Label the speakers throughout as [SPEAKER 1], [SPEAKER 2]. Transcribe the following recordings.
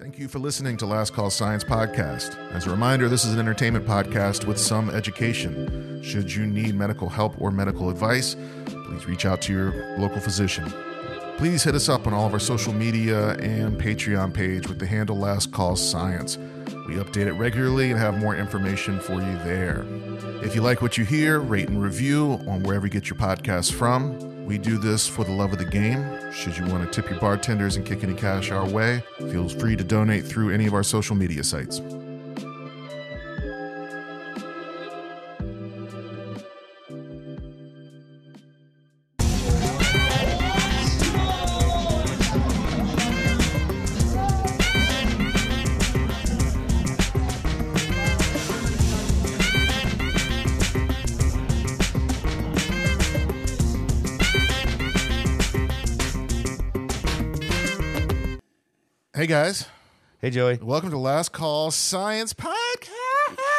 [SPEAKER 1] Thank you for listening to Last Call Science Podcast. As a reminder, this is an entertainment podcast with some education. Should you need medical help or medical advice, please reach out to your local physician. Please hit us up on all of our social media and Patreon page with the handle Last Call Science. We update it regularly and have more information for you there. If you like what you hear, rate and review on wherever you get your podcasts from. We do this for the love of the game. Should you want to tip your bartenders and kick any cash our way, feel free to donate through any of our social media sites. Hey guys,
[SPEAKER 2] Hey, Joey.
[SPEAKER 1] welcome to Last Call Science Podcast.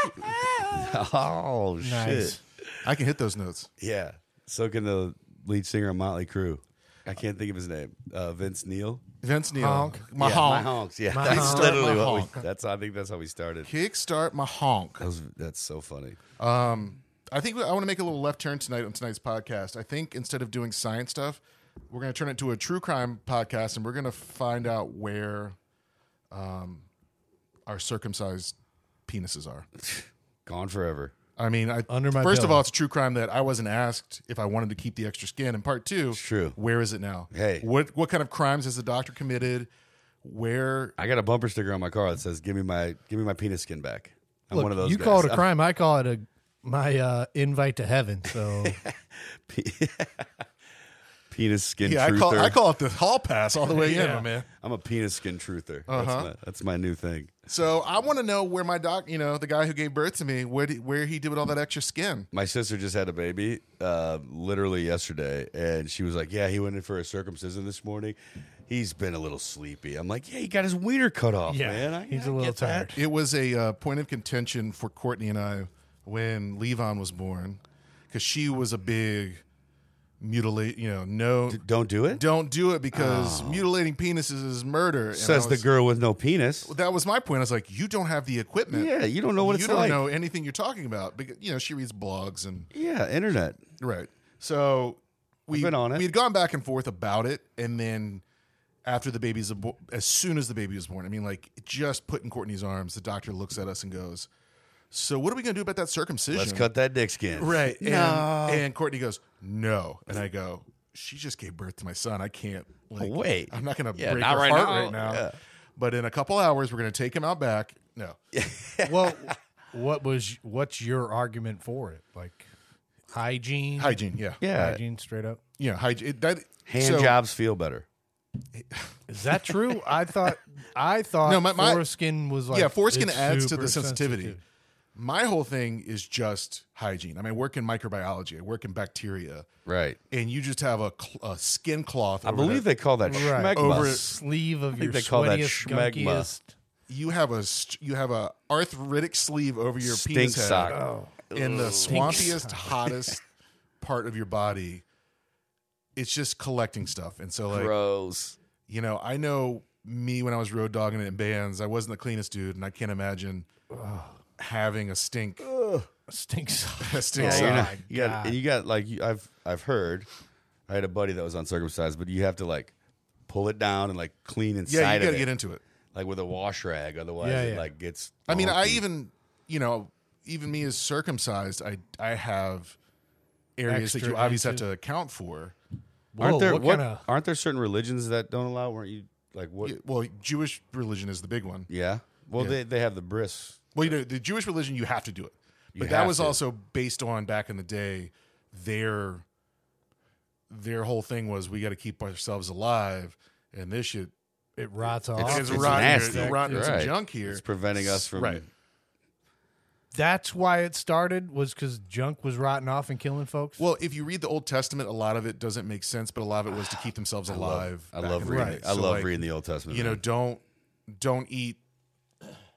[SPEAKER 2] Oh,
[SPEAKER 3] Nice.
[SPEAKER 1] I can hit those notes.
[SPEAKER 2] shit. Yeah. So can the lead singer of Motley Crue. I can't think of his name. Uh, Vince Neil.
[SPEAKER 1] Vince Neil,
[SPEAKER 3] Honk.
[SPEAKER 1] my
[SPEAKER 2] yeah,
[SPEAKER 1] honk.
[SPEAKER 2] My honks. Yeah.
[SPEAKER 3] My
[SPEAKER 2] that's
[SPEAKER 3] honk.
[SPEAKER 2] literally
[SPEAKER 1] My
[SPEAKER 2] what
[SPEAKER 1] honk.
[SPEAKER 2] we that's I think that's how we started.
[SPEAKER 1] Kickstart my honk.
[SPEAKER 2] That was, that's so funny.
[SPEAKER 1] I think I want to make a little left turn tonight on tonight's podcast. I think instead of doing science stuff, we're going to turn it to a true crime podcast, and we're going to find out where um, our circumcised penises are.
[SPEAKER 2] Gone forever.
[SPEAKER 1] I mean, I,
[SPEAKER 3] Under my
[SPEAKER 1] first of
[SPEAKER 3] pillow.
[SPEAKER 1] all, it's a true crime that I wasn't asked if I wanted to keep the extra skin, and part two,
[SPEAKER 2] true.
[SPEAKER 1] Where is it now?
[SPEAKER 2] Hey.
[SPEAKER 1] what what kind of crimes has the doctor committed? Where
[SPEAKER 2] I got a bumper sticker on my car that says, Give me my give me my penis skin back. I'm
[SPEAKER 3] Look,
[SPEAKER 2] one of those
[SPEAKER 3] you
[SPEAKER 2] guys.
[SPEAKER 3] call it a crime. I call it a my uh, invite to heaven. So
[SPEAKER 2] penis skin
[SPEAKER 1] yeah,
[SPEAKER 2] truther.
[SPEAKER 1] I call I call it the hall pass all the way in,
[SPEAKER 3] Yeah.
[SPEAKER 1] my man.
[SPEAKER 2] am a penis skin truther.
[SPEAKER 1] Uh-huh.
[SPEAKER 2] That's, my, that's my new thing.
[SPEAKER 1] So I want to know where my doc, you know, the guy who gave birth to me, where did, where he did with all that extra skin.
[SPEAKER 2] my sister just had a baby uh, literally yesterday and she was like yeah he went in for a circumcision this morning he's been a little sleepy i'm like yeah he got his wiener cut off
[SPEAKER 3] yeah,
[SPEAKER 2] man I,
[SPEAKER 3] he's
[SPEAKER 2] a
[SPEAKER 3] a little tired.
[SPEAKER 1] It was a uh, point of contention for Courtney and I when Levon was born, because she was a big mutilate. You know, no,
[SPEAKER 2] don't do it
[SPEAKER 1] don't do it because mutilating penises is murder. And I
[SPEAKER 2] Oh. says the
[SPEAKER 1] was-
[SPEAKER 2] girl with no penis
[SPEAKER 1] That was my point. I was like, you don't have the equipment.
[SPEAKER 2] yeah you don't know what
[SPEAKER 1] you
[SPEAKER 2] it's
[SPEAKER 1] don't
[SPEAKER 2] like
[SPEAKER 1] know anything you're talking about because you know she reads blogs and
[SPEAKER 2] yeah internet
[SPEAKER 1] Right. So we
[SPEAKER 2] been on it.
[SPEAKER 1] we had gone back and forth about it, and then after the baby's abo- as soon as the baby was born, I mean, like just put in Courtney's arms, the doctor looks at us and goes, "So what are we gonna do about that circumcision?"
[SPEAKER 2] let's cut that dick skin
[SPEAKER 1] Right. And,
[SPEAKER 2] No.
[SPEAKER 1] and Courtney goes, "No," and I go, "She just gave birth to my son. I can't. Like,
[SPEAKER 2] Oh, Wait.
[SPEAKER 1] I'm not gonna
[SPEAKER 2] Yeah,
[SPEAKER 1] break
[SPEAKER 2] not
[SPEAKER 1] her
[SPEAKER 2] right
[SPEAKER 1] heart
[SPEAKER 2] now.
[SPEAKER 1] right now.
[SPEAKER 2] Yeah.
[SPEAKER 1] But in a couple hours, we're gonna take him out back. No,
[SPEAKER 3] well, what was what's your argument for it? Like hygiene,
[SPEAKER 1] hygiene. Yeah,
[SPEAKER 2] yeah
[SPEAKER 3] hygiene, straight up.
[SPEAKER 1] yeah, hygiene. It, that
[SPEAKER 2] hand
[SPEAKER 1] so-
[SPEAKER 2] jobs feel better
[SPEAKER 3] Is that true? I thought I thought
[SPEAKER 1] No, my- my-
[SPEAKER 3] foreskin was like
[SPEAKER 1] yeah, foreskin
[SPEAKER 3] it's
[SPEAKER 1] adds to
[SPEAKER 3] super
[SPEAKER 1] the sensitivity.
[SPEAKER 3] sensitive.
[SPEAKER 1] My whole thing is just hygiene. I mean, I work in microbiology, I work in bacteria,
[SPEAKER 2] right
[SPEAKER 1] and you just have a, cl- a skin cloth.
[SPEAKER 2] i believe they call that
[SPEAKER 3] Right.
[SPEAKER 2] schmegma.
[SPEAKER 1] Over it.
[SPEAKER 3] Sleeve of your
[SPEAKER 2] they call that
[SPEAKER 3] sweatiest,
[SPEAKER 2] schmegma.
[SPEAKER 3] gunkiest.
[SPEAKER 1] you have a st- you have a arthritic sleeve over your
[SPEAKER 2] stink
[SPEAKER 1] penis head
[SPEAKER 2] sock
[SPEAKER 1] in the swampiest, hottest part of your body. It's just collecting stuff, and so like
[SPEAKER 2] gross
[SPEAKER 1] you know, I know me when I was road dogging it in bands, I wasn't the cleanest dude, and I can't imagine having a stink,
[SPEAKER 3] Stinks.
[SPEAKER 1] a stink
[SPEAKER 2] Yeah,
[SPEAKER 1] sock.
[SPEAKER 2] you're not-
[SPEAKER 3] my
[SPEAKER 2] you got and you got like you, I've I've heard. I had a buddy that was uncircumcised, but you have to like pull it down and like clean inside
[SPEAKER 1] yeah, you got
[SPEAKER 2] of
[SPEAKER 1] to
[SPEAKER 2] it,
[SPEAKER 1] get into it.
[SPEAKER 2] like with a wash rag. Otherwise,
[SPEAKER 3] Yeah,
[SPEAKER 2] it
[SPEAKER 3] yeah.
[SPEAKER 2] like gets.
[SPEAKER 1] I mean, I
[SPEAKER 2] wonky.
[SPEAKER 1] even, you know, even me as circumcised, I I have areas that
[SPEAKER 3] Extra
[SPEAKER 1] you obviously have
[SPEAKER 3] inches.
[SPEAKER 1] to account for.
[SPEAKER 2] aren't
[SPEAKER 3] Whoa,
[SPEAKER 2] there
[SPEAKER 3] what
[SPEAKER 2] what-
[SPEAKER 3] kinda-
[SPEAKER 2] aren't there certain religions that don't allow? Weren't you like what? Yeah.
[SPEAKER 1] Well, Jewish religion is the big one.
[SPEAKER 2] Well, they they have the bris.
[SPEAKER 1] Well, you know, the Jewish religion, you have to do it.
[SPEAKER 2] You
[SPEAKER 1] But that
[SPEAKER 2] have
[SPEAKER 1] was
[SPEAKER 2] to.
[SPEAKER 1] also based on back in the day, their their whole thing was we got to keep ourselves alive, and this shit
[SPEAKER 3] It rots off.
[SPEAKER 1] it's,
[SPEAKER 2] it's
[SPEAKER 1] rotten,
[SPEAKER 2] nasty.
[SPEAKER 1] here, rotten some
[SPEAKER 2] Right.
[SPEAKER 1] junk here.
[SPEAKER 2] It's preventing us from
[SPEAKER 1] right.
[SPEAKER 3] That's why it started was because junk was rotting off and killing folks.
[SPEAKER 1] Well, if you read the Old Testament, a lot of it doesn't make sense, but a lot of it was to keep themselves alive.
[SPEAKER 2] Oh, I
[SPEAKER 1] back
[SPEAKER 2] love
[SPEAKER 1] in the
[SPEAKER 2] reading.
[SPEAKER 1] day.
[SPEAKER 2] I
[SPEAKER 1] So,
[SPEAKER 2] love
[SPEAKER 1] like,
[SPEAKER 2] reading the Old Testament.
[SPEAKER 1] you know,
[SPEAKER 3] Mm-hmm.
[SPEAKER 2] man.
[SPEAKER 1] don't don't eat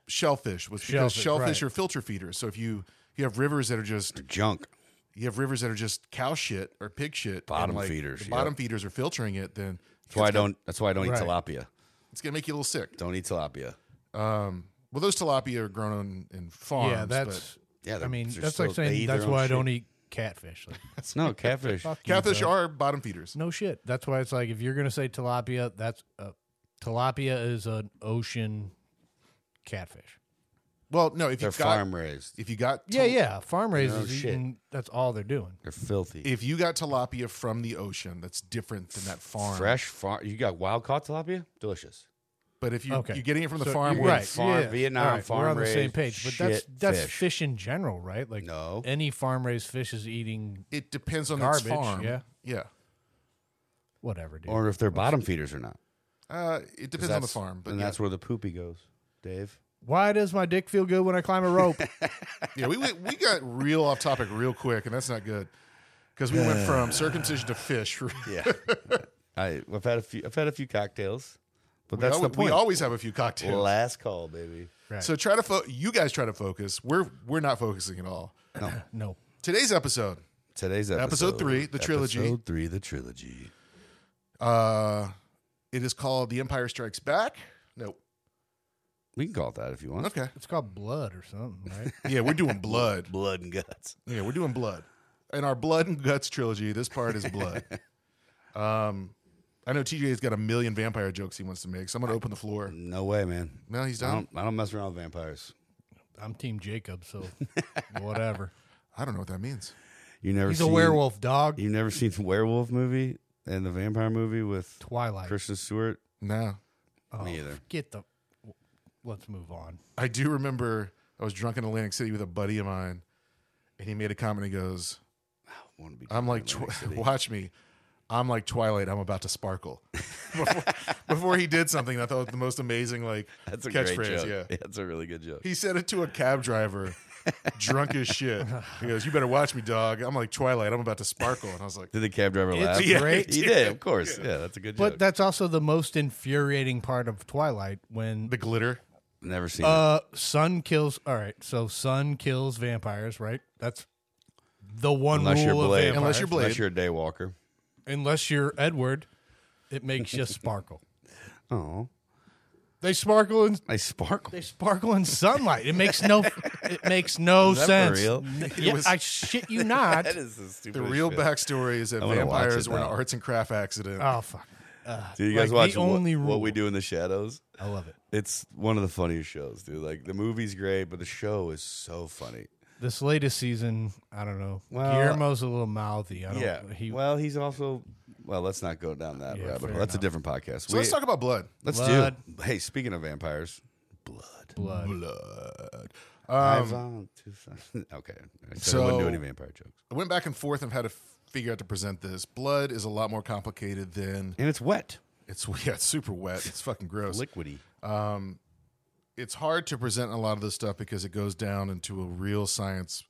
[SPEAKER 1] shellfish was because
[SPEAKER 3] Shellfish,
[SPEAKER 1] shellfish
[SPEAKER 3] right.
[SPEAKER 1] are filter feeders. So if you you have rivers that are just
[SPEAKER 2] junk.
[SPEAKER 1] you have rivers that are just cow shit or pig shit, and,
[SPEAKER 2] Bottom
[SPEAKER 1] like,
[SPEAKER 2] feeders,
[SPEAKER 1] the
[SPEAKER 2] yep.
[SPEAKER 1] bottom feeders are filtering it. Then
[SPEAKER 2] That's why I don't. That's why I don't
[SPEAKER 3] Right.
[SPEAKER 2] eat tilapia.
[SPEAKER 1] It's gonna make you a little sick.
[SPEAKER 2] Don't eat tilapia.
[SPEAKER 1] Um, well, those tilapia are grown on in farms.
[SPEAKER 3] yeah, that's.
[SPEAKER 2] Yeah,
[SPEAKER 3] I
[SPEAKER 2] they're-
[SPEAKER 3] mean,
[SPEAKER 2] they're
[SPEAKER 3] that's like
[SPEAKER 2] still- they
[SPEAKER 3] saying
[SPEAKER 2] eat their
[SPEAKER 3] that's
[SPEAKER 2] own
[SPEAKER 3] why I
[SPEAKER 2] shit.
[SPEAKER 3] don't eat catfish. Like,
[SPEAKER 2] No catfish.
[SPEAKER 3] fuck you,
[SPEAKER 1] catfish
[SPEAKER 3] bro.
[SPEAKER 1] are bottom feeders.
[SPEAKER 3] no shit. That's why it's like if you're gonna say tilapia, that's uh, tilapia is an ocean catfish.
[SPEAKER 1] Well, no, if you
[SPEAKER 2] They're
[SPEAKER 1] got
[SPEAKER 2] farm raised.
[SPEAKER 1] if you got
[SPEAKER 3] Yeah, yeah. Farm
[SPEAKER 2] own
[SPEAKER 3] raisers
[SPEAKER 2] shit.
[SPEAKER 3] eating. That's all they're doing.
[SPEAKER 2] They're filthy.
[SPEAKER 1] if you got tilapia from the ocean, that's different than that farm.
[SPEAKER 2] Fresh farm. You got wild caught tilapia? Delicious.
[SPEAKER 1] But if you
[SPEAKER 3] Okay.
[SPEAKER 1] you're getting it from the
[SPEAKER 3] So
[SPEAKER 1] farm,
[SPEAKER 3] you're
[SPEAKER 1] where
[SPEAKER 2] where
[SPEAKER 3] right?
[SPEAKER 1] it's-
[SPEAKER 2] farm-
[SPEAKER 3] yeah.
[SPEAKER 2] Vietnam
[SPEAKER 3] All right,
[SPEAKER 2] farm
[SPEAKER 3] We're on the same
[SPEAKER 2] raised
[SPEAKER 3] page, but that's
[SPEAKER 2] shit
[SPEAKER 3] that's
[SPEAKER 2] fish.
[SPEAKER 3] fish. in general, right? Like
[SPEAKER 2] No.
[SPEAKER 3] any farm raised fish is eating
[SPEAKER 1] it depends on its
[SPEAKER 3] Garbage,
[SPEAKER 1] farm.
[SPEAKER 3] yeah.
[SPEAKER 1] yeah.
[SPEAKER 3] whatever, dude.
[SPEAKER 2] Or if they're bottom feeders or not.
[SPEAKER 1] Uh, it
[SPEAKER 2] 'Cause
[SPEAKER 1] depends on the
[SPEAKER 2] that's-
[SPEAKER 1] farm, but
[SPEAKER 2] and
[SPEAKER 1] yeah.
[SPEAKER 2] that's where the poopy goes, Dave.
[SPEAKER 3] Why does my dick feel good when I climb a rope?
[SPEAKER 1] yeah, we, we we got real off topic real quick, and that's not good because we went from circumcision to fish.
[SPEAKER 2] Yeah. I I've had a few I've had a few cocktails, but that's
[SPEAKER 1] we,
[SPEAKER 2] the
[SPEAKER 1] always, we
[SPEAKER 2] point.
[SPEAKER 1] always have a few cocktails.
[SPEAKER 2] Last call, baby.
[SPEAKER 3] Right.
[SPEAKER 1] So try to fo- you guys try to focus. We're we're not focusing at all.
[SPEAKER 3] no.
[SPEAKER 1] Today's episode,
[SPEAKER 2] Today's episode.
[SPEAKER 1] three, the trilogy.
[SPEAKER 2] Episode three, the trilogy.
[SPEAKER 1] uh, it is called "The Empire Strikes Back." Nope.
[SPEAKER 2] We can call it that if you want.
[SPEAKER 1] Okay.
[SPEAKER 3] It's called blood or something, right?
[SPEAKER 1] Yeah, we're doing blood.
[SPEAKER 2] Blood and guts.
[SPEAKER 1] Yeah, we're doing blood. In our blood and guts trilogy, this part is blood. um, I know TJ's got a million vampire jokes he wants to make, so I'm gonna open the floor.
[SPEAKER 2] No way, man.
[SPEAKER 1] No, he's
[SPEAKER 2] I
[SPEAKER 1] done.
[SPEAKER 2] don't I don't mess around with vampires.
[SPEAKER 3] I'm Team Jacob, so whatever.
[SPEAKER 1] I don't know what that means.
[SPEAKER 2] You never
[SPEAKER 3] He's a
[SPEAKER 2] seen,
[SPEAKER 3] werewolf dog.
[SPEAKER 2] You never seen the werewolf movie and the vampire movie with
[SPEAKER 3] Twilight.
[SPEAKER 2] Kristen Stewart?
[SPEAKER 1] No.
[SPEAKER 3] Oh,
[SPEAKER 2] Me either.
[SPEAKER 3] Get the. Let's move on.
[SPEAKER 1] I do remember I was drunk in Atlantic City with a buddy of mine, and he made a comment. He goes,
[SPEAKER 2] Wanna be
[SPEAKER 1] "I'm like,
[SPEAKER 2] Atlantic
[SPEAKER 1] tw-
[SPEAKER 2] City.
[SPEAKER 1] watch me, I'm like Twilight. I'm about to sparkle." before, before he did something, I thought was the most amazing like
[SPEAKER 2] That's a great
[SPEAKER 1] catchphrase.
[SPEAKER 2] joke.
[SPEAKER 1] Yeah,
[SPEAKER 2] That's a really good joke.
[SPEAKER 1] he said it to a cab driver, drunk as shit. He goes, "You better watch me, dog. I'm like Twilight. I'm about to sparkle." And I was like,
[SPEAKER 2] Did the cab driver
[SPEAKER 3] It's
[SPEAKER 2] laugh?
[SPEAKER 3] Yeah, great.
[SPEAKER 2] He did, of course. Yeah, that's a good
[SPEAKER 3] But
[SPEAKER 2] joke.
[SPEAKER 3] that's also the most infuriating part of Twilight when
[SPEAKER 1] "The glitter."
[SPEAKER 2] Never seen it.
[SPEAKER 3] uh Sun kills. All right, so Sun kills vampires, right? That's the one
[SPEAKER 2] Unless you're
[SPEAKER 3] rule of
[SPEAKER 2] Blade.
[SPEAKER 3] vampires.
[SPEAKER 1] Unless you're Blade.
[SPEAKER 2] Unless you're a daywalker.
[SPEAKER 3] Unless you're Edward, it makes you sparkle.
[SPEAKER 2] Oh,
[SPEAKER 3] They sparkle in
[SPEAKER 2] I sparkle.
[SPEAKER 3] they sparkle in sunlight. It makes no it makes no
[SPEAKER 2] that for
[SPEAKER 3] sense.
[SPEAKER 2] real?
[SPEAKER 3] Yeah, I shit you not.
[SPEAKER 2] That is the
[SPEAKER 1] The
[SPEAKER 2] stupid.
[SPEAKER 1] real backstory is that
[SPEAKER 2] I wanna watch
[SPEAKER 1] vampires
[SPEAKER 2] it Uh,
[SPEAKER 1] were an
[SPEAKER 2] now.
[SPEAKER 1] arts and craft accident.
[SPEAKER 3] oh fuck.
[SPEAKER 2] Do you guys
[SPEAKER 3] like,
[SPEAKER 2] watch
[SPEAKER 3] the
[SPEAKER 2] What-
[SPEAKER 3] only
[SPEAKER 2] what,
[SPEAKER 3] rule.
[SPEAKER 2] we do in the shadows?
[SPEAKER 3] I love it.
[SPEAKER 2] It's one of the funniest shows, dude. Like the movie's great, but the show is so funny.
[SPEAKER 3] This latest season, I don't know.
[SPEAKER 2] Well-
[SPEAKER 3] Guillermo's a little mouthy. I don't
[SPEAKER 2] Yeah.
[SPEAKER 3] Oh, he
[SPEAKER 2] well, he's also. Well, let's not go down that
[SPEAKER 3] Yeah,
[SPEAKER 2] rabbit
[SPEAKER 3] fair
[SPEAKER 2] hole. That's a
[SPEAKER 3] enough.
[SPEAKER 2] different podcast.
[SPEAKER 1] so let's talk about blood.
[SPEAKER 2] let's
[SPEAKER 3] Blood.
[SPEAKER 2] do. Hey, speaking of vampires, blood.
[SPEAKER 3] blood.
[SPEAKER 1] Blood.
[SPEAKER 2] I
[SPEAKER 1] Um,
[SPEAKER 2] want to- okay. I said I
[SPEAKER 1] so-
[SPEAKER 2] wouldn't do any vampire jokes.
[SPEAKER 1] I went back and forth of how to f- figure out to present this. Blood is a lot more complicated than
[SPEAKER 2] And it's wet,
[SPEAKER 1] it's yeah, it's super wet. It's fucking gross.
[SPEAKER 2] liquidy.
[SPEAKER 1] It's hard to present a lot of this stuff because it goes down into a real science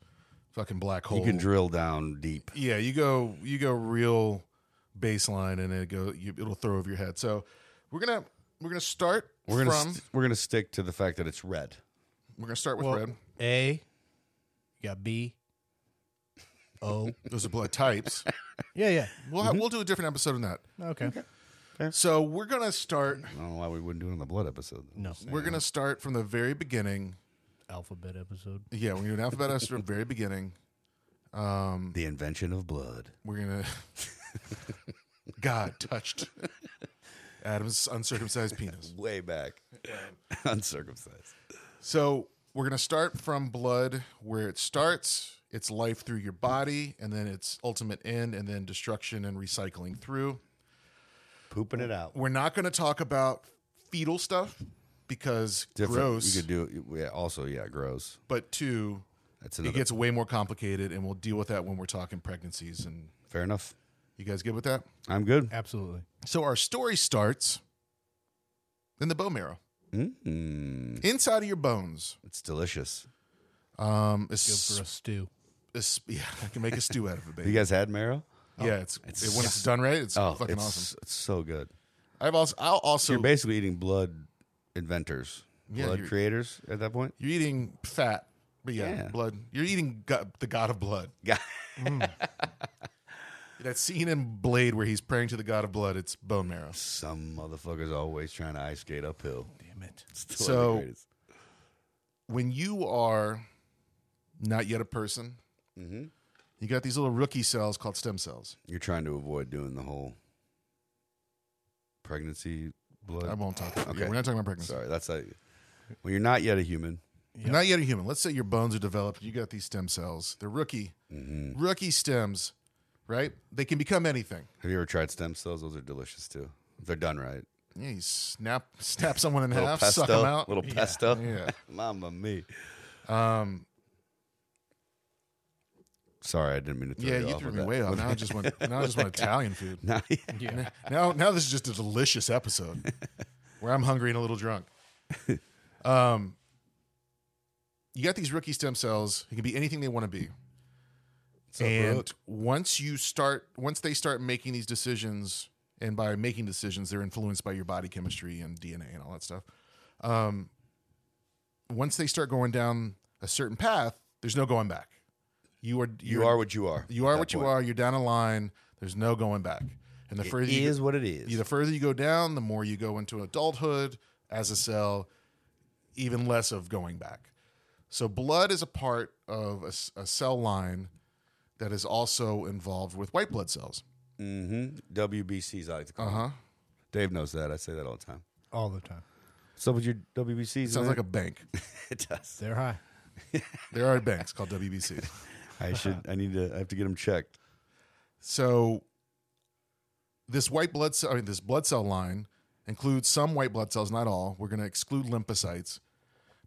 [SPEAKER 1] fucking black hole.
[SPEAKER 2] You
[SPEAKER 3] Oh.
[SPEAKER 2] can drill down deep.
[SPEAKER 1] yeah, you go you go real baseline and it go you, it'll throw over your head. So we're gonna we're gonna start
[SPEAKER 2] We're gonna
[SPEAKER 1] from
[SPEAKER 2] st- we're gonna stick to the fact that it's red.
[SPEAKER 1] we're gonna start with
[SPEAKER 3] Well,
[SPEAKER 1] red.
[SPEAKER 3] A, you got B, O.
[SPEAKER 2] oh.
[SPEAKER 1] Those are blood types.
[SPEAKER 3] yeah, yeah.
[SPEAKER 1] We'll
[SPEAKER 2] Mm-hmm.
[SPEAKER 1] ha- we'll do a different episode on that.
[SPEAKER 3] Okay.
[SPEAKER 1] So we're gonna start.
[SPEAKER 2] I don't know why we wouldn't do it on the blood episode.
[SPEAKER 3] No
[SPEAKER 1] We're gonna start from the very beginning.
[SPEAKER 3] alphabet episode.
[SPEAKER 1] Yeah, we're gonna do an alphabet us from the very beginning.
[SPEAKER 2] The invention of blood.
[SPEAKER 1] We're gonna. God touched Adam's uncircumcised penis.
[SPEAKER 2] Way back. Uncircumcised.
[SPEAKER 1] So we're gonna start from blood, where it starts, its life through your body, and then its ultimate end, and then destruction and recycling through.
[SPEAKER 2] Pooping it out.
[SPEAKER 1] We're not gonna talk about fetal stuff because gross.
[SPEAKER 2] You could do yeah, also, yeah, gross.
[SPEAKER 1] but two,
[SPEAKER 2] That's
[SPEAKER 1] it
[SPEAKER 2] another
[SPEAKER 1] gets way more complicated, and we'll deal with that when we're talking pregnancies. And
[SPEAKER 2] fair enough.
[SPEAKER 1] you guys good with that?
[SPEAKER 2] I'm good.
[SPEAKER 3] Absolutely.
[SPEAKER 1] So our story starts in the bone marrow,
[SPEAKER 2] Mm,
[SPEAKER 1] inside of your bones.
[SPEAKER 2] it's delicious.
[SPEAKER 1] Um,
[SPEAKER 3] Good
[SPEAKER 1] es-
[SPEAKER 3] for a stew.
[SPEAKER 1] es- yeah, I can make a stew out of it,
[SPEAKER 2] Have you
[SPEAKER 1] baby.
[SPEAKER 2] guys had marrow?
[SPEAKER 1] yeah, it's,
[SPEAKER 2] it's-
[SPEAKER 1] it- when it's done right, it's
[SPEAKER 2] Oh,
[SPEAKER 1] fucking
[SPEAKER 2] it's,
[SPEAKER 1] awesome.
[SPEAKER 2] it's so good.
[SPEAKER 1] I've also I'll also
[SPEAKER 2] You're basically eating blood inventors,
[SPEAKER 1] Yeah,
[SPEAKER 2] blood
[SPEAKER 1] you're-
[SPEAKER 2] creators at that point.
[SPEAKER 1] you're eating fat, but yeah,
[SPEAKER 2] Yeah.
[SPEAKER 1] blood. You're eating go- the god of blood.
[SPEAKER 2] God.
[SPEAKER 1] Mm. That scene in Blade where he's praying to the god of blood, it's bone marrow.
[SPEAKER 2] Some motherfuckers always trying to ice skate uphill.
[SPEAKER 3] Damn it.
[SPEAKER 2] It's one of the
[SPEAKER 1] So-
[SPEAKER 2] greatest.
[SPEAKER 1] When you are not yet a person,
[SPEAKER 2] Mm-hmm.
[SPEAKER 1] you got these little rookie cells called stem cells.
[SPEAKER 2] you're trying to avoid doing the whole pregnancy blood.
[SPEAKER 1] I won't talk.
[SPEAKER 2] Okay.
[SPEAKER 1] Yeah, we're not talking about pregnancy.
[SPEAKER 2] Sorry, that's like when you're not yet a human.
[SPEAKER 1] You're Not yet a human. Let's say your bones are developed. You got these stem cells. They're rookie,
[SPEAKER 2] Mm-hmm.
[SPEAKER 1] rookie stems, right? They can become anything.
[SPEAKER 2] Have you ever tried stem cells? Those are delicious too. If they're done right.
[SPEAKER 1] Yeah, you snap, snap someone in
[SPEAKER 2] Little
[SPEAKER 1] half,
[SPEAKER 2] pesto.
[SPEAKER 1] suck them out.
[SPEAKER 2] Little pesto.
[SPEAKER 1] yeah. Um,
[SPEAKER 2] Mama me. Sorry, I didn't mean to. Throw
[SPEAKER 1] yeah,
[SPEAKER 2] you,
[SPEAKER 1] you
[SPEAKER 2] off
[SPEAKER 1] threw
[SPEAKER 2] with
[SPEAKER 1] me
[SPEAKER 2] that.
[SPEAKER 1] way off. Now I just want now I just want Italian food.
[SPEAKER 2] Nah, yeah.
[SPEAKER 3] Yeah.
[SPEAKER 1] Now now this is just a delicious episode where I'm hungry and a little drunk. Um, you got these rookie stem cells. It can be anything they want to be.
[SPEAKER 2] up,
[SPEAKER 1] and
[SPEAKER 2] Brooke?
[SPEAKER 1] once you start, once they start making these decisions, and by making decisions, they're influenced by your body chemistry and DNA and all that stuff. Um, once they start going down a certain path, there's no going back. You are
[SPEAKER 2] you are what you are.
[SPEAKER 1] you are what you are. You're down a line. There's no going back. And the further
[SPEAKER 2] It
[SPEAKER 1] you
[SPEAKER 2] is what it is.
[SPEAKER 1] yeah, the further you go down, the more you go into adulthood as a cell, even less of going back. So blood is a part of a, s- a cell line that is also involved with white blood cells.
[SPEAKER 2] Mm-hmm. WBCs, I like to call.
[SPEAKER 1] Uh huh.
[SPEAKER 2] them. Dave knows that. I say that all the time.
[SPEAKER 3] All the time.
[SPEAKER 2] So with your WBCs,
[SPEAKER 1] Sounds like a bank.
[SPEAKER 2] it does.
[SPEAKER 3] They're high.
[SPEAKER 1] There are banks called WBC.
[SPEAKER 2] I should. I need to. I have to get them checked.
[SPEAKER 1] So this white blood cell, I mean, this blood cell line includes some white blood cells, not all. We're going to exclude lymphocytes,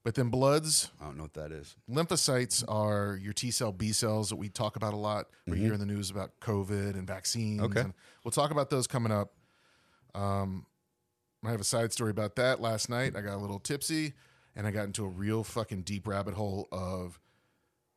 [SPEAKER 1] but then bloods
[SPEAKER 2] I don't know what that is.
[SPEAKER 1] lymphocytes are your T cell, B cells that we talk about a lot. We hear in the news about COVID and vaccines.
[SPEAKER 2] Mm-hmm. Okay.
[SPEAKER 1] And we'll talk about those coming up. Um, I have a side story about that. Last night, I got a little tipsy and I got into a real fucking deep rabbit hole of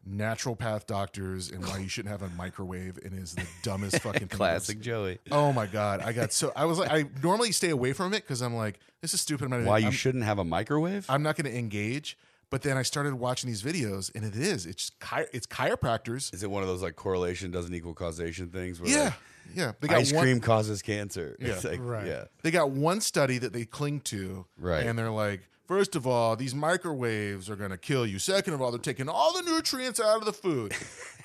[SPEAKER 1] naturopath doctors and why you shouldn't have a microwave and is the dumbest fucking thing I've ever
[SPEAKER 2] Classic Joey.
[SPEAKER 1] Oh my god, I got so I was like I normally stay away from it because I'm like this is stupid. I'm not
[SPEAKER 2] Why you
[SPEAKER 1] I'm-
[SPEAKER 2] shouldn't have a microwave?
[SPEAKER 1] I'm not going to engage. But then I started watching these videos, and it is it's chi- it's chiropractors.
[SPEAKER 2] Is it one of those like correlation doesn't equal causation things? Where
[SPEAKER 1] Yeah,
[SPEAKER 2] like,
[SPEAKER 1] yeah. They got
[SPEAKER 2] ice
[SPEAKER 1] one.
[SPEAKER 2] cream causes cancer.
[SPEAKER 1] Yeah.
[SPEAKER 2] It's like,
[SPEAKER 3] Right.
[SPEAKER 2] Yeah.
[SPEAKER 1] They got one study that they cling to,
[SPEAKER 2] Right.
[SPEAKER 1] And they're like, first of all, these microwaves are going to kill you. Second of all, they're taking all the nutrients out of the food,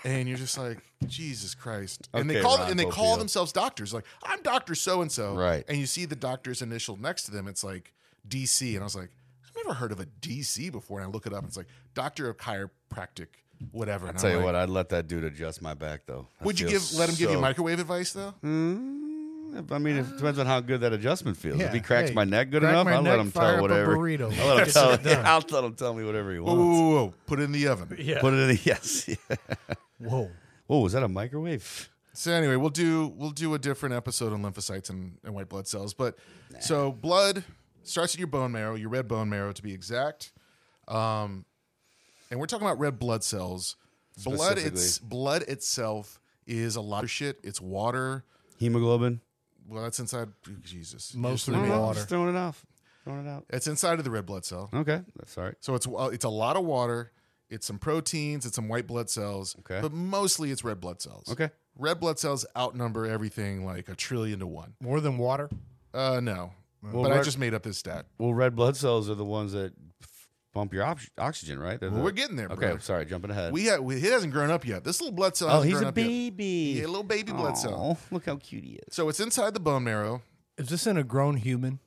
[SPEAKER 1] and you're just like, Jesus Christ. And they
[SPEAKER 2] Okay,
[SPEAKER 1] call
[SPEAKER 2] Ron
[SPEAKER 1] and they call
[SPEAKER 2] Popeil.
[SPEAKER 1] themselves doctors. Like I'm Doctor So and So,
[SPEAKER 2] Right.
[SPEAKER 1] And you see the doctor's initial next to them. It's like DC, and I was like, I've never heard of a DC before. And I look it up, and it's like Doctor of Chiropractic, whatever. And
[SPEAKER 2] Tell
[SPEAKER 1] I'm
[SPEAKER 2] you
[SPEAKER 1] like,
[SPEAKER 2] what, I'd let that dude adjust my back though. That
[SPEAKER 1] Would you give
[SPEAKER 2] feels
[SPEAKER 1] let him give you
[SPEAKER 2] so-
[SPEAKER 1] microwave advice though?
[SPEAKER 2] Mm, I mean, it depends on how good that adjustment feels. if
[SPEAKER 3] Yeah,
[SPEAKER 2] he cracks
[SPEAKER 3] hey,
[SPEAKER 2] my neck good
[SPEAKER 3] crack
[SPEAKER 2] enough,
[SPEAKER 3] my
[SPEAKER 2] I'll let
[SPEAKER 3] neck,
[SPEAKER 2] him
[SPEAKER 3] fire
[SPEAKER 2] tell
[SPEAKER 3] up a
[SPEAKER 2] whatever.
[SPEAKER 3] burrito.
[SPEAKER 2] I'll let him
[SPEAKER 3] Get
[SPEAKER 2] tell.
[SPEAKER 3] it done.
[SPEAKER 2] I'll let him tell me whatever he
[SPEAKER 1] Whoa,
[SPEAKER 2] wants.
[SPEAKER 1] whoa, whoa, whoa. put it in the oven.
[SPEAKER 3] Yeah.
[SPEAKER 2] Put it in. Yes.
[SPEAKER 3] Whoa.
[SPEAKER 2] Whoa, was that a microwave?
[SPEAKER 1] So anyway, we'll do we'll do a different episode on lymphocytes and, and white blood cells. But so blood starts at your bone marrow, your red bone marrow to be exact. Um, and we're talking about red blood cells. Blood it's
[SPEAKER 2] Specifically.
[SPEAKER 1] blood itself is a lot of shit. It's water.
[SPEAKER 2] Hemoglobin.
[SPEAKER 1] Well, that's inside Jesus. You're
[SPEAKER 3] Mostly
[SPEAKER 1] just leaving-
[SPEAKER 2] I don't know,
[SPEAKER 3] water.
[SPEAKER 2] Just throwing it off. Throwing it out.
[SPEAKER 1] It's inside of the red blood cell.
[SPEAKER 2] Okay. Sorry.
[SPEAKER 1] So it's uh, it's a lot of water. It's some proteins. It's some white blood cells.
[SPEAKER 2] Okay.
[SPEAKER 1] But mostly it's red blood cells.
[SPEAKER 2] Okay.
[SPEAKER 1] Red blood cells outnumber everything like a trillion to one.
[SPEAKER 3] More than water?
[SPEAKER 1] Uh, no.
[SPEAKER 2] Well,
[SPEAKER 1] but I
[SPEAKER 2] we're-
[SPEAKER 1] just made up this stat.
[SPEAKER 2] Well, red blood cells are the ones that f- pump your op- oxygen, right? They're
[SPEAKER 1] Well,
[SPEAKER 2] the-
[SPEAKER 1] we're getting there,
[SPEAKER 2] Okay,
[SPEAKER 1] brother.
[SPEAKER 2] I'm sorry, jumping ahead.
[SPEAKER 1] We, ha- we he hasn't grown up yet. This little blood cell.
[SPEAKER 2] oh,
[SPEAKER 1] hasn't
[SPEAKER 2] he's
[SPEAKER 1] grown
[SPEAKER 2] a
[SPEAKER 1] up yet.
[SPEAKER 2] baby.
[SPEAKER 1] Yeah, a little baby blood cell.
[SPEAKER 2] Aw, Look how cute he is.
[SPEAKER 1] So it's inside the bone marrow.
[SPEAKER 3] Is this in a grown human?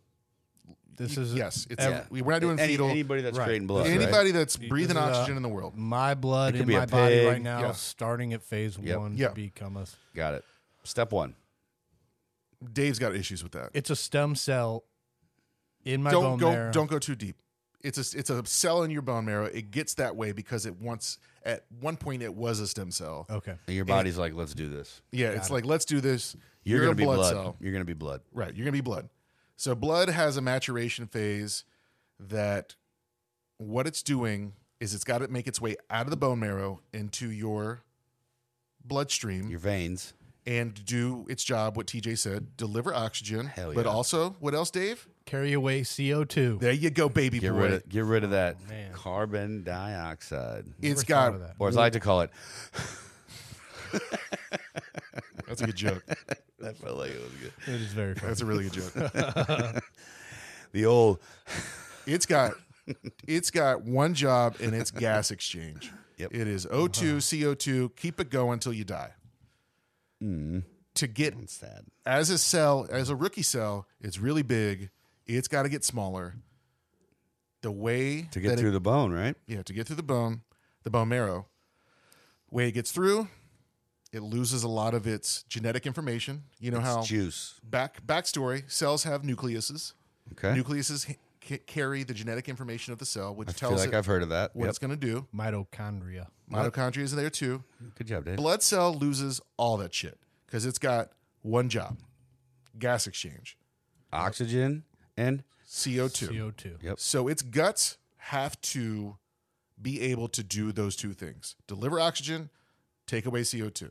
[SPEAKER 3] This is
[SPEAKER 1] Yes, it's
[SPEAKER 2] Yeah.
[SPEAKER 1] we- we're not doing
[SPEAKER 2] Any-
[SPEAKER 1] fetal.
[SPEAKER 2] Anybody that's
[SPEAKER 3] Right.
[SPEAKER 2] creating blood. right?
[SPEAKER 1] Anybody that's breathing
[SPEAKER 3] is, uh,
[SPEAKER 1] oxygen in the world.
[SPEAKER 3] my blood
[SPEAKER 2] It could
[SPEAKER 3] in
[SPEAKER 2] be a
[SPEAKER 3] my body
[SPEAKER 2] pig.
[SPEAKER 3] right now,
[SPEAKER 1] Yeah.
[SPEAKER 3] starting at phase
[SPEAKER 2] Yep.
[SPEAKER 3] one
[SPEAKER 1] Yeah.
[SPEAKER 3] to become a.
[SPEAKER 2] Got it. Step one.
[SPEAKER 1] Dave's got issues with that.
[SPEAKER 3] It's a stem cell in my
[SPEAKER 1] don't
[SPEAKER 3] bone
[SPEAKER 1] go
[SPEAKER 3] marrow.
[SPEAKER 1] don't go too deep. It's a it's a cell in your bone marrow. It gets that way because it once at one point it was a stem cell.
[SPEAKER 3] Okay.
[SPEAKER 2] And your body's like, let's do this.
[SPEAKER 1] Yeah, it's like let's do this.
[SPEAKER 2] You're,
[SPEAKER 1] a
[SPEAKER 2] gonna be blood.
[SPEAKER 1] cell.
[SPEAKER 2] You're gonna be blood.
[SPEAKER 1] Right, you're gonna be blood. So blood has a maturation phase that what it's doing is it's got to make its way out of the bone marrow into your bloodstream
[SPEAKER 2] Your veins.
[SPEAKER 1] and do its job. What TJ said, deliver oxygen,
[SPEAKER 2] Hell
[SPEAKER 1] but
[SPEAKER 2] yeah.
[SPEAKER 1] also what else, Dave?
[SPEAKER 3] Carry away CO2.
[SPEAKER 1] There you go, baby
[SPEAKER 2] Get
[SPEAKER 1] boy.
[SPEAKER 2] rid of get rid
[SPEAKER 1] Oh,
[SPEAKER 2] of that
[SPEAKER 3] man.
[SPEAKER 2] carbon dioxide.
[SPEAKER 1] it's
[SPEAKER 3] Never thought
[SPEAKER 1] got
[SPEAKER 3] of that.
[SPEAKER 2] Or as I like to call it,
[SPEAKER 1] That's a good joke.
[SPEAKER 2] That felt like it was good.
[SPEAKER 3] It is very funny.
[SPEAKER 1] That's a really good joke.
[SPEAKER 2] The old
[SPEAKER 1] It's got it's got one job and it's gas exchange.
[SPEAKER 2] Yep. Uh-huh.
[SPEAKER 1] It is O2, CO2, keep it going until you die.
[SPEAKER 2] Mm.
[SPEAKER 1] To get
[SPEAKER 2] sad.
[SPEAKER 1] as a cell, as a rookie cell, it's really big. It's got to get smaller. The way
[SPEAKER 2] To get
[SPEAKER 1] that it-
[SPEAKER 2] through the bone, right?
[SPEAKER 1] yeah, to get through the bone, the bone marrow. Way it gets through, it loses a lot of its genetic information. You know how
[SPEAKER 2] Juice.
[SPEAKER 1] back backstory cells have nucleuses.
[SPEAKER 2] Okay.
[SPEAKER 1] Nucleuses h- ca- carry the genetic information of the cell, which
[SPEAKER 2] I feel
[SPEAKER 1] tells
[SPEAKER 2] like
[SPEAKER 1] it
[SPEAKER 2] I've heard of that.
[SPEAKER 1] what
[SPEAKER 2] Yep.
[SPEAKER 1] it's going to do.
[SPEAKER 3] Mitochondria.
[SPEAKER 1] Mitochondria is there too.
[SPEAKER 2] Good job, Dave.
[SPEAKER 1] Blood cell loses all that shit because it's got one job: gas exchange,
[SPEAKER 2] Oxygen and
[SPEAKER 1] CO2.
[SPEAKER 3] CO2.
[SPEAKER 2] Yep.
[SPEAKER 1] So its guts have to be able to do those two things: deliver oxygen, take away CO2.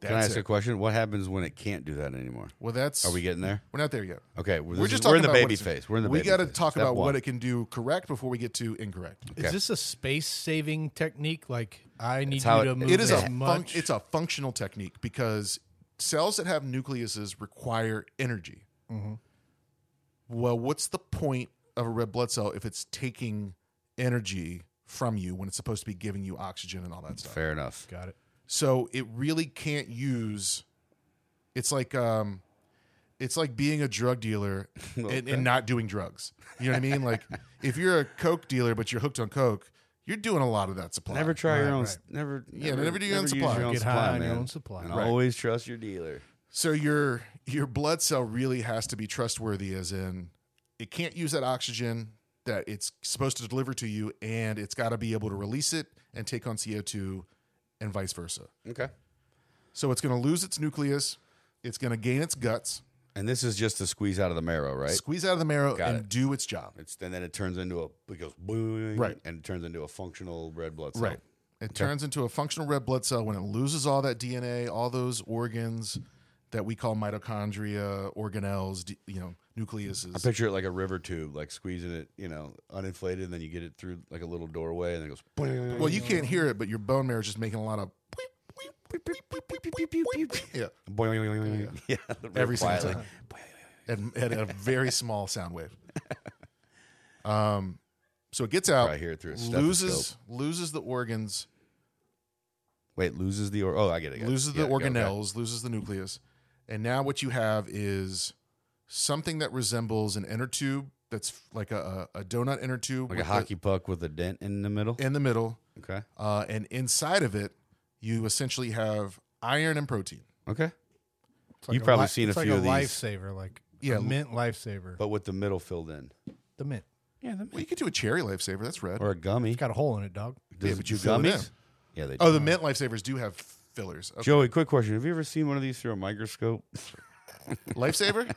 [SPEAKER 1] That's
[SPEAKER 2] Can I ask
[SPEAKER 1] it.
[SPEAKER 2] a question? What happens when it can't do that anymore?
[SPEAKER 1] well, that's
[SPEAKER 2] Are we getting there?
[SPEAKER 1] we're not there yet.
[SPEAKER 2] Okay, well,
[SPEAKER 1] we're
[SPEAKER 2] this
[SPEAKER 1] just
[SPEAKER 2] is- we're
[SPEAKER 1] talking
[SPEAKER 2] in the
[SPEAKER 1] about
[SPEAKER 2] baby
[SPEAKER 1] what it's-
[SPEAKER 2] phase. We're in the
[SPEAKER 1] we
[SPEAKER 2] baby
[SPEAKER 1] gotta
[SPEAKER 2] phase.
[SPEAKER 1] talk
[SPEAKER 2] Step
[SPEAKER 1] about
[SPEAKER 2] one.
[SPEAKER 1] what it can do correct before we get to incorrect.
[SPEAKER 2] Okay.
[SPEAKER 3] Is this a space saving technique? Like I need
[SPEAKER 2] how
[SPEAKER 3] you
[SPEAKER 2] it-
[SPEAKER 3] to
[SPEAKER 2] it
[SPEAKER 3] move
[SPEAKER 1] It is a
[SPEAKER 3] as
[SPEAKER 1] func-
[SPEAKER 3] much.
[SPEAKER 1] it's a functional technique because cells that have nucleuses require energy.
[SPEAKER 3] Mm-hmm.
[SPEAKER 1] Well, what's the point of a red blood cell if it's taking energy from you when it's supposed to be giving you oxygen and all that stuff?
[SPEAKER 2] Fair enough.
[SPEAKER 3] Got it.
[SPEAKER 1] So it really can't use. It's like um, it's like being a drug dealer and, and not doing drugs. You know what I mean? Like if you're a coke dealer but you're hooked on coke, you're doing a lot of that supply.
[SPEAKER 2] Never try your
[SPEAKER 3] Right,
[SPEAKER 2] own.
[SPEAKER 3] right.
[SPEAKER 2] s- Never.
[SPEAKER 1] Yeah, never do your own
[SPEAKER 2] use
[SPEAKER 1] supply.
[SPEAKER 2] Your own
[SPEAKER 3] Get high
[SPEAKER 2] supply,
[SPEAKER 3] on your
[SPEAKER 2] man.
[SPEAKER 3] own supply.
[SPEAKER 2] And
[SPEAKER 1] Right.
[SPEAKER 2] always trust your dealer.
[SPEAKER 1] So your your blood cell really has to be trustworthy, as in it can't use that oxygen that it's supposed to deliver to you, and it's got to be able to release it and take on CO two, and vice versa.
[SPEAKER 2] Okay.
[SPEAKER 1] So it's going to lose its nucleus, it's going to gain its guts,
[SPEAKER 2] And this is just to squeeze out of the marrow, right?
[SPEAKER 1] squeeze out of the marrow,
[SPEAKER 2] Got
[SPEAKER 1] and
[SPEAKER 2] it.
[SPEAKER 1] do its job.
[SPEAKER 2] It's and then it turns into a it goes boing,
[SPEAKER 1] Right.
[SPEAKER 2] and it turns into a functional red blood cell.
[SPEAKER 1] It turns into a functional red blood cell when it loses all that DNA, all those organs that we call mitochondria, organelles, d- you know,
[SPEAKER 2] I
[SPEAKER 1] nucleuses.
[SPEAKER 2] picture it like a river tube, like squeezing it, you know, uninflated, and then you get it through like a little doorway, and then it goes. boing.
[SPEAKER 1] Well, you can't hear it, but your bone marrow is just making a lot of yeah,
[SPEAKER 2] Boing. Yeah, real
[SPEAKER 1] Every single
[SPEAKER 2] quietly.
[SPEAKER 1] time. at, at a very small sound wave. Um, so it gets out,
[SPEAKER 2] I hear it through a stethoscope.
[SPEAKER 1] loses loses the organs,
[SPEAKER 2] Wait, loses the or oh, I get it. I get it.
[SPEAKER 1] loses
[SPEAKER 2] Yeah,
[SPEAKER 1] the
[SPEAKER 2] okay.
[SPEAKER 1] organelles, loses the nucleus, and now what you have is something that resembles an inner tube that's f- like a, a a donut inner tube
[SPEAKER 2] like a
[SPEAKER 1] with the-
[SPEAKER 2] hockey puck with a dent in the middle.
[SPEAKER 1] in the middle,
[SPEAKER 2] Okay,
[SPEAKER 1] uh, and inside of it you essentially have iron and protein.
[SPEAKER 2] okay,
[SPEAKER 3] It's like
[SPEAKER 2] You've probably
[SPEAKER 3] li-
[SPEAKER 2] seen a
[SPEAKER 3] it's
[SPEAKER 2] few
[SPEAKER 3] like
[SPEAKER 2] of
[SPEAKER 3] a
[SPEAKER 2] these.
[SPEAKER 3] lifesaver, like
[SPEAKER 1] Yeah.
[SPEAKER 3] a mint lifesaver.
[SPEAKER 2] but with the middle filled in.
[SPEAKER 3] the mint.
[SPEAKER 2] Yeah, the
[SPEAKER 1] Well, you could do a cherry lifesaver. That's red.
[SPEAKER 2] or a gummy.
[SPEAKER 3] It's got a hole in it, dog.
[SPEAKER 2] Does
[SPEAKER 1] Yeah,
[SPEAKER 2] it
[SPEAKER 1] but
[SPEAKER 2] do
[SPEAKER 1] you fill it in.
[SPEAKER 2] gummies? Yeah, they do.
[SPEAKER 1] Oh, the mint lifesavers do have fillers. Okay.
[SPEAKER 2] Joey, quick question: Have you ever seen one of these through a microscope?
[SPEAKER 1] Lifesaver?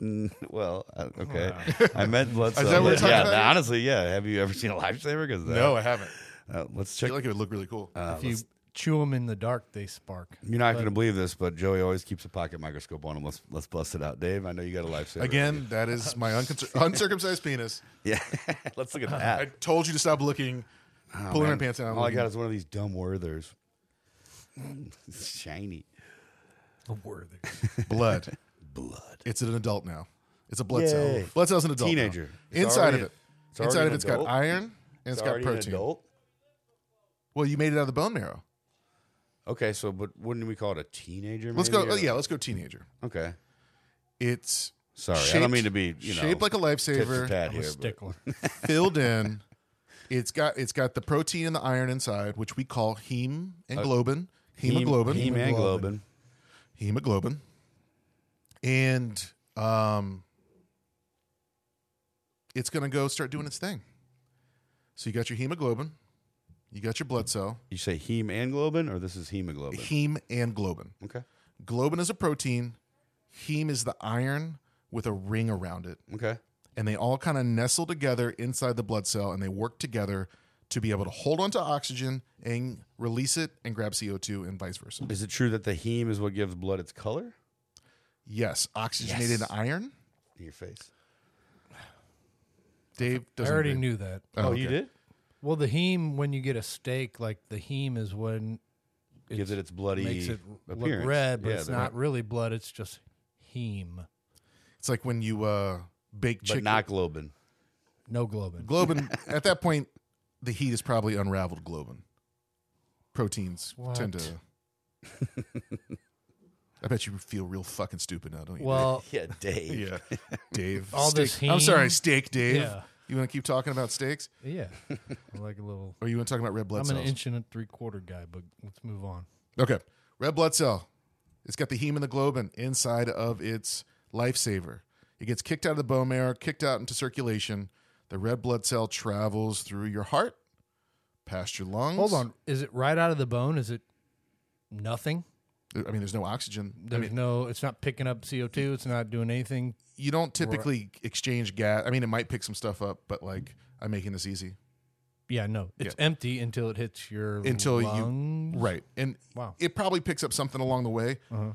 [SPEAKER 2] Mm, well, uh, okay, I meant blood
[SPEAKER 1] that
[SPEAKER 2] cells.
[SPEAKER 1] what we're
[SPEAKER 2] but
[SPEAKER 1] talking
[SPEAKER 2] yeah,
[SPEAKER 1] about
[SPEAKER 2] th-
[SPEAKER 1] here?
[SPEAKER 2] honestly, yeah. Have you ever seen a lifesaver? Because
[SPEAKER 1] No, I haven't.
[SPEAKER 2] uh, let's
[SPEAKER 1] I
[SPEAKER 2] check.
[SPEAKER 1] feel like it would look really cool.
[SPEAKER 2] uh,
[SPEAKER 3] If you
[SPEAKER 2] let's-
[SPEAKER 3] chew them in the dark, they spark.
[SPEAKER 2] you're not going to believe this, but Joey always keeps a pocket microscope on him. Let's let's bust it out, Dave. I know you got a lifesaver
[SPEAKER 1] Again, that is my uncirc- uncircumcised penis.
[SPEAKER 2] Yeah, let's look at
[SPEAKER 1] I
[SPEAKER 2] that.
[SPEAKER 1] told you to stop looking, pulling
[SPEAKER 2] Uh, oh, man.
[SPEAKER 1] my pants down.
[SPEAKER 2] All I got is one of these dumb Werthers. It's shiny
[SPEAKER 3] A worthy.
[SPEAKER 1] blood.
[SPEAKER 2] blood.
[SPEAKER 1] It's an adult now. It's a blood
[SPEAKER 2] Yay.
[SPEAKER 1] cell. Blood cell's an adult. now.
[SPEAKER 2] Teenager. It's
[SPEAKER 1] Inside of
[SPEAKER 2] already-
[SPEAKER 1] it.
[SPEAKER 2] it's
[SPEAKER 1] Inside of
[SPEAKER 2] already an
[SPEAKER 1] it's
[SPEAKER 2] adult.
[SPEAKER 1] got iron and it's got
[SPEAKER 2] already an
[SPEAKER 1] protein.
[SPEAKER 2] adult.
[SPEAKER 1] Well, you made it out of the bone marrow.
[SPEAKER 2] Okay, so but wouldn't we call it a teenager?
[SPEAKER 1] Let's
[SPEAKER 2] maybe, uh,
[SPEAKER 1] go.
[SPEAKER 2] or-
[SPEAKER 1] Yeah, let's go teenager.
[SPEAKER 2] Okay.
[SPEAKER 1] It's
[SPEAKER 2] Sorry, I
[SPEAKER 1] shaped-
[SPEAKER 2] don't mean to be you know
[SPEAKER 1] shaped like a
[SPEAKER 2] tit for
[SPEAKER 1] lifesaver,
[SPEAKER 2] tat
[SPEAKER 3] I'm
[SPEAKER 2] here.
[SPEAKER 3] a
[SPEAKER 2] but-
[SPEAKER 3] stickler.
[SPEAKER 1] filled in. It's got it's got the protein and the iron inside, which we call heme and globin. Hemoglobin.
[SPEAKER 2] Uh, Heme- Hemoglobin.
[SPEAKER 1] hemoglobin and um it's going to go start doing its thing so you got your hemoglobin you got your blood cell
[SPEAKER 2] You say heme and globin, or this is hemoglobin?
[SPEAKER 1] heme and globin
[SPEAKER 2] Okay.
[SPEAKER 1] globin is a protein heme is the iron with a ring around it
[SPEAKER 2] Okay.
[SPEAKER 1] and they all kind of nestle together inside the blood cell and they work together to be able to hold onto oxygen and release it and grab co2 and vice versa
[SPEAKER 2] Is it true that the heme is what gives blood its color?
[SPEAKER 1] yes oxygenated
[SPEAKER 2] Yes.
[SPEAKER 1] iron
[SPEAKER 2] In your face.
[SPEAKER 1] dave
[SPEAKER 3] I
[SPEAKER 1] doesn't
[SPEAKER 3] already
[SPEAKER 1] agree.
[SPEAKER 3] knew that.
[SPEAKER 2] Oh, you
[SPEAKER 1] okay.
[SPEAKER 2] did?
[SPEAKER 3] Well, the heme when you get a steak, like the heme is when
[SPEAKER 2] gives it its bloody
[SPEAKER 3] makes it look
[SPEAKER 2] appearance.
[SPEAKER 3] red, but
[SPEAKER 2] Yeah,
[SPEAKER 3] it's
[SPEAKER 2] the-
[SPEAKER 3] not really blood. It's just heme.
[SPEAKER 1] It's like when you uh, bake
[SPEAKER 2] but
[SPEAKER 1] chicken.
[SPEAKER 2] not globin.
[SPEAKER 3] No globin.
[SPEAKER 1] globin. at that point, the heat is probably unraveled globin. Proteins tend
[SPEAKER 3] What?
[SPEAKER 1] to. I bet you feel real fucking stupid now, don't you?
[SPEAKER 3] well,
[SPEAKER 2] Yeah, Dave.
[SPEAKER 1] Dave? yeah, Dave.
[SPEAKER 3] All this
[SPEAKER 1] steak- I'm sorry,
[SPEAKER 3] heme?
[SPEAKER 1] steak, Dave.
[SPEAKER 3] Yeah.
[SPEAKER 1] You want to keep talking about steaks,
[SPEAKER 3] yeah. I like a little.
[SPEAKER 1] or you want to talk about red blood
[SPEAKER 3] I'm an
[SPEAKER 1] cells?
[SPEAKER 3] inch and a three quarter guy, but let's move on.
[SPEAKER 1] Okay. Red blood cell. It's got the heme and the globin inside of its lifesaver. It gets kicked out of the bone marrow, kicked out into circulation. The red blood cell travels through your heart, past your lungs.
[SPEAKER 3] Hold on. Is it right out of the bone? Is it nothing?
[SPEAKER 1] Uh, I mean, there's no oxygen. I
[SPEAKER 3] There's
[SPEAKER 1] mean,
[SPEAKER 3] no. It's not picking up CO2. It's not doing anything.
[SPEAKER 1] you don't typically exchange gas. I mean, it might pick some stuff up, but like, I'm making this easy.
[SPEAKER 3] Yeah, no. It's empty until it hits your
[SPEAKER 1] Until you-
[SPEAKER 3] lungs.
[SPEAKER 1] Right. And
[SPEAKER 3] Wow.
[SPEAKER 1] it probably picks up something along the way
[SPEAKER 2] Uh-huh.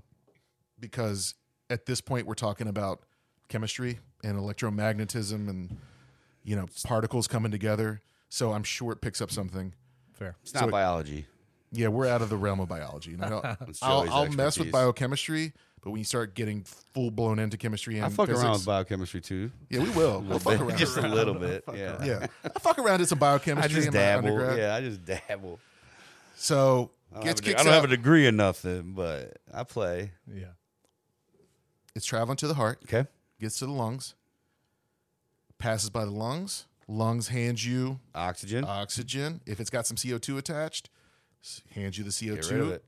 [SPEAKER 1] because at this point, we're talking about chemistry and electromagnetism and, you know, particles coming together. So I'm sure it picks up something.
[SPEAKER 3] Fair.
[SPEAKER 2] It's not biology.
[SPEAKER 1] Yeah, we're out of the realm of biology. And I don't,
[SPEAKER 2] It's
[SPEAKER 1] I'll,
[SPEAKER 2] Joey's
[SPEAKER 1] I'll mess with
[SPEAKER 2] expertise.
[SPEAKER 1] biochemistry, but when you start getting full blown into chemistry and
[SPEAKER 2] I fuck
[SPEAKER 1] physics,
[SPEAKER 2] around with biochemistry too.
[SPEAKER 1] yeah, we will. We'll fuck around.
[SPEAKER 2] just a little bit. Yeah.
[SPEAKER 1] yeah, I fuck around did some
[SPEAKER 2] I
[SPEAKER 1] biochemistry
[SPEAKER 2] just
[SPEAKER 1] in my
[SPEAKER 2] dabble.
[SPEAKER 1] undergrad.
[SPEAKER 2] Yeah, I just dabble.
[SPEAKER 1] So
[SPEAKER 2] I don't,
[SPEAKER 1] gets
[SPEAKER 2] have a, de-
[SPEAKER 1] kicked
[SPEAKER 2] I don't
[SPEAKER 1] out.
[SPEAKER 2] have a degree in nothing, but I play.
[SPEAKER 3] Yeah.
[SPEAKER 1] it's traveling to the heart.
[SPEAKER 2] Okay.
[SPEAKER 1] gets to the lungs, passes by the lungs. Lungs hands you
[SPEAKER 2] Oxygen.
[SPEAKER 1] Uh, oxygen. If it's got some CO2 attached, s- hands you the CO2.
[SPEAKER 2] Get rid of it.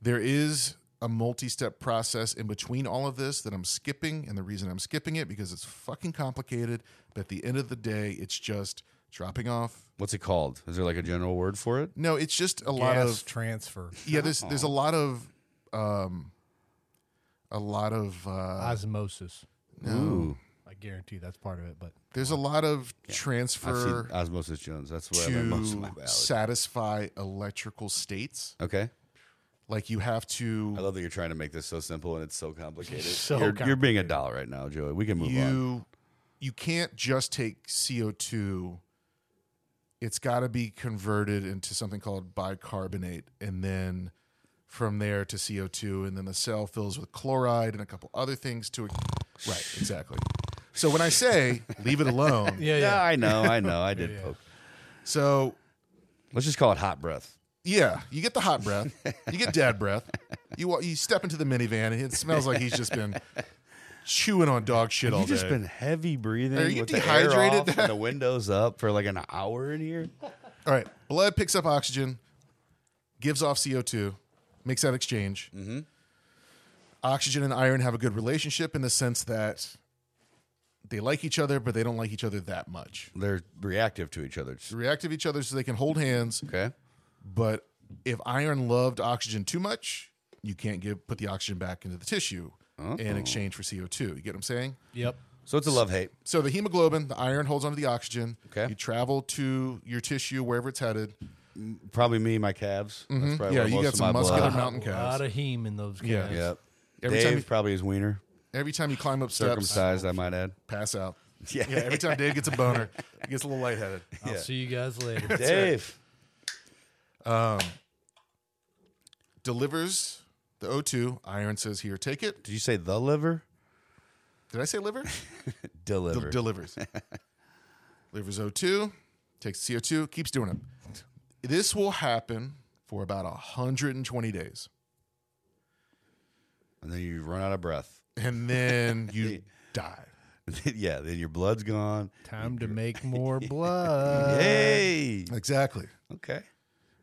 [SPEAKER 1] There is a multi step process in between all of this that I'm skipping. And the reason I'm skipping it because it's fucking complicated. But at the end of the day, it's just dropping off.
[SPEAKER 2] What's it called? Is there like a general word for it?
[SPEAKER 1] No, it's just a lot
[SPEAKER 3] Gas
[SPEAKER 1] of
[SPEAKER 3] transfer,
[SPEAKER 1] yeah. There's there's
[SPEAKER 2] uh-huh.
[SPEAKER 1] a lot of um, a lot of uh,
[SPEAKER 3] osmosis.
[SPEAKER 2] Ooh.
[SPEAKER 3] I guarantee that's part of it. But
[SPEAKER 1] there's a lot of
[SPEAKER 2] I've seen
[SPEAKER 1] transfer
[SPEAKER 2] Osmosis Jones. That's where I learned most of my
[SPEAKER 1] to
[SPEAKER 2] biology.
[SPEAKER 1] satisfy electrical states.
[SPEAKER 2] okay.
[SPEAKER 1] Like you have
[SPEAKER 2] I
[SPEAKER 1] to
[SPEAKER 2] love that you're trying to make this so simple and it's so complicated.
[SPEAKER 3] So
[SPEAKER 2] you're, you're being a
[SPEAKER 3] complicated.
[SPEAKER 2] doll right now, Joey. We can move on.
[SPEAKER 1] you you can't just take CO2. It's got to be converted into something called bicarbonate and then from there to CO2 and then the cell fills with chloride and a couple other things to right exactly. So when I say leave it alone,
[SPEAKER 3] yeah,
[SPEAKER 2] Yeah,
[SPEAKER 3] yeah.
[SPEAKER 2] I know, I know. I did
[SPEAKER 3] Yeah.
[SPEAKER 2] poke.
[SPEAKER 1] so
[SPEAKER 2] Let's just call it hot breath.
[SPEAKER 1] Yeah, you get the hot breath, you get dad breath. You wa- you step into the minivan and it smells like he's just been chewing on dog shit all
[SPEAKER 2] You've just
[SPEAKER 1] day.
[SPEAKER 2] been heavy breathing.
[SPEAKER 1] Are you
[SPEAKER 2] with the air
[SPEAKER 1] dehydrated?
[SPEAKER 2] off and the windows up for like an hour in here.
[SPEAKER 1] all right, blood picks up oxygen, gives off CO two, makes that exchange.
[SPEAKER 2] Mm-hmm.
[SPEAKER 1] Oxygen and iron have a good relationship in the sense that they like each other, but they don't like each other that much.
[SPEAKER 2] They're reactive to each other.
[SPEAKER 1] They react to each other so they can hold hands,
[SPEAKER 2] Okay.
[SPEAKER 1] but if iron loved oxygen too much, you can't give put the oxygen back into the tissue
[SPEAKER 2] Oh.
[SPEAKER 1] in exchange for CO two. You get what I'm saying?
[SPEAKER 3] Yep.
[SPEAKER 2] So it's a love hate.
[SPEAKER 1] So the hemoglobin, the iron holds onto the oxygen.
[SPEAKER 2] Okay.
[SPEAKER 1] You travel to your tissue wherever it's headed.
[SPEAKER 2] Probably me, my calves. That's probably
[SPEAKER 1] Mm-hmm. Yeah,
[SPEAKER 2] where
[SPEAKER 1] you
[SPEAKER 2] most
[SPEAKER 1] got
[SPEAKER 2] of
[SPEAKER 1] some
[SPEAKER 2] my
[SPEAKER 1] muscular
[SPEAKER 2] blood-
[SPEAKER 1] Uh, mountain
[SPEAKER 3] A lot
[SPEAKER 1] calves.
[SPEAKER 3] of heme in those guys.
[SPEAKER 1] Yeah.
[SPEAKER 2] Yep.
[SPEAKER 1] Every
[SPEAKER 2] Dave
[SPEAKER 1] time you-
[SPEAKER 2] probably his wiener.
[SPEAKER 1] Every time you climb up steps,
[SPEAKER 2] Circumcised, I might add.
[SPEAKER 1] pass out.
[SPEAKER 2] Yeah.
[SPEAKER 1] Yeah. Every time Dave gets a boner, he gets a little lightheaded.
[SPEAKER 3] I'll
[SPEAKER 2] Yeah.
[SPEAKER 3] see you guys later.
[SPEAKER 2] Dave.
[SPEAKER 1] Delivers the O2. Iron says, "Here, take it."
[SPEAKER 2] Did you say the liver?
[SPEAKER 1] Did I say liver? Del-
[SPEAKER 2] Deliver.
[SPEAKER 1] delivers. delivers O2. Takes the CO2. Keeps doing it. This will happen for about 120 days,
[SPEAKER 2] and then you run out of breath.
[SPEAKER 1] and then you die.
[SPEAKER 2] yeah, then your blood's gone.
[SPEAKER 3] Time to make more
[SPEAKER 1] Uh,
[SPEAKER 3] blood.
[SPEAKER 2] hey.
[SPEAKER 1] Exactly.
[SPEAKER 2] Okay.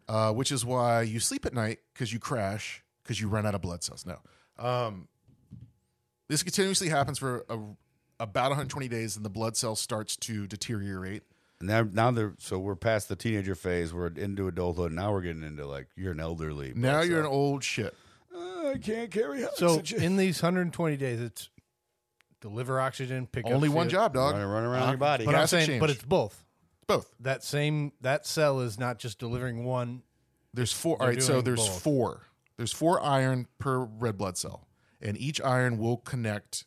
[SPEAKER 1] uh, which is why you sleep at night because you crash because you run out of blood cells. No, um, this continuously happens for a, about 120 days, and the blood cell starts to deteriorate.
[SPEAKER 2] And now, now they're so we're past the teenager phase. We're into adulthood. Now we're getting into like you're an elderly. Uh,
[SPEAKER 1] Now you're an old shit.
[SPEAKER 2] I can't carry
[SPEAKER 3] So in these 120 days, it's deliver oxygen, pick up
[SPEAKER 1] Only one
[SPEAKER 3] CO2.
[SPEAKER 1] job, dog.
[SPEAKER 2] run, run around your body.
[SPEAKER 3] But I'm
[SPEAKER 1] Gas
[SPEAKER 3] saying, but
[SPEAKER 1] exchange.
[SPEAKER 3] it's both.
[SPEAKER 1] Both.
[SPEAKER 3] That same that cell is not just delivering one.
[SPEAKER 1] There's four. All right, so
[SPEAKER 3] doing
[SPEAKER 1] there's
[SPEAKER 3] both.
[SPEAKER 1] four. There's four iron per red blood cell, and each iron will connect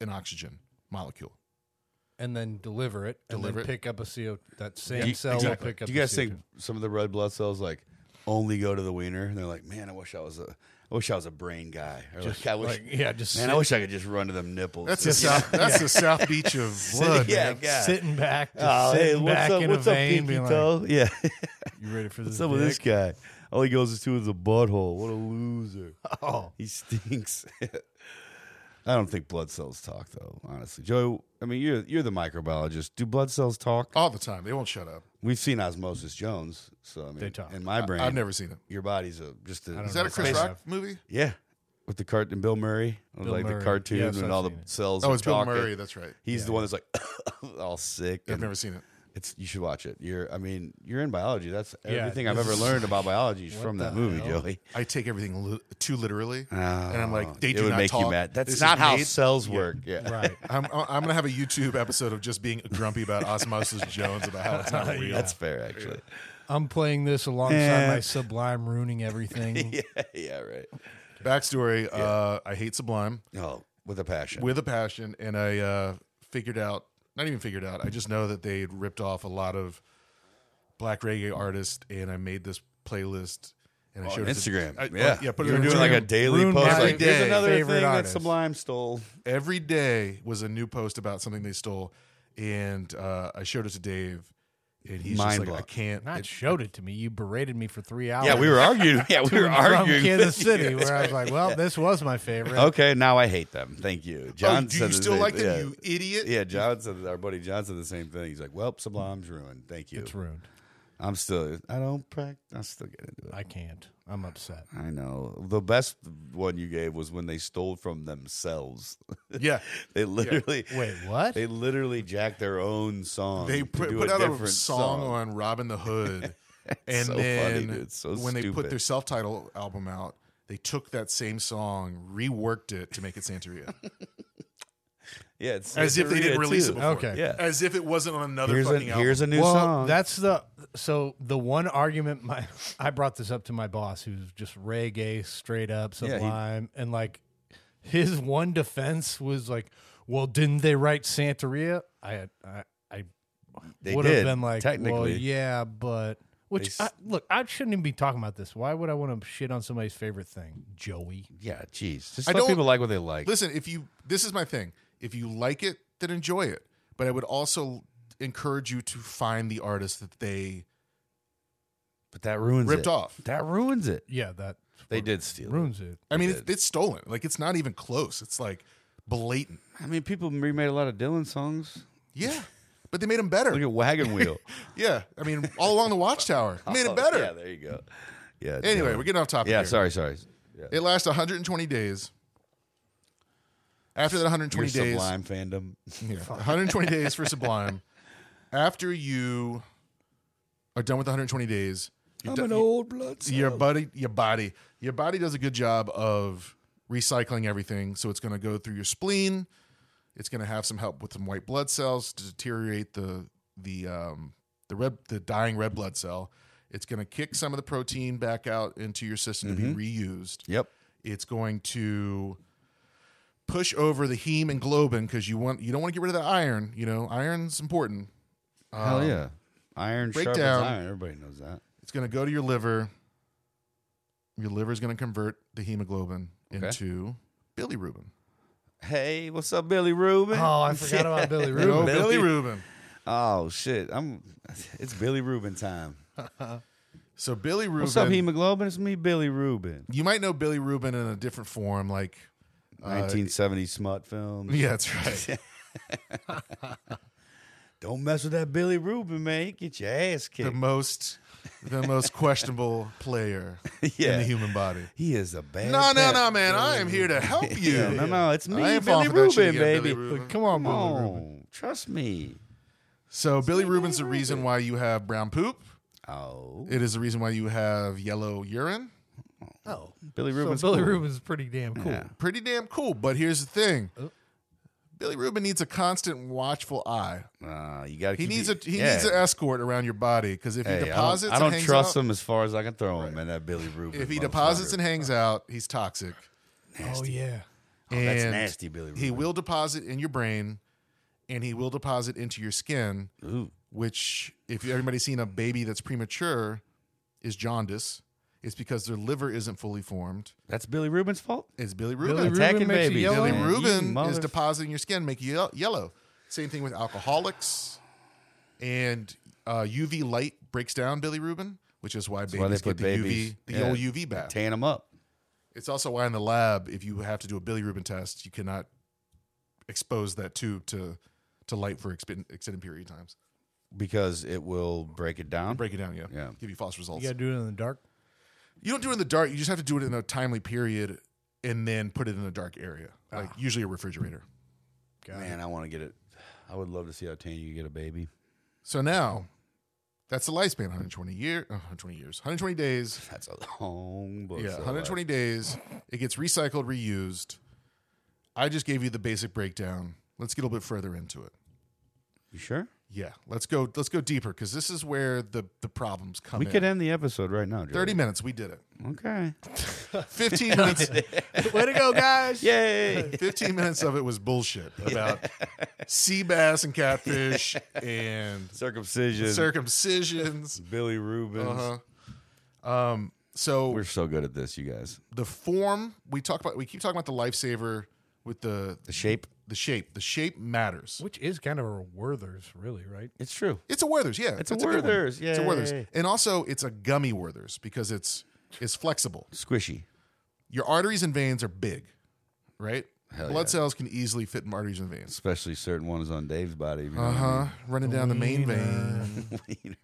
[SPEAKER 1] an oxygen molecule.
[SPEAKER 3] And then deliver it, and
[SPEAKER 1] Deliver it.
[SPEAKER 3] then pick up a CO. That same
[SPEAKER 2] Do you-
[SPEAKER 3] cell
[SPEAKER 2] exactly.
[SPEAKER 3] will pick up.
[SPEAKER 2] Do you guys
[SPEAKER 3] a CO2.
[SPEAKER 2] think some of the red blood cells like only go to the wiener. And they're like, man, I wish I was a, I wish I was a brain guy. Or
[SPEAKER 3] Just
[SPEAKER 2] like, I wish,
[SPEAKER 3] like, yeah, just
[SPEAKER 2] man, I wish I could just run to them nipples.
[SPEAKER 1] That's the
[SPEAKER 2] Just-
[SPEAKER 1] south. That's the South Beach of blood.
[SPEAKER 2] yeah,
[SPEAKER 1] man.
[SPEAKER 2] yeah.
[SPEAKER 3] sitting back, just
[SPEAKER 2] Oh, hey,
[SPEAKER 3] sitting
[SPEAKER 2] what's
[SPEAKER 3] back
[SPEAKER 2] up?
[SPEAKER 3] in
[SPEAKER 2] What's
[SPEAKER 3] a
[SPEAKER 2] up,
[SPEAKER 3] vein,
[SPEAKER 2] pinky
[SPEAKER 3] being like,
[SPEAKER 2] toe? Yeah,
[SPEAKER 3] "You ready for this?"
[SPEAKER 2] what's up with this
[SPEAKER 3] dick?"
[SPEAKER 2] guy? All he goes to is a butthole. What a loser.
[SPEAKER 3] Oh,
[SPEAKER 2] He stinks. I don't think blood cells talk though, honestly. Joey, I mean, you're you're the microbiologist. Do blood cells talk?
[SPEAKER 1] all the time. They won't shut up.
[SPEAKER 2] We've seen Osmosis Jones, so I mean,
[SPEAKER 3] They talk.
[SPEAKER 2] in my brain,
[SPEAKER 1] I've never seen it.
[SPEAKER 2] your body's a just a
[SPEAKER 3] I don't
[SPEAKER 1] Is that
[SPEAKER 3] know
[SPEAKER 1] a
[SPEAKER 3] if
[SPEAKER 1] Chris
[SPEAKER 3] I
[SPEAKER 1] Rock
[SPEAKER 3] have.
[SPEAKER 1] movie?
[SPEAKER 2] yeah, with the cart and Bill Murray,
[SPEAKER 3] Bill
[SPEAKER 2] like
[SPEAKER 3] Murray.
[SPEAKER 2] the cartoon
[SPEAKER 3] Yes,
[SPEAKER 2] and
[SPEAKER 3] I've
[SPEAKER 2] all the
[SPEAKER 3] seen it.
[SPEAKER 2] cells.
[SPEAKER 1] Oh,
[SPEAKER 2] are
[SPEAKER 1] it's Bill
[SPEAKER 2] talking.
[SPEAKER 1] Murray. That's right.
[SPEAKER 2] He's the one that's like all sick.
[SPEAKER 1] I've
[SPEAKER 2] and
[SPEAKER 1] never seen it.
[SPEAKER 2] it's you should watch it. You're, I mean, you're in biology. That's
[SPEAKER 3] Yeah,
[SPEAKER 2] everything I've
[SPEAKER 3] this
[SPEAKER 2] ever
[SPEAKER 3] is
[SPEAKER 2] learned about biology is
[SPEAKER 3] What
[SPEAKER 2] from
[SPEAKER 3] the
[SPEAKER 2] that movie,
[SPEAKER 3] hell?
[SPEAKER 2] Joey.
[SPEAKER 1] I take everything li- too literally, and
[SPEAKER 2] and
[SPEAKER 1] I'm like, they
[SPEAKER 2] Oh, it
[SPEAKER 1] do
[SPEAKER 2] would
[SPEAKER 1] not
[SPEAKER 2] make you
[SPEAKER 1] talk.
[SPEAKER 2] mad. That's
[SPEAKER 1] This is
[SPEAKER 2] not how
[SPEAKER 1] made-
[SPEAKER 2] cells work. Yeah.
[SPEAKER 3] right.
[SPEAKER 1] I'm, I'm gonna have a YouTube episode of just being grumpy about Osmosis Jones about how it's not real.
[SPEAKER 2] That's fair, actually.
[SPEAKER 3] I'm playing this alongside
[SPEAKER 2] Yeah.
[SPEAKER 3] my Sublime ruining everything.
[SPEAKER 2] Yeah, yeah, right.
[SPEAKER 1] Backstory: uh, I hate Sublime
[SPEAKER 2] Oh, with a passion.
[SPEAKER 1] with a passion, and I uh, figured out not even figured out. I just know that they ripped off a lot of black reggae artists, and I made this playlist. And I
[SPEAKER 2] on
[SPEAKER 1] showed it to-
[SPEAKER 2] Oh, Instagram.
[SPEAKER 1] I- oh,
[SPEAKER 2] yeah,
[SPEAKER 1] yeah. Put
[SPEAKER 2] you
[SPEAKER 1] it
[SPEAKER 2] were
[SPEAKER 1] on
[SPEAKER 2] doing like
[SPEAKER 1] Instagram.
[SPEAKER 2] a daily
[SPEAKER 3] Ruined
[SPEAKER 2] post.
[SPEAKER 1] my
[SPEAKER 2] Like, here's
[SPEAKER 1] day.
[SPEAKER 2] another
[SPEAKER 3] Favorite
[SPEAKER 2] thing
[SPEAKER 3] artist.
[SPEAKER 2] that Sublime stole.
[SPEAKER 1] every day was a new post about something they stole, and uh, I showowed it to Dave, and he's
[SPEAKER 2] Mind
[SPEAKER 1] just like,
[SPEAKER 2] blown.
[SPEAKER 1] I can't.
[SPEAKER 3] Not
[SPEAKER 1] it-
[SPEAKER 3] showed it to me. You berated me for three hours.
[SPEAKER 2] Yeah, we were arguing. Yeah, we were
[SPEAKER 3] from
[SPEAKER 2] arguing.
[SPEAKER 3] Kansas
[SPEAKER 2] with you.
[SPEAKER 3] City, where I was like, "Well, this was my favorite."
[SPEAKER 2] Okay, now I hate them. Thank you,
[SPEAKER 1] oh,
[SPEAKER 2] John.
[SPEAKER 1] do
[SPEAKER 2] said
[SPEAKER 1] you
[SPEAKER 2] the
[SPEAKER 1] still
[SPEAKER 2] same-
[SPEAKER 1] like them,
[SPEAKER 2] yeah.
[SPEAKER 1] you idiot?
[SPEAKER 2] Yeah, John said our buddy John said the same thing. He's like, "Well, Sublime's ruined. Thank you.
[SPEAKER 3] It's ruined.
[SPEAKER 2] I'm still. I don't practice. I still get into it.
[SPEAKER 3] I can't. I'm upset.
[SPEAKER 2] I know. The best one you gave was when they stole from themselves.
[SPEAKER 1] Yeah.
[SPEAKER 2] They literally,
[SPEAKER 3] Wait, what?
[SPEAKER 2] they literally jacked their own song.
[SPEAKER 1] They
[SPEAKER 2] to
[SPEAKER 1] put,
[SPEAKER 2] do
[SPEAKER 1] put
[SPEAKER 2] a
[SPEAKER 1] out a
[SPEAKER 2] different
[SPEAKER 1] song, on Robin the Hood, and
[SPEAKER 2] so funny,
[SPEAKER 1] then
[SPEAKER 2] dude. It's so
[SPEAKER 1] when they put
[SPEAKER 2] stupid.
[SPEAKER 1] their self-titled album out, they took that same song, reworked it to make it Santeria,
[SPEAKER 2] Yeah, it's
[SPEAKER 1] as if they didn't release it before.
[SPEAKER 3] Okay.
[SPEAKER 2] Yeah.
[SPEAKER 1] As if it wasn't on another
[SPEAKER 2] Here's a
[SPEAKER 1] fucking album.
[SPEAKER 2] here's a new
[SPEAKER 3] well,
[SPEAKER 2] song.
[SPEAKER 3] that's the so the one argument my I brought this up to my boss, who's just reggae, straight up
[SPEAKER 2] Yeah, he-
[SPEAKER 3] sublime, and like his one defense was like, "Well, didn't they write Santeria?" I I, I
[SPEAKER 2] They
[SPEAKER 3] would
[SPEAKER 2] did,
[SPEAKER 3] have been like, "Well,
[SPEAKER 2] technically.
[SPEAKER 3] yeah, but." Which
[SPEAKER 2] They
[SPEAKER 3] I,
[SPEAKER 2] s-
[SPEAKER 3] look, I shouldn't even be talking about this. Why would I want to shit on somebody's favorite thing, Joey?
[SPEAKER 2] yeah, jeez. Just
[SPEAKER 1] I
[SPEAKER 2] let
[SPEAKER 1] don't-
[SPEAKER 2] people like what they like.
[SPEAKER 1] Listen, if you this is my thing. If you like it, then enjoy it. But I would also encourage you to find the artist that they
[SPEAKER 2] but that ruins
[SPEAKER 1] ripped
[SPEAKER 2] it.
[SPEAKER 1] off.
[SPEAKER 2] That ruins it.
[SPEAKER 3] Yeah, that
[SPEAKER 2] They did steal. it.
[SPEAKER 3] ruins it.
[SPEAKER 1] I mean, it's, it's stolen. Like it's not even close. It's like blatant.
[SPEAKER 2] I mean, people remade a lot of Dylan songs.
[SPEAKER 1] Yeah. But they made them better.
[SPEAKER 2] Look at Wagon Wheel.
[SPEAKER 1] Yeah, I mean, all along the watchtower made
[SPEAKER 2] Oh,
[SPEAKER 1] it better.
[SPEAKER 2] Yeah, there you go. Yeah.
[SPEAKER 1] Anyway,
[SPEAKER 2] Dylan.
[SPEAKER 1] we're getting off topic.
[SPEAKER 2] yeah.
[SPEAKER 1] here.
[SPEAKER 2] Sorry, sorry. Yeah.
[SPEAKER 1] It lasts 120 days. After that 120
[SPEAKER 2] Your
[SPEAKER 1] days,
[SPEAKER 2] Sublime fandom.
[SPEAKER 1] Yeah, 120 days for Sublime. After you are done with 120 days,
[SPEAKER 2] Oh,
[SPEAKER 1] you're done-
[SPEAKER 2] old blood.
[SPEAKER 1] your body, your body, your body does a good job of recycling everything. So it's going to go through your spleen. It's going to have some help with some white blood cells to deteriorate the the um, the red the dying red blood cell. It's going to kick some of the protein back out into your system to be
[SPEAKER 2] Mm-hmm.
[SPEAKER 1] reused.
[SPEAKER 2] Yep.
[SPEAKER 1] It's going to push over the heme and globin because you want you don't want to get rid of that iron. You know, iron's important.
[SPEAKER 2] Hell yeah. Iron
[SPEAKER 1] break
[SPEAKER 2] sharpens
[SPEAKER 1] down.
[SPEAKER 2] iron. Everybody knows that.
[SPEAKER 1] It's going to go to your liver. Your liver is going to convert the hemoglobin
[SPEAKER 2] Okay.
[SPEAKER 1] into bilirubin.
[SPEAKER 2] Hey, what's up, Billy Rubin?
[SPEAKER 3] Oh, I forgot about Billy
[SPEAKER 2] Billy.
[SPEAKER 3] Rubin.
[SPEAKER 2] Billy-
[SPEAKER 1] bilirubin.
[SPEAKER 2] Oh shit! I'm. It's Billy Rubin time.
[SPEAKER 1] So bilirubin.
[SPEAKER 2] What's up, hemoglobin? It's me, Billy Rubin.
[SPEAKER 1] you might know bilirubin in a different form, like uh,
[SPEAKER 2] 1970 smut films.
[SPEAKER 1] yeah, that's right.
[SPEAKER 2] Don't mess with that Billy Rubin, man. You get your ass
[SPEAKER 1] the
[SPEAKER 2] kicked.
[SPEAKER 1] most, the most questionable player in
[SPEAKER 2] Yeah.
[SPEAKER 1] the human body.
[SPEAKER 2] he is a bad.
[SPEAKER 1] No, no,
[SPEAKER 2] pet.
[SPEAKER 1] no, man! I am here to help you.
[SPEAKER 2] Yeah, no, no, it's me,
[SPEAKER 1] I ain't
[SPEAKER 2] Billy
[SPEAKER 1] falling for that shit
[SPEAKER 2] Rubin,
[SPEAKER 1] again,
[SPEAKER 2] baby.
[SPEAKER 1] Billy Rubin.
[SPEAKER 3] Come on,
[SPEAKER 2] Come
[SPEAKER 3] Billy Rubin.
[SPEAKER 2] on, trust me.
[SPEAKER 1] So Billy Rubin's the reason why you have brown poop.
[SPEAKER 2] Oh,
[SPEAKER 1] It is the reason why you have yellow urine.
[SPEAKER 3] Oh,
[SPEAKER 2] Billy
[SPEAKER 3] so
[SPEAKER 2] Rubin's
[SPEAKER 3] Billy
[SPEAKER 2] cool.
[SPEAKER 3] Rubin's pretty damn cool.
[SPEAKER 2] Yeah.
[SPEAKER 1] pretty damn cool. But here's the thing:
[SPEAKER 3] Oh.
[SPEAKER 1] Billy Rubin needs a constant watchful eye.
[SPEAKER 2] Uh, you got.
[SPEAKER 1] He needs a he needs an escort around your body because if he deposits,
[SPEAKER 2] I don't, I
[SPEAKER 1] and
[SPEAKER 2] don't
[SPEAKER 1] hangs
[SPEAKER 2] trust
[SPEAKER 1] out,
[SPEAKER 2] him as far as I can throw him in that Billy Rubin.
[SPEAKER 1] If he deposits
[SPEAKER 2] motherfucker.
[SPEAKER 1] and hangs out, he's toxic.
[SPEAKER 3] Oh yeah.
[SPEAKER 1] and
[SPEAKER 2] that's nasty, Billy
[SPEAKER 1] He
[SPEAKER 2] Rubin.
[SPEAKER 1] will deposit in your brain, and he will deposit into your skin.
[SPEAKER 2] Ooh.
[SPEAKER 1] Which, if everybody's seen a baby that's premature, is jaundice. It's because their liver isn't fully formed.
[SPEAKER 2] That's Billy Rubin's fault.
[SPEAKER 1] It's Billy Rubin.
[SPEAKER 3] Billy
[SPEAKER 2] Attacking
[SPEAKER 3] Rubin makes
[SPEAKER 2] babies.
[SPEAKER 3] you yellow.
[SPEAKER 1] Billy
[SPEAKER 2] Man, you
[SPEAKER 1] Rubin is
[SPEAKER 2] mother-
[SPEAKER 1] depositing your skin, make you ye- yellow. Same thing with alcoholics, and uh, UV light breaks down Billy Rubin, which is why babies
[SPEAKER 2] why they
[SPEAKER 1] get
[SPEAKER 2] put
[SPEAKER 1] the
[SPEAKER 2] babies.
[SPEAKER 1] UV, the
[SPEAKER 2] yeah,
[SPEAKER 1] old UV bath.
[SPEAKER 2] Tan them up.
[SPEAKER 1] It's also why in the lab, if you have to do a Billy Rubin test, you cannot expose that tube to to light for expen- extended period of times.
[SPEAKER 2] because it will break it down.
[SPEAKER 1] Break it down, yeah.
[SPEAKER 2] Yeah.
[SPEAKER 1] Give you false results.
[SPEAKER 3] You gotta do it in the dark.
[SPEAKER 1] You don't do it in the dark. You just have to do it in a timely period and then put it in a dark area, like usually a refrigerator.
[SPEAKER 3] God.
[SPEAKER 2] Man, I want to get it. I would love to see how tan you get a baby.
[SPEAKER 1] So now, that's the lifespan 120 year, uh, 120 years, 120 days.
[SPEAKER 2] That's a long book.
[SPEAKER 1] yeah,
[SPEAKER 2] so uh,
[SPEAKER 1] 120 days. It gets recycled, reused. I just gave you the basic breakdown. Let's get a little bit further into it.
[SPEAKER 2] like- You sure?
[SPEAKER 1] Yeah, let's go. Let's go deeper because this is where the the problems come.
[SPEAKER 2] We
[SPEAKER 1] in.
[SPEAKER 2] could end the episode right now. Joey.
[SPEAKER 1] 30 minutes. We did it.
[SPEAKER 2] Okay.
[SPEAKER 1] 15 minutes.
[SPEAKER 3] Way to go, guys!
[SPEAKER 2] Yay.
[SPEAKER 1] 15 minutes of it was bullshit about sea bass and catfish and
[SPEAKER 2] Circumcision.
[SPEAKER 1] circumcisions.
[SPEAKER 2] Billy Rubens.
[SPEAKER 1] Uh-huh. Um, so
[SPEAKER 2] We're so good at this, you guys.
[SPEAKER 1] the form we talk about, we keep talking about the lifesaver with the
[SPEAKER 2] The shape.
[SPEAKER 1] the shape. The shape matters.
[SPEAKER 3] Which is kind of a Werther's, really, right?
[SPEAKER 2] It's true.
[SPEAKER 1] It's a Werther's, yeah.
[SPEAKER 2] It's a
[SPEAKER 1] that's good one.
[SPEAKER 2] Werther's,
[SPEAKER 1] It's a Werther's,
[SPEAKER 2] yay.
[SPEAKER 1] and also it's a gummy Werther's because it's it's flexible.
[SPEAKER 2] Squishy.
[SPEAKER 1] Your arteries and veins are big, right?
[SPEAKER 2] Hell
[SPEAKER 1] Blood
[SPEAKER 2] yeah.
[SPEAKER 1] cells can easily fit in arteries and veins.
[SPEAKER 2] Especially certain ones on Dave's body. You know
[SPEAKER 1] Uh
[SPEAKER 2] what I
[SPEAKER 1] huh. Running down the main vein.
[SPEAKER 2] mean?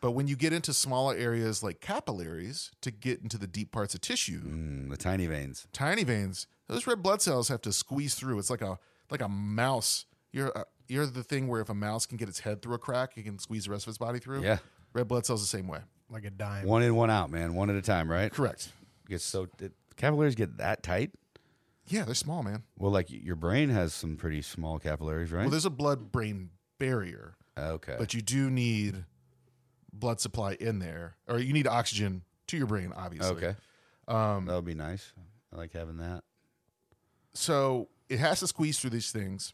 [SPEAKER 1] But when you get into smaller areas like capillaries to get into the deep parts of tissue,
[SPEAKER 2] Mm, the tiny veins.
[SPEAKER 1] tiny veins, those red blood cells have to squeeze through. It's like a like a mouse. You're uh, you're the thing where if a mouse can get its head through a crack, it can squeeze the rest of its body through.
[SPEAKER 2] Yeah.
[SPEAKER 1] Red blood cells the same way.
[SPEAKER 3] Like a dime.
[SPEAKER 2] One in, one out, man. One at a time, right?
[SPEAKER 1] Correct.
[SPEAKER 2] Gets so it, capillaries get that tight.
[SPEAKER 1] Yeah, they're small, man.
[SPEAKER 2] Well, like y- your brain has some pretty small capillaries, right?
[SPEAKER 1] Well, there's a blood brain barrier,
[SPEAKER 2] okay.
[SPEAKER 1] but you do need blood supply in there, or you need oxygen to your brain, obviously.
[SPEAKER 2] okay.
[SPEAKER 1] Um,
[SPEAKER 2] that would be nice. I like having that.
[SPEAKER 1] so it has to squeeze through these things.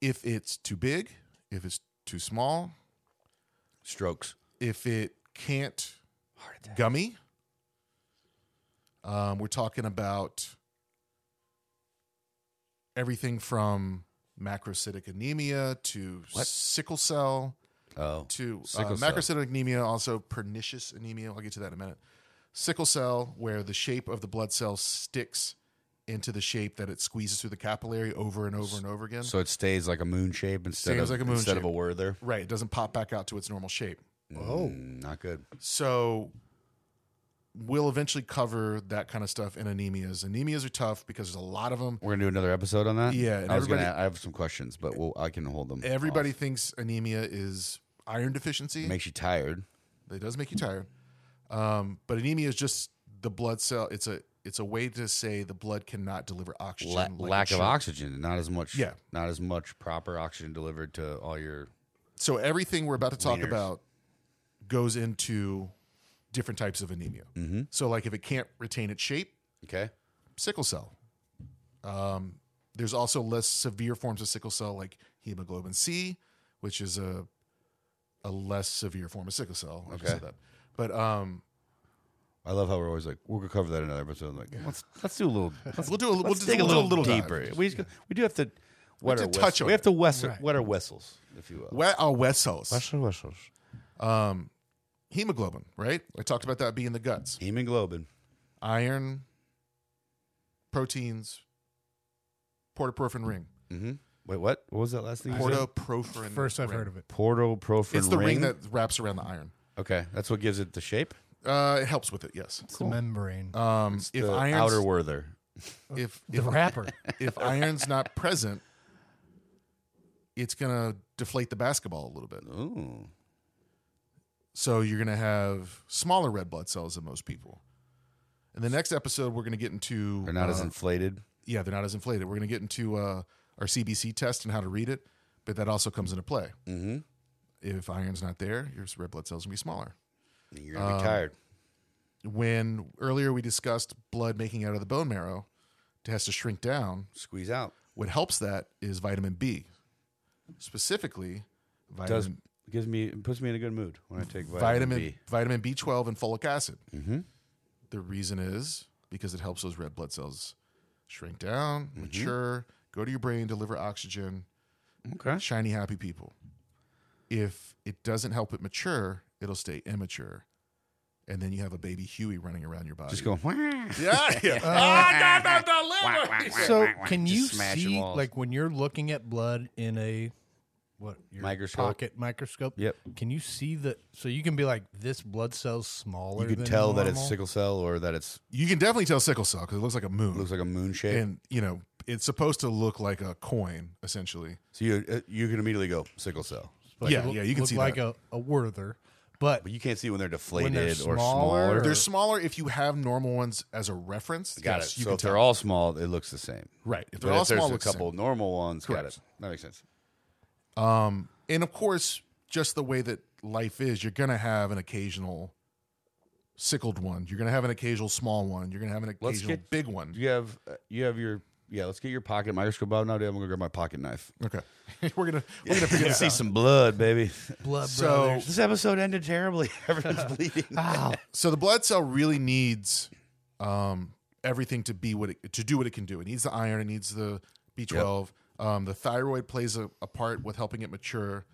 [SPEAKER 1] If it's too big, if it's too small,
[SPEAKER 2] Strokes.
[SPEAKER 1] if it can't
[SPEAKER 2] Heart attack.
[SPEAKER 1] gummy, um, we're talking about everything from macrocytic anemia to
[SPEAKER 2] What?
[SPEAKER 1] sickle cell
[SPEAKER 2] Oh.
[SPEAKER 1] to uh,
[SPEAKER 2] Sickle cell.
[SPEAKER 1] macrocytic anemia, also pernicious anemia. I'll get to that in a minute. Sickle cell, where the shape of the blood cell sticks into the shape that it squeezes through the capillary over and over and over again.
[SPEAKER 2] So it stays like a moon shape instead
[SPEAKER 1] Stays
[SPEAKER 2] of
[SPEAKER 1] like a moon
[SPEAKER 2] instead
[SPEAKER 1] shape.
[SPEAKER 2] of a word there.
[SPEAKER 1] right, it doesn't pop back out to its normal shape.
[SPEAKER 2] Oh, not good.
[SPEAKER 1] So we'll eventually cover that kind of stuff in anemias. Anemias are tough because there's a lot of them.
[SPEAKER 2] We're gonna do another episode on that.
[SPEAKER 1] Yeah, and
[SPEAKER 2] I was gonna.
[SPEAKER 1] everybody-
[SPEAKER 2] I have some questions, but we'll, I can hold them.
[SPEAKER 1] Everybody
[SPEAKER 2] off.
[SPEAKER 1] thinks anemia is iron deficiency.
[SPEAKER 2] makes you tired.
[SPEAKER 1] It does make you tired. Um, but anemia is just the blood cell. It's a it's a way to say the blood cannot deliver oxygen.
[SPEAKER 2] La-
[SPEAKER 1] like it
[SPEAKER 2] lack of
[SPEAKER 1] should.
[SPEAKER 2] oxygen, not as much.
[SPEAKER 1] Yeah.
[SPEAKER 2] not as much proper oxygen delivered to all your.
[SPEAKER 1] So everything we're about to talk
[SPEAKER 2] Wieners.
[SPEAKER 1] about goes into different types of anemia.
[SPEAKER 2] Mm-hmm.
[SPEAKER 1] So like if it can't retain its shape,
[SPEAKER 2] Okay.
[SPEAKER 1] sickle cell. Um, there's also less severe forms of sickle cell, like hemoglobin C, which is a a less severe form of sickle cell. I just
[SPEAKER 2] Okay.
[SPEAKER 1] said that. But um,
[SPEAKER 2] I love how we're always like we're gonna cover that in another episode. I'm like let's let's do a little. Let's,
[SPEAKER 1] we'll do a, we'll,
[SPEAKER 2] let's
[SPEAKER 1] do-
[SPEAKER 2] dig
[SPEAKER 1] we'll
[SPEAKER 2] a
[SPEAKER 1] do
[SPEAKER 2] little,
[SPEAKER 1] dive.
[SPEAKER 2] deeper. We just, we do have to wet
[SPEAKER 1] have
[SPEAKER 2] our
[SPEAKER 1] to touch
[SPEAKER 2] whistles.
[SPEAKER 1] on
[SPEAKER 2] We have
[SPEAKER 1] it.
[SPEAKER 2] to wes-
[SPEAKER 3] Right.
[SPEAKER 2] wet our whistles, if you will.
[SPEAKER 1] Where are vessels?
[SPEAKER 2] whistles.
[SPEAKER 1] Um, hemoglobin, right? I talked about that being the guts,
[SPEAKER 2] Hemoglobin.
[SPEAKER 1] iron, proteins, portoporphyrin ring.
[SPEAKER 2] Mm-hmm. Wait, what? What was that last thing? You said?
[SPEAKER 1] Portoporphyrin.
[SPEAKER 3] First I've
[SPEAKER 1] ring.
[SPEAKER 3] heard of it.
[SPEAKER 2] Portoporphyrin
[SPEAKER 1] It's the ring that wraps around the iron.
[SPEAKER 2] okay, that's what gives it the shape.
[SPEAKER 1] Uh, it helps with it, yes.
[SPEAKER 3] It's the membrane.
[SPEAKER 2] Uh,
[SPEAKER 1] Um, if
[SPEAKER 2] the
[SPEAKER 1] iron's,
[SPEAKER 2] outer Werther.
[SPEAKER 1] if
[SPEAKER 3] the wrapper.
[SPEAKER 1] if iron's not present, it's gonna deflate the basketball a little bit.
[SPEAKER 2] Ooh,
[SPEAKER 1] So you're gonna have smaller red blood cells than most people. In the next episode, we're gonna get into
[SPEAKER 2] they're not as
[SPEAKER 1] uh,
[SPEAKER 2] inflated.
[SPEAKER 1] yeah, they're not as inflated. We're gonna get into uh, our CBC test and how to read it, but that also comes into play.
[SPEAKER 2] Mm-hmm.
[SPEAKER 1] If iron's not there, your red blood cells will be smaller.
[SPEAKER 2] You're gonna be tired.
[SPEAKER 1] When earlier we discussed blood making out of the bone marrow, it has to shrink down.
[SPEAKER 2] Squeeze out.
[SPEAKER 1] What helps that is vitamin B, specifically
[SPEAKER 2] Does
[SPEAKER 1] vitamin
[SPEAKER 2] It gives me it puts me in a good mood when I take vitamin,
[SPEAKER 1] vitamin
[SPEAKER 2] B.
[SPEAKER 1] vitamin B12 and folic acid.
[SPEAKER 2] Mm-hmm.
[SPEAKER 1] The reason is because it helps those red blood cells shrink down,
[SPEAKER 2] Mm-hmm.
[SPEAKER 1] mature, go to your brain, deliver oxygen,
[SPEAKER 2] Okay.
[SPEAKER 1] shiny, happy people. If it doesn't help it mature, it'll stay immature. And then you have a baby Huey running around your body.
[SPEAKER 2] Just go. Uh-huh. "Wah."
[SPEAKER 1] Yeah, yeah. Ah, no, no, no, liver.
[SPEAKER 3] So can
[SPEAKER 2] Just
[SPEAKER 3] you
[SPEAKER 2] smash
[SPEAKER 3] see,
[SPEAKER 2] walls.
[SPEAKER 3] like, when you're looking at blood in a what your
[SPEAKER 2] Microscope.
[SPEAKER 3] pocket microscope?
[SPEAKER 2] Yep.
[SPEAKER 3] Can you see the? So you can be like, this blood cell's smaller.
[SPEAKER 2] you could
[SPEAKER 3] than
[SPEAKER 2] tell that it's
[SPEAKER 3] normal?
[SPEAKER 2] sickle cell or that it's
[SPEAKER 1] You can definitely tell sickle cell because it looks like a moon.
[SPEAKER 2] looks like a moon shape.
[SPEAKER 1] and you know, it's supposed to look like a coin, essentially.
[SPEAKER 2] so you uh, you can immediately go sickle cell,
[SPEAKER 3] Like,
[SPEAKER 1] Yeah,
[SPEAKER 3] it look-
[SPEAKER 1] yeah, you can
[SPEAKER 3] look
[SPEAKER 1] see
[SPEAKER 3] like
[SPEAKER 1] that.
[SPEAKER 3] a a Werther, but
[SPEAKER 2] but you can't see when they're deflated
[SPEAKER 3] smaller
[SPEAKER 2] or smaller.
[SPEAKER 3] or-
[SPEAKER 1] They're smaller if you have normal ones as a reference.
[SPEAKER 2] Got
[SPEAKER 1] yes,
[SPEAKER 2] it.
[SPEAKER 1] You
[SPEAKER 2] so
[SPEAKER 1] can
[SPEAKER 2] if they're
[SPEAKER 1] tell.
[SPEAKER 2] all small, it looks the same.
[SPEAKER 1] right. If
[SPEAKER 2] But
[SPEAKER 1] they're all
[SPEAKER 2] if there's
[SPEAKER 1] small,
[SPEAKER 2] a
[SPEAKER 1] looks the same.
[SPEAKER 2] couple normal ones. Got
[SPEAKER 1] Correct.
[SPEAKER 2] it. That makes sense.
[SPEAKER 1] Um, and of course, just the way that life is, you're gonna have an occasional sickled one. You're gonna have an occasional small one. You're gonna have an
[SPEAKER 2] Let's
[SPEAKER 1] occasional
[SPEAKER 2] get-
[SPEAKER 1] big one.
[SPEAKER 2] You have uh, you have your yeah. Let's get your pocket microscope out now. Dude, I'm gonna grab my pocket knife.
[SPEAKER 1] Okay, we're gonna we're gonna figure this
[SPEAKER 2] see
[SPEAKER 1] out.
[SPEAKER 2] some blood, baby.
[SPEAKER 3] blood
[SPEAKER 1] So-
[SPEAKER 3] brothers.
[SPEAKER 2] This episode ended terribly. Everyone's bleeding.
[SPEAKER 3] Ow.
[SPEAKER 1] So the blood cell really needs um, everything to be what it, to do what it can do. It needs the iron. It needs the B twelve. Um, the thyroid plays a, a part with helping it mature.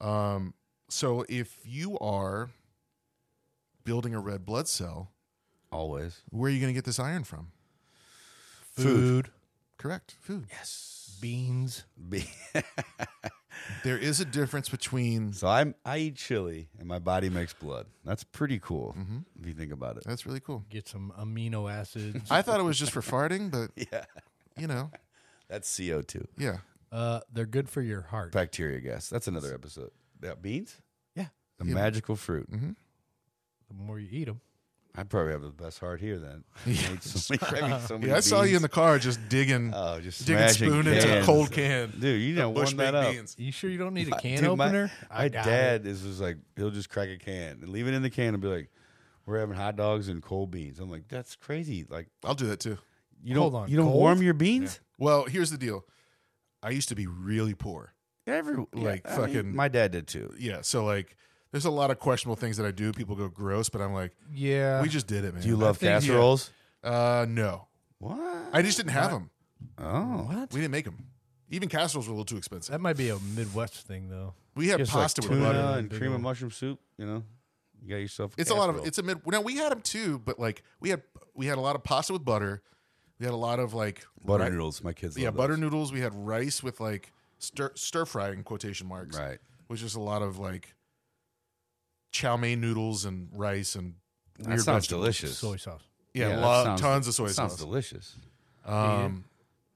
[SPEAKER 1] Um, so if you are building a red blood cell,
[SPEAKER 2] Always
[SPEAKER 1] where are you going to get this iron from?
[SPEAKER 3] Food,
[SPEAKER 1] Correct, food.
[SPEAKER 3] beans.
[SPEAKER 2] Be-
[SPEAKER 1] There is a difference between.
[SPEAKER 2] so I'm I eat chili and my body makes blood. That's pretty cool
[SPEAKER 1] Mm-hmm.
[SPEAKER 2] if you think about it.
[SPEAKER 1] That's really cool.
[SPEAKER 3] Get some amino acids.
[SPEAKER 1] I thought it was just for farting, but
[SPEAKER 2] Yeah,
[SPEAKER 1] you know,
[SPEAKER 2] that's CO2
[SPEAKER 1] yeah.
[SPEAKER 3] uh, they're good for your heart.
[SPEAKER 2] bacteria gas. That's another episode. Yeah, beans.
[SPEAKER 3] Yeah.
[SPEAKER 2] the magical fruit.
[SPEAKER 3] The more you eat them,
[SPEAKER 2] I probably have the best heart here then. I ate so many- I ate so many
[SPEAKER 1] Yeah, I saw you in
[SPEAKER 2] beans.
[SPEAKER 1] the car just digging,
[SPEAKER 2] oh, just
[SPEAKER 1] digging
[SPEAKER 2] smashing
[SPEAKER 1] spoon into a
[SPEAKER 2] cans.
[SPEAKER 1] cold can.
[SPEAKER 2] Dude, you didn't warm that
[SPEAKER 1] Bushwick
[SPEAKER 2] up.
[SPEAKER 1] beans.
[SPEAKER 3] you sure you don't need a can
[SPEAKER 2] Dude, my-
[SPEAKER 3] opener?
[SPEAKER 2] My,
[SPEAKER 3] I doubt it.
[SPEAKER 2] dad is just like he'll just crack a can and leave it in the can and be like, "We're having hot dogs and cold beans." I'm like, "That's crazy!" Like
[SPEAKER 1] I'll do that too.
[SPEAKER 2] you don't
[SPEAKER 3] Hold on,
[SPEAKER 2] you don't
[SPEAKER 3] cold?
[SPEAKER 2] warm your beans.
[SPEAKER 1] Well, here's the deal. I used to be really poor.
[SPEAKER 2] Every
[SPEAKER 1] Like,
[SPEAKER 2] I mean,
[SPEAKER 1] fucking-
[SPEAKER 2] my dad did too.
[SPEAKER 1] Yeah. So like there's a lot of questionable things that I do. People go gross, but I'm like,
[SPEAKER 3] Yeah.
[SPEAKER 1] we just did it, man.
[SPEAKER 2] Uh, Do you love
[SPEAKER 3] think-
[SPEAKER 2] casseroles?
[SPEAKER 1] uh no.
[SPEAKER 2] What?
[SPEAKER 1] I just didn't have them.
[SPEAKER 2] oh,
[SPEAKER 3] what?
[SPEAKER 1] We didn't make them. Even casseroles were a little too expensive.
[SPEAKER 3] That might be a Midwest thing, though.
[SPEAKER 1] We had
[SPEAKER 2] just
[SPEAKER 1] pasta
[SPEAKER 2] like
[SPEAKER 1] with
[SPEAKER 2] tuna
[SPEAKER 1] butter.
[SPEAKER 2] and
[SPEAKER 3] big
[SPEAKER 2] cream
[SPEAKER 3] old-
[SPEAKER 2] of mushroom soup. You know, you got yourself. A
[SPEAKER 1] It's a lot of
[SPEAKER 2] casserole.
[SPEAKER 1] it's a mid now we had them too, but like we had we had a lot of pasta with butter. We had a lot of like
[SPEAKER 2] butter
[SPEAKER 1] ri-
[SPEAKER 2] noodles. My kids.
[SPEAKER 1] Yeah,
[SPEAKER 2] love
[SPEAKER 1] butter
[SPEAKER 2] those.
[SPEAKER 1] noodles. We had rice with like stir stir fry in quotation marks.
[SPEAKER 2] Right.
[SPEAKER 1] Which is a lot of like chow mein noodles and rice and
[SPEAKER 2] That
[SPEAKER 1] weird
[SPEAKER 2] sounds
[SPEAKER 1] vegetables.
[SPEAKER 2] delicious.
[SPEAKER 3] Soy sauce.
[SPEAKER 1] Yeah,
[SPEAKER 2] that
[SPEAKER 1] lo-
[SPEAKER 2] sounds-
[SPEAKER 1] tons of soy
[SPEAKER 2] that sounds
[SPEAKER 1] sauce.
[SPEAKER 2] delicious.
[SPEAKER 1] Um,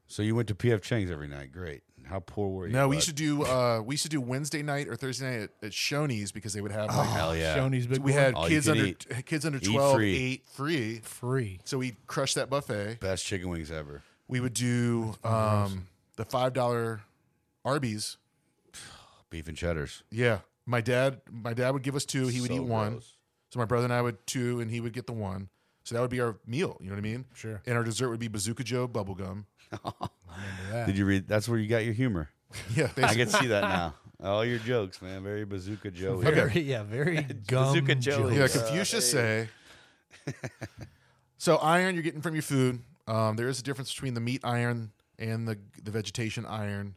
[SPEAKER 2] So you went to P.F. Chang's every night. Great. How poor were you?
[SPEAKER 1] no, we
[SPEAKER 2] bud?
[SPEAKER 1] used to do uh, we used to do Wednesday night or Thursday night at, at Shoney's because they would have like,
[SPEAKER 2] Hell yeah.
[SPEAKER 3] Shoney's big
[SPEAKER 1] we
[SPEAKER 3] boy.
[SPEAKER 1] had
[SPEAKER 2] Oh, All you
[SPEAKER 1] kids
[SPEAKER 2] can
[SPEAKER 1] under
[SPEAKER 2] eat.
[SPEAKER 1] kids under twelve
[SPEAKER 2] free.
[SPEAKER 1] ate free,
[SPEAKER 3] free.
[SPEAKER 1] so we crushed that buffet.
[SPEAKER 2] Best chicken wings ever.
[SPEAKER 1] We would do um, the five dollar Arby's.
[SPEAKER 2] Beef and cheddars.
[SPEAKER 1] Yeah, my dad my dad would give us two. He would
[SPEAKER 2] So
[SPEAKER 1] eat one.
[SPEAKER 2] gross.
[SPEAKER 1] So my brother and I would two, and he would get the one. So that would be our meal. You know what I mean?
[SPEAKER 3] Sure.
[SPEAKER 1] And our dessert would be Bazooka Joe bubblegum.
[SPEAKER 2] Did you read? That's where you got your humor.
[SPEAKER 1] Yeah,
[SPEAKER 2] I
[SPEAKER 1] basically.
[SPEAKER 2] can see that now. All your jokes, man. Very bazooka Joey.
[SPEAKER 3] Very, yeah, very gum.
[SPEAKER 2] Bazooka jelly.
[SPEAKER 1] Yeah,
[SPEAKER 2] Uh,
[SPEAKER 1] Confucius say. so iron you're getting from your food. Um, there is a difference between the meat iron and the the vegetation iron.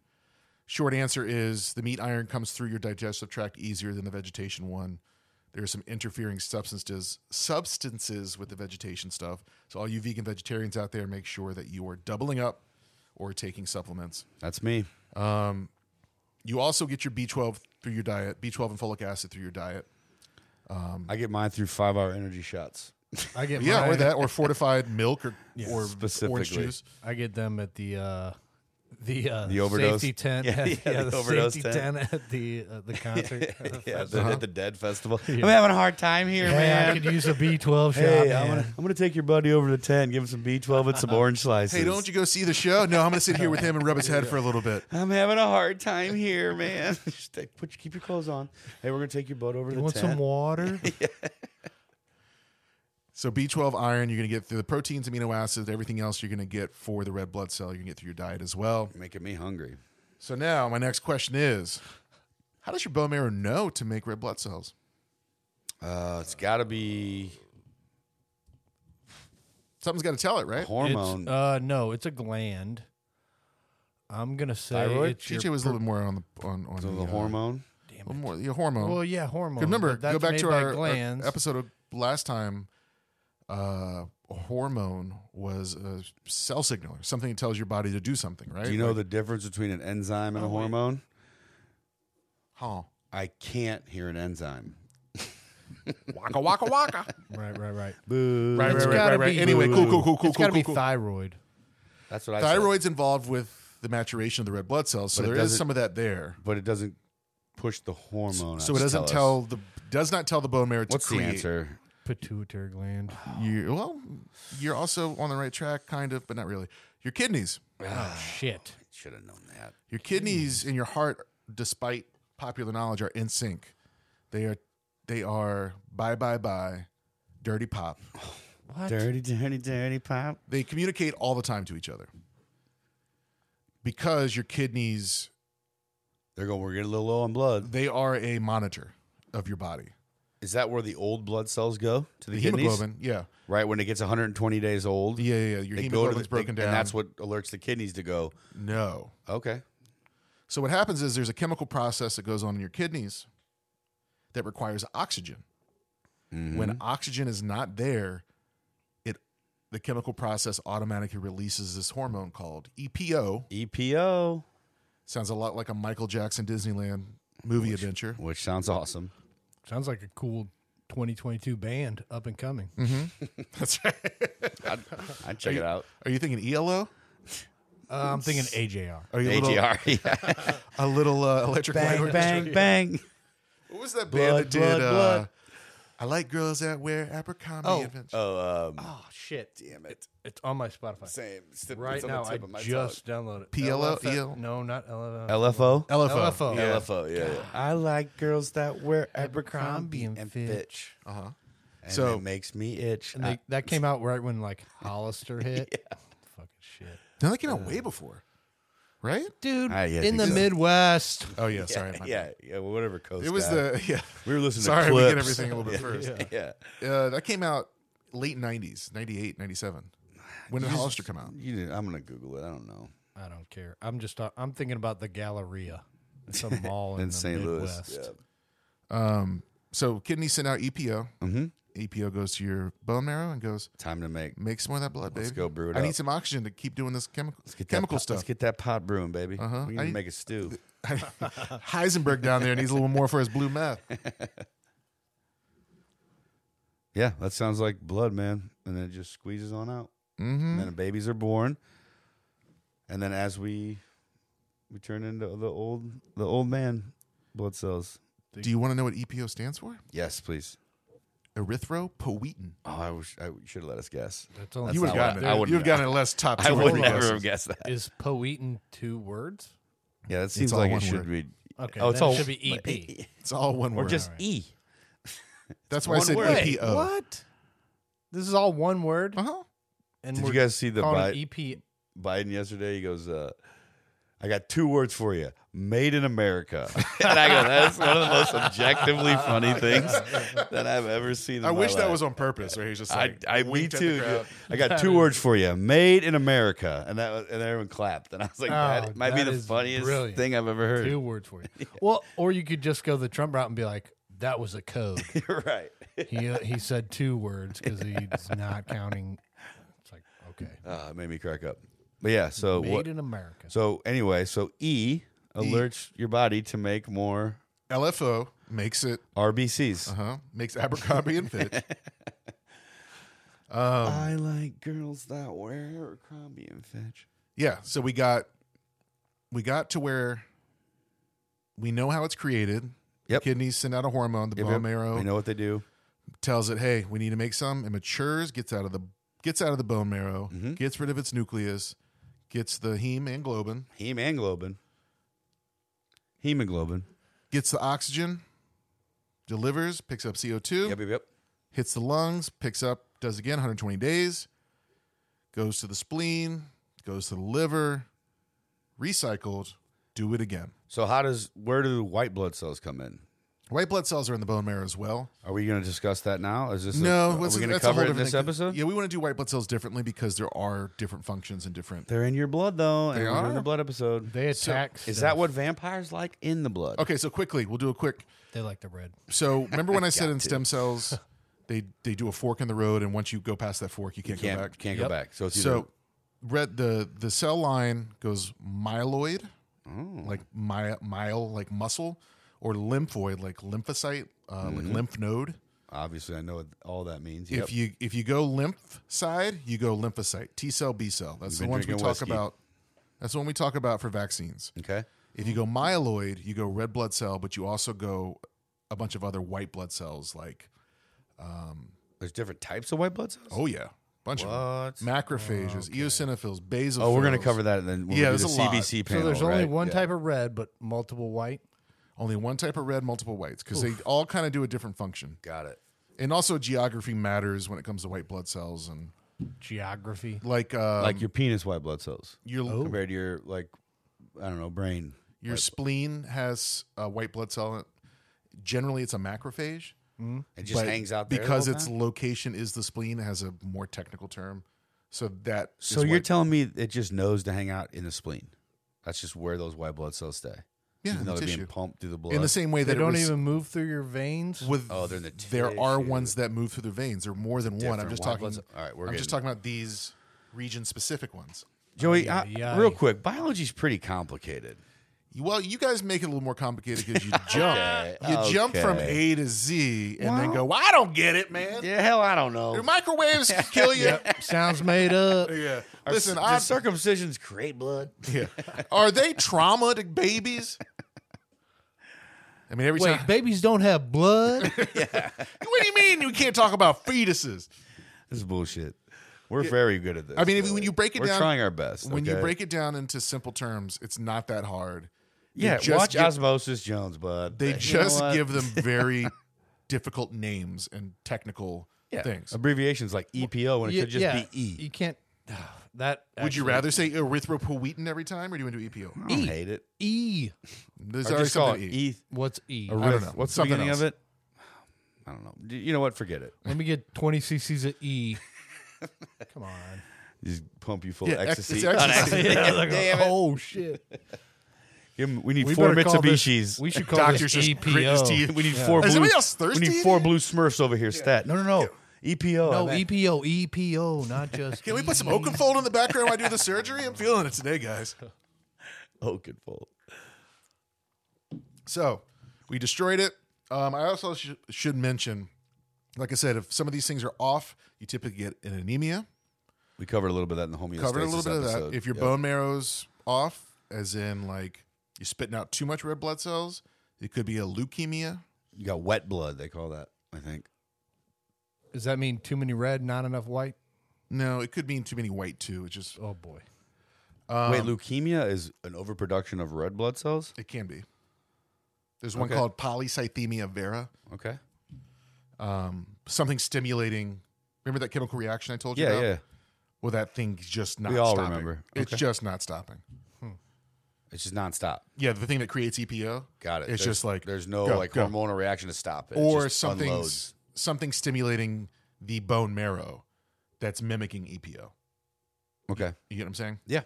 [SPEAKER 1] Short answer is the meat iron comes through your digestive tract easier than the vegetation one. There are some interfering substances substances with the vegetation stuff. So all you vegan vegetarians out there, make sure that you are doubling up or taking supplements.
[SPEAKER 2] That's me.
[SPEAKER 1] You also get your B12 through your diet, B12 and folic acid through your diet.
[SPEAKER 2] I get mine through five hour energy shots.
[SPEAKER 3] I get
[SPEAKER 1] Yeah,
[SPEAKER 3] mine,
[SPEAKER 1] or that, or fortified milk, or or orange
[SPEAKER 2] Specifically.
[SPEAKER 1] juice.
[SPEAKER 3] I get them at the uh, the uh,
[SPEAKER 2] The overdose?
[SPEAKER 3] safety tent.
[SPEAKER 2] Yeah, yeah, the
[SPEAKER 3] the, uh,
[SPEAKER 2] overdose
[SPEAKER 3] safety
[SPEAKER 2] tent.
[SPEAKER 3] tent. at the uh, the concert.
[SPEAKER 2] Yeah, uh-huh. the, at the Dead Festival. I'm having a hard time here,
[SPEAKER 3] Man, I could use a B twelve shot.
[SPEAKER 2] Hey, I'm
[SPEAKER 3] man.
[SPEAKER 2] gonna, I'm gonna take your buddy over to ten, give him some B12 and some orange slices.
[SPEAKER 1] Hey, don't you go see the show? No, I'm gonna sit here with him and rub his head for a little bit.
[SPEAKER 2] I'm having a hard time here, man. Just take- put your- keep your clothes on. Hey, we're gonna take your boat over to
[SPEAKER 3] you
[SPEAKER 2] the
[SPEAKER 3] want
[SPEAKER 2] tent.
[SPEAKER 3] some water?
[SPEAKER 1] So B12 iron, you're gonna get through the proteins, amino acids, everything else you're gonna get for the red blood cell. You're gonna get through your diet as well.
[SPEAKER 2] Making me hungry.
[SPEAKER 1] So now my next question is, How does your bone marrow know to make red blood cells?
[SPEAKER 2] Uh, it's got to be
[SPEAKER 1] Something's got to tell it, right?
[SPEAKER 2] hormone.
[SPEAKER 3] It's, uh, no, it's a gland. I'm gonna say
[SPEAKER 2] Thyroid?
[SPEAKER 3] it's your
[SPEAKER 1] DJ was a little bit more on the on on
[SPEAKER 2] so the
[SPEAKER 1] uh,
[SPEAKER 2] hormone.
[SPEAKER 1] a little more the hormone.
[SPEAKER 3] Well, yeah, hormone.
[SPEAKER 1] remember,
[SPEAKER 3] but that's
[SPEAKER 1] go back
[SPEAKER 3] made
[SPEAKER 1] to
[SPEAKER 3] by
[SPEAKER 1] our, our
[SPEAKER 3] glands.
[SPEAKER 1] episode of last time. Uh, hormone was a cell signaler, something that tells your body to do something, right?
[SPEAKER 2] Do you know
[SPEAKER 1] Like,
[SPEAKER 2] the difference between an enzyme and a
[SPEAKER 3] Oh, wait.
[SPEAKER 2] hormone?
[SPEAKER 1] huh?
[SPEAKER 2] I can't hear an enzyme.
[SPEAKER 1] Waka waka waka.
[SPEAKER 3] right, right, right.
[SPEAKER 2] Boo.
[SPEAKER 1] Right,
[SPEAKER 3] It's
[SPEAKER 1] right, right,
[SPEAKER 3] gotta
[SPEAKER 1] right, right.
[SPEAKER 3] be-
[SPEAKER 1] Anyway, cool, cool, cool, cool,
[SPEAKER 3] It's got to
[SPEAKER 1] cool,
[SPEAKER 3] be
[SPEAKER 1] cool.
[SPEAKER 3] thyroid.
[SPEAKER 2] That's what I said.
[SPEAKER 1] Thyroid's involved with the maturation of the red blood cells, so
[SPEAKER 2] But it
[SPEAKER 1] there is
[SPEAKER 2] doesn't-
[SPEAKER 1] some of that there.
[SPEAKER 2] But it doesn't push the hormone.
[SPEAKER 1] So
[SPEAKER 2] out
[SPEAKER 1] it
[SPEAKER 2] to
[SPEAKER 1] doesn't
[SPEAKER 2] us.
[SPEAKER 1] tell the does not tell the bone marrow to
[SPEAKER 2] What's the
[SPEAKER 1] create.
[SPEAKER 2] answer?
[SPEAKER 3] Pituitary gland.
[SPEAKER 1] You well, you're also on the right track, kind of, but not really. Your kidneys,
[SPEAKER 3] Oh shit!
[SPEAKER 2] Should have known that.
[SPEAKER 1] your kidneys, and your heart, despite popular knowledge, are in sync. They are, they are. Bye bye bye, dirty pop.
[SPEAKER 3] What?
[SPEAKER 2] Dirty, dirty, dirty pop.
[SPEAKER 1] They communicate all the time to each other because your kidneys,
[SPEAKER 2] They're going. We're getting a little low on blood.
[SPEAKER 1] they are a monitor of your body.
[SPEAKER 2] Is that where the old blood cells go to the,
[SPEAKER 1] The
[SPEAKER 2] kidneys?
[SPEAKER 1] hemoglobin, yeah,
[SPEAKER 2] Right when it gets 120 days old,
[SPEAKER 1] yeah, yeah. yeah. Your
[SPEAKER 2] they go to
[SPEAKER 1] hemoglobin's
[SPEAKER 2] the,
[SPEAKER 1] broken
[SPEAKER 2] they-
[SPEAKER 1] down.
[SPEAKER 2] and that's what alerts the kidneys to go.
[SPEAKER 1] no.
[SPEAKER 2] Okay,
[SPEAKER 1] So what happens is there's a chemical process that goes on in your kidneys that requires oxygen.
[SPEAKER 2] Mm-hmm.
[SPEAKER 1] When oxygen is not there, it the chemical process automatically releases this hormone called EPO.
[SPEAKER 2] E EPO,
[SPEAKER 1] Sounds a lot like a Michael Jackson Disneyland movie adventure.
[SPEAKER 2] which sounds awesome.
[SPEAKER 3] Sounds like a cool 2022 band up and coming.
[SPEAKER 1] Mm. That's right.
[SPEAKER 2] I'd, I'd check it out.
[SPEAKER 1] Are you thinking ELO?
[SPEAKER 3] Uh, I'm thinking AJR.
[SPEAKER 1] Are you a E little,
[SPEAKER 2] AGR, yeah.
[SPEAKER 1] a little uh, electric light orchestra?
[SPEAKER 2] bang.
[SPEAKER 1] What was that band
[SPEAKER 2] Blood,
[SPEAKER 1] that did?
[SPEAKER 2] blood,
[SPEAKER 1] uh,
[SPEAKER 2] blood.
[SPEAKER 1] I like girls that wear Abercrombie.
[SPEAKER 2] Oh,
[SPEAKER 1] Adventure.
[SPEAKER 2] oh, um,
[SPEAKER 3] Oh shit!
[SPEAKER 2] damn it.
[SPEAKER 3] It's on my Spotify
[SPEAKER 2] Same. It's the-
[SPEAKER 3] right
[SPEAKER 2] it's on
[SPEAKER 3] now.
[SPEAKER 2] the
[SPEAKER 3] I
[SPEAKER 2] tip of my
[SPEAKER 3] just downloaded it.
[SPEAKER 1] PLO?
[SPEAKER 3] LFO? No, not
[SPEAKER 2] tongue. LFO.
[SPEAKER 3] LFO.
[SPEAKER 1] LFO.
[SPEAKER 3] LFO.
[SPEAKER 1] Yeah.
[SPEAKER 2] LFO. Yeah. yeah. I like girls that wear
[SPEAKER 3] Abercrombie and Fitch.
[SPEAKER 1] Uh-huh.
[SPEAKER 2] And
[SPEAKER 1] So-
[SPEAKER 2] it makes me itch.
[SPEAKER 3] And they, that came out right when like Hollister hit. Fucking shit.
[SPEAKER 1] No, that came
[SPEAKER 2] Uh,
[SPEAKER 1] out way before, right?
[SPEAKER 3] Dude,
[SPEAKER 2] Ah, yeah, I
[SPEAKER 3] in
[SPEAKER 2] think
[SPEAKER 3] the
[SPEAKER 2] so.
[SPEAKER 3] Midwest.
[SPEAKER 1] Oh yeah, sorry. my
[SPEAKER 2] I-
[SPEAKER 1] bad.
[SPEAKER 2] yeah, yeah, well, whatever coast.
[SPEAKER 1] It was
[SPEAKER 2] guy.
[SPEAKER 1] the yeah.
[SPEAKER 2] we were listening.
[SPEAKER 1] Sorry,
[SPEAKER 2] to
[SPEAKER 1] we
[SPEAKER 2] clips.
[SPEAKER 1] get everything a little bit first.
[SPEAKER 2] yeah,
[SPEAKER 1] Uh, that came out late '90s, '98, '97. When did Hollister come out?
[SPEAKER 2] You did- I'm gonna Google it. I don't know.
[SPEAKER 3] I don't care. I'm just ta- I'm thinking about the Galleria. It's a mall in,
[SPEAKER 2] In
[SPEAKER 3] the
[SPEAKER 2] St. Louis.
[SPEAKER 3] Midwest.
[SPEAKER 2] Yeah.
[SPEAKER 1] Um, so kidneys send out E EPO.
[SPEAKER 2] Mhm.
[SPEAKER 1] EPO E goes to your bone marrow and goes,
[SPEAKER 2] Time to make.
[SPEAKER 1] make some more of that blood, baby.
[SPEAKER 2] Let's go brew it
[SPEAKER 1] I
[SPEAKER 2] up.
[SPEAKER 1] need some oxygen to keep doing this chemical
[SPEAKER 2] Get that
[SPEAKER 1] chemical
[SPEAKER 2] pot-
[SPEAKER 1] stuff.
[SPEAKER 2] Let's get that pot brewing, baby.
[SPEAKER 1] Uh-huh.
[SPEAKER 2] We
[SPEAKER 1] I
[SPEAKER 2] need to
[SPEAKER 1] need-
[SPEAKER 2] make a stew.
[SPEAKER 1] Heisenberg down there needs a little more for his blue meth.
[SPEAKER 2] Yeah, that sounds like blood, man. And then it just squeezes on out.
[SPEAKER 1] Mm-hmm.
[SPEAKER 2] And then the babies are born. And then as we we turn into the old the old man blood cells.
[SPEAKER 1] Do you want to know what EPO stands for?
[SPEAKER 2] Yes, please.
[SPEAKER 1] Erythropoietin.
[SPEAKER 2] Oh, I wish I should have let us guess.
[SPEAKER 3] That's all.
[SPEAKER 2] That's
[SPEAKER 1] You
[SPEAKER 2] not
[SPEAKER 1] would have
[SPEAKER 2] what
[SPEAKER 1] gotten
[SPEAKER 2] I- I
[SPEAKER 1] it.
[SPEAKER 2] wouldn't
[SPEAKER 1] You would have
[SPEAKER 2] know.
[SPEAKER 1] gotten it last top two
[SPEAKER 2] I
[SPEAKER 1] or
[SPEAKER 2] would
[SPEAKER 1] three
[SPEAKER 2] never have
[SPEAKER 1] guesses.
[SPEAKER 2] guessed that.
[SPEAKER 3] Is Poetin two words?
[SPEAKER 2] Yeah, that seems
[SPEAKER 1] all
[SPEAKER 2] like
[SPEAKER 1] one
[SPEAKER 2] it should be.
[SPEAKER 3] Okay,
[SPEAKER 2] oh, it's
[SPEAKER 3] then it
[SPEAKER 2] all
[SPEAKER 3] should be E EP.
[SPEAKER 1] It's all one
[SPEAKER 2] or
[SPEAKER 1] word.
[SPEAKER 2] just E.
[SPEAKER 1] That's why I
[SPEAKER 2] one
[SPEAKER 1] said E
[SPEAKER 2] word. Wait,
[SPEAKER 1] EPO.
[SPEAKER 3] What? This is all one word,
[SPEAKER 1] Uh huh.
[SPEAKER 3] and
[SPEAKER 2] Did
[SPEAKER 3] we're
[SPEAKER 2] you guys E? see the
[SPEAKER 3] calling
[SPEAKER 2] Bi-
[SPEAKER 3] it E EP.
[SPEAKER 2] Biden yesterday? He goes, uh, "I got two words for you: made in America." and I go, "That's one of the most objectively funny things that I've ever seen." In
[SPEAKER 1] I
[SPEAKER 2] my
[SPEAKER 1] wish that
[SPEAKER 2] life.
[SPEAKER 1] was on purpose. Where he's just
[SPEAKER 2] I,
[SPEAKER 1] like,
[SPEAKER 2] I, me
[SPEAKER 1] winked at the
[SPEAKER 2] too.
[SPEAKER 1] crowd.
[SPEAKER 2] I got two words for you: made in America, and that was, and everyone clapped, and I was like,
[SPEAKER 3] Oh,
[SPEAKER 2] "That might be
[SPEAKER 3] that
[SPEAKER 2] the
[SPEAKER 3] is
[SPEAKER 2] funniest
[SPEAKER 3] brilliant.
[SPEAKER 2] thing I've ever heard."
[SPEAKER 3] Two words for you. Well, or you could just go the Trump route and be like, "That was a code."
[SPEAKER 2] You're right.
[SPEAKER 3] he uh, he said two words because he's not counting. It's like okay,
[SPEAKER 2] Ah, it made me crack up. But yeah, so
[SPEAKER 3] made
[SPEAKER 2] what?
[SPEAKER 3] in America.
[SPEAKER 2] So anyway, so E alerts your body to make more
[SPEAKER 1] LFO makes it,
[SPEAKER 2] RBCs.
[SPEAKER 1] uh huh, makes Abercrombie and Fitch.
[SPEAKER 3] Um,
[SPEAKER 1] Uh,
[SPEAKER 2] I like girls that wear Abercrombie and Fitch.
[SPEAKER 1] Yeah. So we got, we got to where we know how it's created.
[SPEAKER 2] Yep.
[SPEAKER 1] Kidneys send out a hormone. The
[SPEAKER 2] Yep,
[SPEAKER 1] bone
[SPEAKER 2] yep.
[SPEAKER 1] marrow
[SPEAKER 2] We know what they do.
[SPEAKER 1] tells it, hey, we need to make some. It matures, gets out of the gets out of the bone marrow,
[SPEAKER 2] Mm-hmm.
[SPEAKER 1] gets rid of its nucleus, gets the heme and globin,
[SPEAKER 2] Hemoglobin. Hemoglobin.
[SPEAKER 1] gets the oxygen, delivers, picks up CO two.
[SPEAKER 2] Yep, yep, yep.
[SPEAKER 1] hits the lungs, picks up, does again 120 days, goes to the spleen, goes to the liver, recycled, do it again.
[SPEAKER 2] So how does where do white blood cells come in?
[SPEAKER 1] White blood cells are in the bone marrow as well.
[SPEAKER 2] Are we going to discuss that now? Is this a-
[SPEAKER 1] no,
[SPEAKER 2] Are we
[SPEAKER 1] that's-
[SPEAKER 2] going to
[SPEAKER 1] that's a
[SPEAKER 2] cover
[SPEAKER 1] whole
[SPEAKER 2] it in
[SPEAKER 1] different
[SPEAKER 2] this
[SPEAKER 1] thing.
[SPEAKER 2] episode?
[SPEAKER 1] Yeah, we want to do white blood cells differently because there are different functions and different.
[SPEAKER 2] They're in your blood though. and
[SPEAKER 1] They
[SPEAKER 2] we're doing
[SPEAKER 1] are?
[SPEAKER 2] the blood episode.
[SPEAKER 3] They attack.
[SPEAKER 2] Is
[SPEAKER 3] stuff.
[SPEAKER 2] that what vampires like in the blood?
[SPEAKER 1] Okay, so quickly, we'll do a quick.
[SPEAKER 3] they like the red?
[SPEAKER 1] So remember when I said in stem cells, they they do a fork in the road, and once you go past that fork, you can't
[SPEAKER 2] Can't
[SPEAKER 1] go back.
[SPEAKER 2] can't
[SPEAKER 3] Yep.
[SPEAKER 2] go back. So it's either,
[SPEAKER 1] So red the the cell line goes myeloid,
[SPEAKER 2] Mm.
[SPEAKER 1] like my, myel, like muscle, or lymphoid, like lymphocyte, uh, like lymph node.
[SPEAKER 2] obviously I know what all that means. Mm-hmm. Yep.
[SPEAKER 1] If you if you go lymph side, you go lymphocyte, T cell, B cell. That's the
[SPEAKER 2] been
[SPEAKER 1] ones we
[SPEAKER 2] drinking
[SPEAKER 1] talk
[SPEAKER 2] whiskey.
[SPEAKER 1] about. That's the one we talk about for vaccines.
[SPEAKER 2] okay.
[SPEAKER 1] If you go myeloid, you go red blood cell, but you also go a bunch of other white blood cells, like
[SPEAKER 2] There's different types of white blood cells.
[SPEAKER 1] oh yeah, bunch of
[SPEAKER 2] What?
[SPEAKER 1] them. macrophages, eosinophils, basophils.
[SPEAKER 2] Oh, we're going to cover that and then we'll
[SPEAKER 1] Yeah,
[SPEAKER 2] do
[SPEAKER 1] there's
[SPEAKER 2] the
[SPEAKER 1] a lot.
[SPEAKER 2] CBC panel.
[SPEAKER 3] so there's only
[SPEAKER 2] right?
[SPEAKER 3] one
[SPEAKER 2] Yeah.
[SPEAKER 3] type of red, but multiple white.
[SPEAKER 1] only one type of red, multiple whites, because they all kind of do a different function.
[SPEAKER 2] Got it.
[SPEAKER 1] and also geography matters when it comes to white blood cells and
[SPEAKER 3] Geography.
[SPEAKER 1] like uh
[SPEAKER 2] like Oh. your penis white blood cells
[SPEAKER 1] your
[SPEAKER 2] compared to your like I don't know brain.
[SPEAKER 1] your spleen has a white blood cell in it. generally it's a macrophage
[SPEAKER 2] It just
[SPEAKER 1] but
[SPEAKER 2] hangs out there the
[SPEAKER 1] because
[SPEAKER 2] whole
[SPEAKER 1] its
[SPEAKER 2] time?
[SPEAKER 1] location is the spleen it has a more technical term so that is
[SPEAKER 2] So you're
[SPEAKER 1] white-
[SPEAKER 2] telling me it just knows to hang out in the spleen. That's just where those white blood cells stay.
[SPEAKER 1] Yeah,
[SPEAKER 2] even
[SPEAKER 1] in the
[SPEAKER 2] though they're
[SPEAKER 1] tissue.
[SPEAKER 2] being pumped through the blood.
[SPEAKER 1] in the same way
[SPEAKER 3] They
[SPEAKER 1] that
[SPEAKER 3] don't
[SPEAKER 1] it was
[SPEAKER 3] even move through your veins.
[SPEAKER 1] with
[SPEAKER 2] Oh, they're in the
[SPEAKER 1] there are
[SPEAKER 2] tissue.
[SPEAKER 1] ones that move through the veins there are more than one i'm
[SPEAKER 2] Different
[SPEAKER 1] just
[SPEAKER 2] white
[SPEAKER 1] talking
[SPEAKER 2] blood cell- all right, we're
[SPEAKER 1] i'm just
[SPEAKER 2] getting-
[SPEAKER 1] talking about these region specific ones
[SPEAKER 2] Joey,
[SPEAKER 3] Ay,
[SPEAKER 2] I-
[SPEAKER 3] yi.
[SPEAKER 2] real quick, biology's pretty complicated.
[SPEAKER 1] well you guys make it a little more complicated because you jump
[SPEAKER 2] Okay,
[SPEAKER 1] you jump from
[SPEAKER 2] okay.
[SPEAKER 1] a to z and then
[SPEAKER 2] Well-
[SPEAKER 1] go well, i don't get it man
[SPEAKER 2] Yeah, hell, I don't know.
[SPEAKER 1] Do microwaves kill you?
[SPEAKER 3] Sounds made up.
[SPEAKER 1] Yeah.
[SPEAKER 2] Are
[SPEAKER 1] Listen,
[SPEAKER 2] c-
[SPEAKER 1] I,
[SPEAKER 2] does circumcisions create blood?
[SPEAKER 1] yeah. are they trauma to babies? I mean, every
[SPEAKER 3] Wait,
[SPEAKER 1] time.
[SPEAKER 3] babies don't have blood.
[SPEAKER 1] What do you mean we can't talk about fetuses?
[SPEAKER 2] This is bullshit. We're very good at this.
[SPEAKER 1] I mean, if,
[SPEAKER 2] Joey.
[SPEAKER 1] when you break it
[SPEAKER 2] we're
[SPEAKER 1] down,
[SPEAKER 2] trying our best.
[SPEAKER 1] When you
[SPEAKER 2] okay?
[SPEAKER 1] break it down into simple terms, it's not that hard.
[SPEAKER 2] yeah,
[SPEAKER 1] just
[SPEAKER 2] watch
[SPEAKER 1] get-
[SPEAKER 2] Osmosis Jones, bud.
[SPEAKER 1] They
[SPEAKER 2] You know
[SPEAKER 1] just
[SPEAKER 2] what?
[SPEAKER 1] give them very difficult names and technical
[SPEAKER 2] Yeah,
[SPEAKER 1] things.
[SPEAKER 2] abbreviations like EPO when it
[SPEAKER 3] You-
[SPEAKER 2] could just
[SPEAKER 3] yeah,
[SPEAKER 2] be E.
[SPEAKER 3] You can't. That
[SPEAKER 1] Would you
[SPEAKER 3] actually-
[SPEAKER 1] rather say erythropoietin every time, or do you want to do EPO?
[SPEAKER 2] I don't hate it.
[SPEAKER 3] E?
[SPEAKER 1] There's
[SPEAKER 2] Or
[SPEAKER 1] already
[SPEAKER 2] just call it
[SPEAKER 1] something. to eat.
[SPEAKER 2] E.
[SPEAKER 3] What's E?
[SPEAKER 1] I don't know.
[SPEAKER 2] What's
[SPEAKER 1] Something
[SPEAKER 2] the beginning
[SPEAKER 1] else.
[SPEAKER 2] of it? I don't know. D- You know what? Forget it.
[SPEAKER 3] Let me get 20 cc's of E. Come on.
[SPEAKER 2] Just pump you full
[SPEAKER 1] Yeah,
[SPEAKER 2] of
[SPEAKER 1] ex-
[SPEAKER 2] ecstasy.
[SPEAKER 1] it's ecstasy.
[SPEAKER 2] On
[SPEAKER 3] Yeah, like,
[SPEAKER 2] Damn it.
[SPEAKER 3] oh shit!
[SPEAKER 2] Give 'em- we need
[SPEAKER 3] We
[SPEAKER 2] four
[SPEAKER 3] better call this-
[SPEAKER 2] Mitsubishis.
[SPEAKER 3] we should call
[SPEAKER 1] Doctor's
[SPEAKER 3] this E
[SPEAKER 1] just gritting
[SPEAKER 3] EPO.
[SPEAKER 1] his teeth.
[SPEAKER 2] We need four.
[SPEAKER 1] Is
[SPEAKER 2] blue,
[SPEAKER 1] anybody else thirsty
[SPEAKER 2] We
[SPEAKER 1] in
[SPEAKER 2] need four
[SPEAKER 1] here?
[SPEAKER 2] blue Smurfs over here. Stat. No, E no, no. EPO.
[SPEAKER 3] No E
[SPEAKER 2] I meant-
[SPEAKER 3] EPO, EPO, not just. E
[SPEAKER 1] Can we put some Oakenfold in the background while I do the surgery? I'm feeling it today, guys.
[SPEAKER 2] Oh, good fold.
[SPEAKER 1] So we destroyed it. Um, I also sh- should mention, like I said, if some of these things are off, you typically get an anemia.
[SPEAKER 2] We covered a little bit of that in the homeostasis
[SPEAKER 1] Covered a little bit of
[SPEAKER 2] episode.
[SPEAKER 1] that. If your
[SPEAKER 2] Yep.
[SPEAKER 1] bone marrow's off, as in like you're spitting out too much red blood cells, it could be a leukemia.
[SPEAKER 2] you got wet blood, they call that. I think.
[SPEAKER 3] Does that mean too many red, not enough white?
[SPEAKER 1] No, it could mean too many white too. It just
[SPEAKER 3] Oh boy.
[SPEAKER 1] Um,
[SPEAKER 2] Wait, leukemia is an overproduction of red blood cells.
[SPEAKER 1] it can be. There's one
[SPEAKER 2] Okay.
[SPEAKER 1] called polycythemia vera.
[SPEAKER 2] Okay.
[SPEAKER 1] Something stimulating. Remember that chemical reaction I told you
[SPEAKER 2] Yeah,
[SPEAKER 1] about?
[SPEAKER 2] yeah.
[SPEAKER 1] Well, that thing's just not
[SPEAKER 2] We all
[SPEAKER 1] stopping.
[SPEAKER 2] remember.
[SPEAKER 1] It's
[SPEAKER 2] Okay.
[SPEAKER 1] just not stopping.
[SPEAKER 2] It's just nonstop.
[SPEAKER 1] Yeah, the thing that creates EPO.
[SPEAKER 2] Got it.
[SPEAKER 1] It's
[SPEAKER 2] There's-
[SPEAKER 1] just like
[SPEAKER 2] there's no
[SPEAKER 1] go,
[SPEAKER 2] like
[SPEAKER 1] go.
[SPEAKER 2] hormonal reaction to stop it. It
[SPEAKER 1] or
[SPEAKER 2] just
[SPEAKER 1] something
[SPEAKER 2] unloads.
[SPEAKER 1] something stimulating the bone marrow that's mimicking EPO.
[SPEAKER 2] Okay.
[SPEAKER 1] You get what I'm saying?
[SPEAKER 2] Yeah.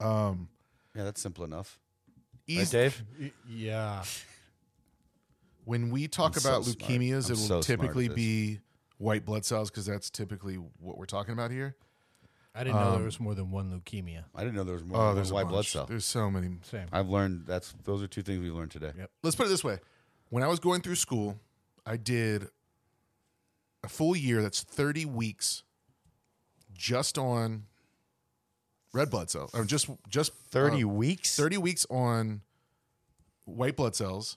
[SPEAKER 1] Um,
[SPEAKER 2] Yeah, that's simple enough. Right,
[SPEAKER 1] eas-
[SPEAKER 2] Dave?
[SPEAKER 3] Yeah.
[SPEAKER 1] when we talk
[SPEAKER 2] I'm so
[SPEAKER 1] about
[SPEAKER 2] smart.
[SPEAKER 1] leukemias,
[SPEAKER 2] I'm
[SPEAKER 1] it will
[SPEAKER 2] so smart at
[SPEAKER 1] typically
[SPEAKER 2] this.
[SPEAKER 1] be white blood cells because that's typically what we're talking about here.
[SPEAKER 3] I didn't know there was more than one leukemia.
[SPEAKER 2] I didn't know there was more
[SPEAKER 1] Oh,
[SPEAKER 2] than
[SPEAKER 1] there's
[SPEAKER 2] one
[SPEAKER 1] a
[SPEAKER 2] white blood
[SPEAKER 1] bunch.
[SPEAKER 2] cell.
[SPEAKER 1] There's so many.
[SPEAKER 3] Same.
[SPEAKER 2] I've learned that's those are two things we learned today.
[SPEAKER 3] Yep.
[SPEAKER 1] Let's put it this way: when I was going through school, I did a full year. That's 30 weeks, just on red blood cells, or just just
[SPEAKER 2] Thirty
[SPEAKER 1] uh,
[SPEAKER 2] weeks.
[SPEAKER 1] 30 weeks on white blood cells.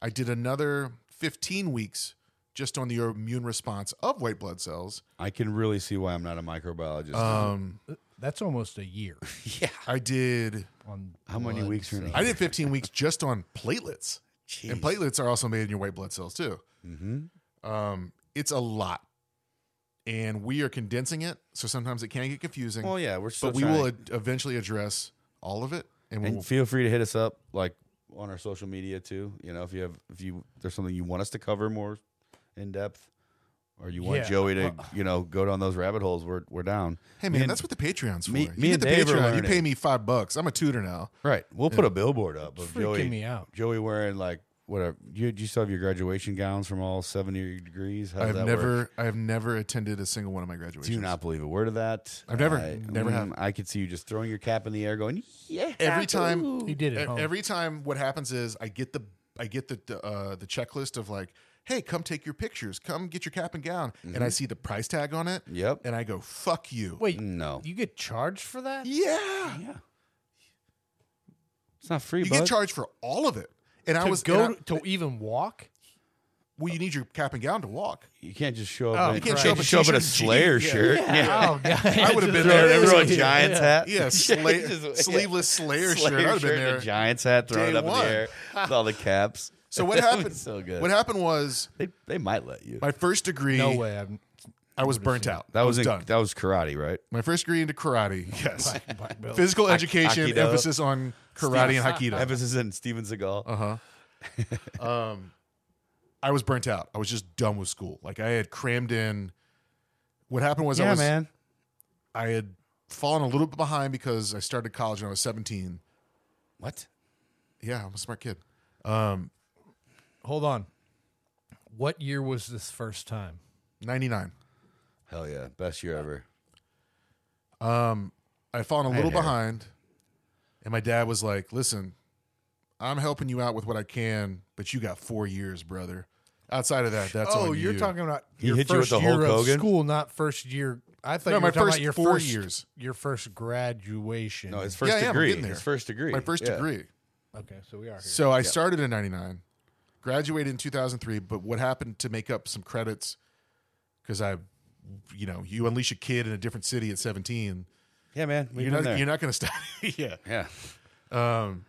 [SPEAKER 1] I did another 15 weeks just on the immune response of white blood cells.
[SPEAKER 2] I can really see why I'm not a microbiologist.
[SPEAKER 1] Um,
[SPEAKER 3] uh, That's almost a year.
[SPEAKER 2] yeah.
[SPEAKER 1] I did
[SPEAKER 3] On
[SPEAKER 2] How many
[SPEAKER 3] blood
[SPEAKER 2] weeks are in a
[SPEAKER 3] cells.
[SPEAKER 1] I did 15 weeks just on platelets, and
[SPEAKER 2] platelets.
[SPEAKER 1] platelets are also made in your white blood cells too.
[SPEAKER 2] Mm-hmm.
[SPEAKER 1] Um, it's a lot, and we are condensing it, so sometimes it can get confusing.
[SPEAKER 2] Well, yeah, we're still.
[SPEAKER 1] but we
[SPEAKER 2] trying
[SPEAKER 1] will
[SPEAKER 2] to-
[SPEAKER 1] ad- eventually address all of it. and we'll
[SPEAKER 2] And feel free to hit us up like on our social media too. You know, if you have if you there's something you want us to cover more in depth, or you want
[SPEAKER 3] Yeah,
[SPEAKER 2] Joey to
[SPEAKER 3] well-
[SPEAKER 2] you know go down those rabbit holes, we're we're down.
[SPEAKER 1] Hey
[SPEAKER 2] Me
[SPEAKER 1] man,
[SPEAKER 2] and-
[SPEAKER 1] that's what the Patreon's for.
[SPEAKER 2] me-
[SPEAKER 1] you
[SPEAKER 2] me
[SPEAKER 1] get
[SPEAKER 2] and
[SPEAKER 1] the
[SPEAKER 2] Dave are
[SPEAKER 1] Patreon, you
[SPEAKER 2] learning.
[SPEAKER 1] pay me five bucks. I'm a tutor now.
[SPEAKER 2] Right. We'll put a billboard up of
[SPEAKER 3] Freaking
[SPEAKER 2] Joey
[SPEAKER 3] me out.
[SPEAKER 2] Joey wearing like whatever. You you still have your graduation gowns from all seven of your degrees. How does
[SPEAKER 1] I've
[SPEAKER 2] that
[SPEAKER 1] never,
[SPEAKER 2] Work?
[SPEAKER 1] I have never attended a single one of my
[SPEAKER 2] Do
[SPEAKER 1] graduations.
[SPEAKER 2] you not believe a word of that.
[SPEAKER 1] I've never-
[SPEAKER 2] I, mm,
[SPEAKER 1] never have.
[SPEAKER 2] I could see you just throwing your cap in the air, going, "Yeah!"
[SPEAKER 1] Every time-
[SPEAKER 2] ooh."
[SPEAKER 3] He did
[SPEAKER 1] E-
[SPEAKER 3] it. Home.
[SPEAKER 1] Every time, what happens is I get the, I get the the, uh, the checklist of like, hey, come take your pictures, come get your cap and gown, and I see the price tag on it,
[SPEAKER 2] Mm-hmm. Yep.
[SPEAKER 1] and I go, fuck you.
[SPEAKER 3] Wait,
[SPEAKER 2] No.
[SPEAKER 3] you get charged for that?
[SPEAKER 1] yeah,
[SPEAKER 2] Yeah. It's not free,
[SPEAKER 1] you
[SPEAKER 2] bud.
[SPEAKER 1] get charged for all of it, and I
[SPEAKER 3] to
[SPEAKER 1] was
[SPEAKER 3] go
[SPEAKER 1] and I-
[SPEAKER 3] to, to even walk?
[SPEAKER 1] well, you need your cap and gown to walk.
[SPEAKER 2] you can't just show up.
[SPEAKER 3] Oh,
[SPEAKER 2] in-
[SPEAKER 3] you can't
[SPEAKER 2] you
[SPEAKER 3] show
[SPEAKER 2] can't
[SPEAKER 3] up
[SPEAKER 2] just
[SPEAKER 1] in
[SPEAKER 2] show up in a
[SPEAKER 1] t-shirt and
[SPEAKER 2] Slayer
[SPEAKER 1] jeans.
[SPEAKER 2] shirt. Yeah.
[SPEAKER 3] Oh god, I
[SPEAKER 1] would've been
[SPEAKER 2] Throw,
[SPEAKER 1] there.
[SPEAKER 2] throw a
[SPEAKER 1] Yeah.
[SPEAKER 2] Giants hat.
[SPEAKER 1] Yeah, Slayer,
[SPEAKER 2] Uh, Just- yeah.
[SPEAKER 1] sleeveless Slayer, shirt. I'd
[SPEAKER 2] Slayer
[SPEAKER 1] have been
[SPEAKER 2] shirt and
[SPEAKER 1] there.
[SPEAKER 2] a Giants hat thrown
[SPEAKER 1] Day
[SPEAKER 2] up in
[SPEAKER 1] one.
[SPEAKER 2] the air with all the caps.
[SPEAKER 1] So what
[SPEAKER 2] It was
[SPEAKER 1] happened?
[SPEAKER 2] so good.
[SPEAKER 1] What happened was
[SPEAKER 2] They, they might let you.
[SPEAKER 1] my first degree.
[SPEAKER 3] no way. I'm,
[SPEAKER 1] I was burnt out.
[SPEAKER 2] That was, in,
[SPEAKER 1] done.
[SPEAKER 2] that was karate, right?
[SPEAKER 1] my first degree into karate. Yes.
[SPEAKER 3] black belt.
[SPEAKER 1] Physical education,
[SPEAKER 2] Aikido.
[SPEAKER 1] emphasis on karate and Aikido.
[SPEAKER 2] Emphasis in Steven Seagal.
[SPEAKER 1] Uh huh. um, I was burnt out. I was just done with school. Like I had crammed in. What happened was I was I had fallen a little bit behind because I started college when I was seventeen.
[SPEAKER 2] What?
[SPEAKER 1] Yeah, I'm a smart kid. Um,
[SPEAKER 3] Hold on. What year was this first time?
[SPEAKER 1] ninety nine.
[SPEAKER 2] Hell yeah! Best year ever.
[SPEAKER 1] Um, I'd fallen a
[SPEAKER 2] I had
[SPEAKER 1] little
[SPEAKER 2] hair.
[SPEAKER 1] behind, and my dad was like, "Listen, I'm helping you out with what I can, but you got four years, brother. Outside of that, that's
[SPEAKER 3] oh,
[SPEAKER 1] on
[SPEAKER 3] you're
[SPEAKER 1] you."
[SPEAKER 3] talking about
[SPEAKER 2] He
[SPEAKER 3] your
[SPEAKER 2] hit you with
[SPEAKER 3] first
[SPEAKER 2] the
[SPEAKER 3] year
[SPEAKER 2] Hulk
[SPEAKER 3] of
[SPEAKER 2] Hogan?
[SPEAKER 3] school, not first year. I thought
[SPEAKER 1] No,
[SPEAKER 3] you
[SPEAKER 1] my
[SPEAKER 3] were talking
[SPEAKER 1] first
[SPEAKER 3] about your
[SPEAKER 1] four
[SPEAKER 3] first
[SPEAKER 1] years.
[SPEAKER 3] Your first graduation.
[SPEAKER 2] No, his first
[SPEAKER 1] Yeah, yeah, I'm
[SPEAKER 2] degree.
[SPEAKER 1] getting there.
[SPEAKER 2] His first degree.
[SPEAKER 1] my first
[SPEAKER 2] Yeah.
[SPEAKER 1] degree.
[SPEAKER 3] okay, so we are here.
[SPEAKER 1] So I started in '99, graduated in 2003. But what happened to make up some credits? Because I, you know, you unleash a kid in a different city at 17.
[SPEAKER 2] Yeah, man. We've
[SPEAKER 1] You're
[SPEAKER 2] been
[SPEAKER 1] not,
[SPEAKER 2] there.
[SPEAKER 1] you're not going to stop. yeah.
[SPEAKER 2] yeah.
[SPEAKER 1] Um,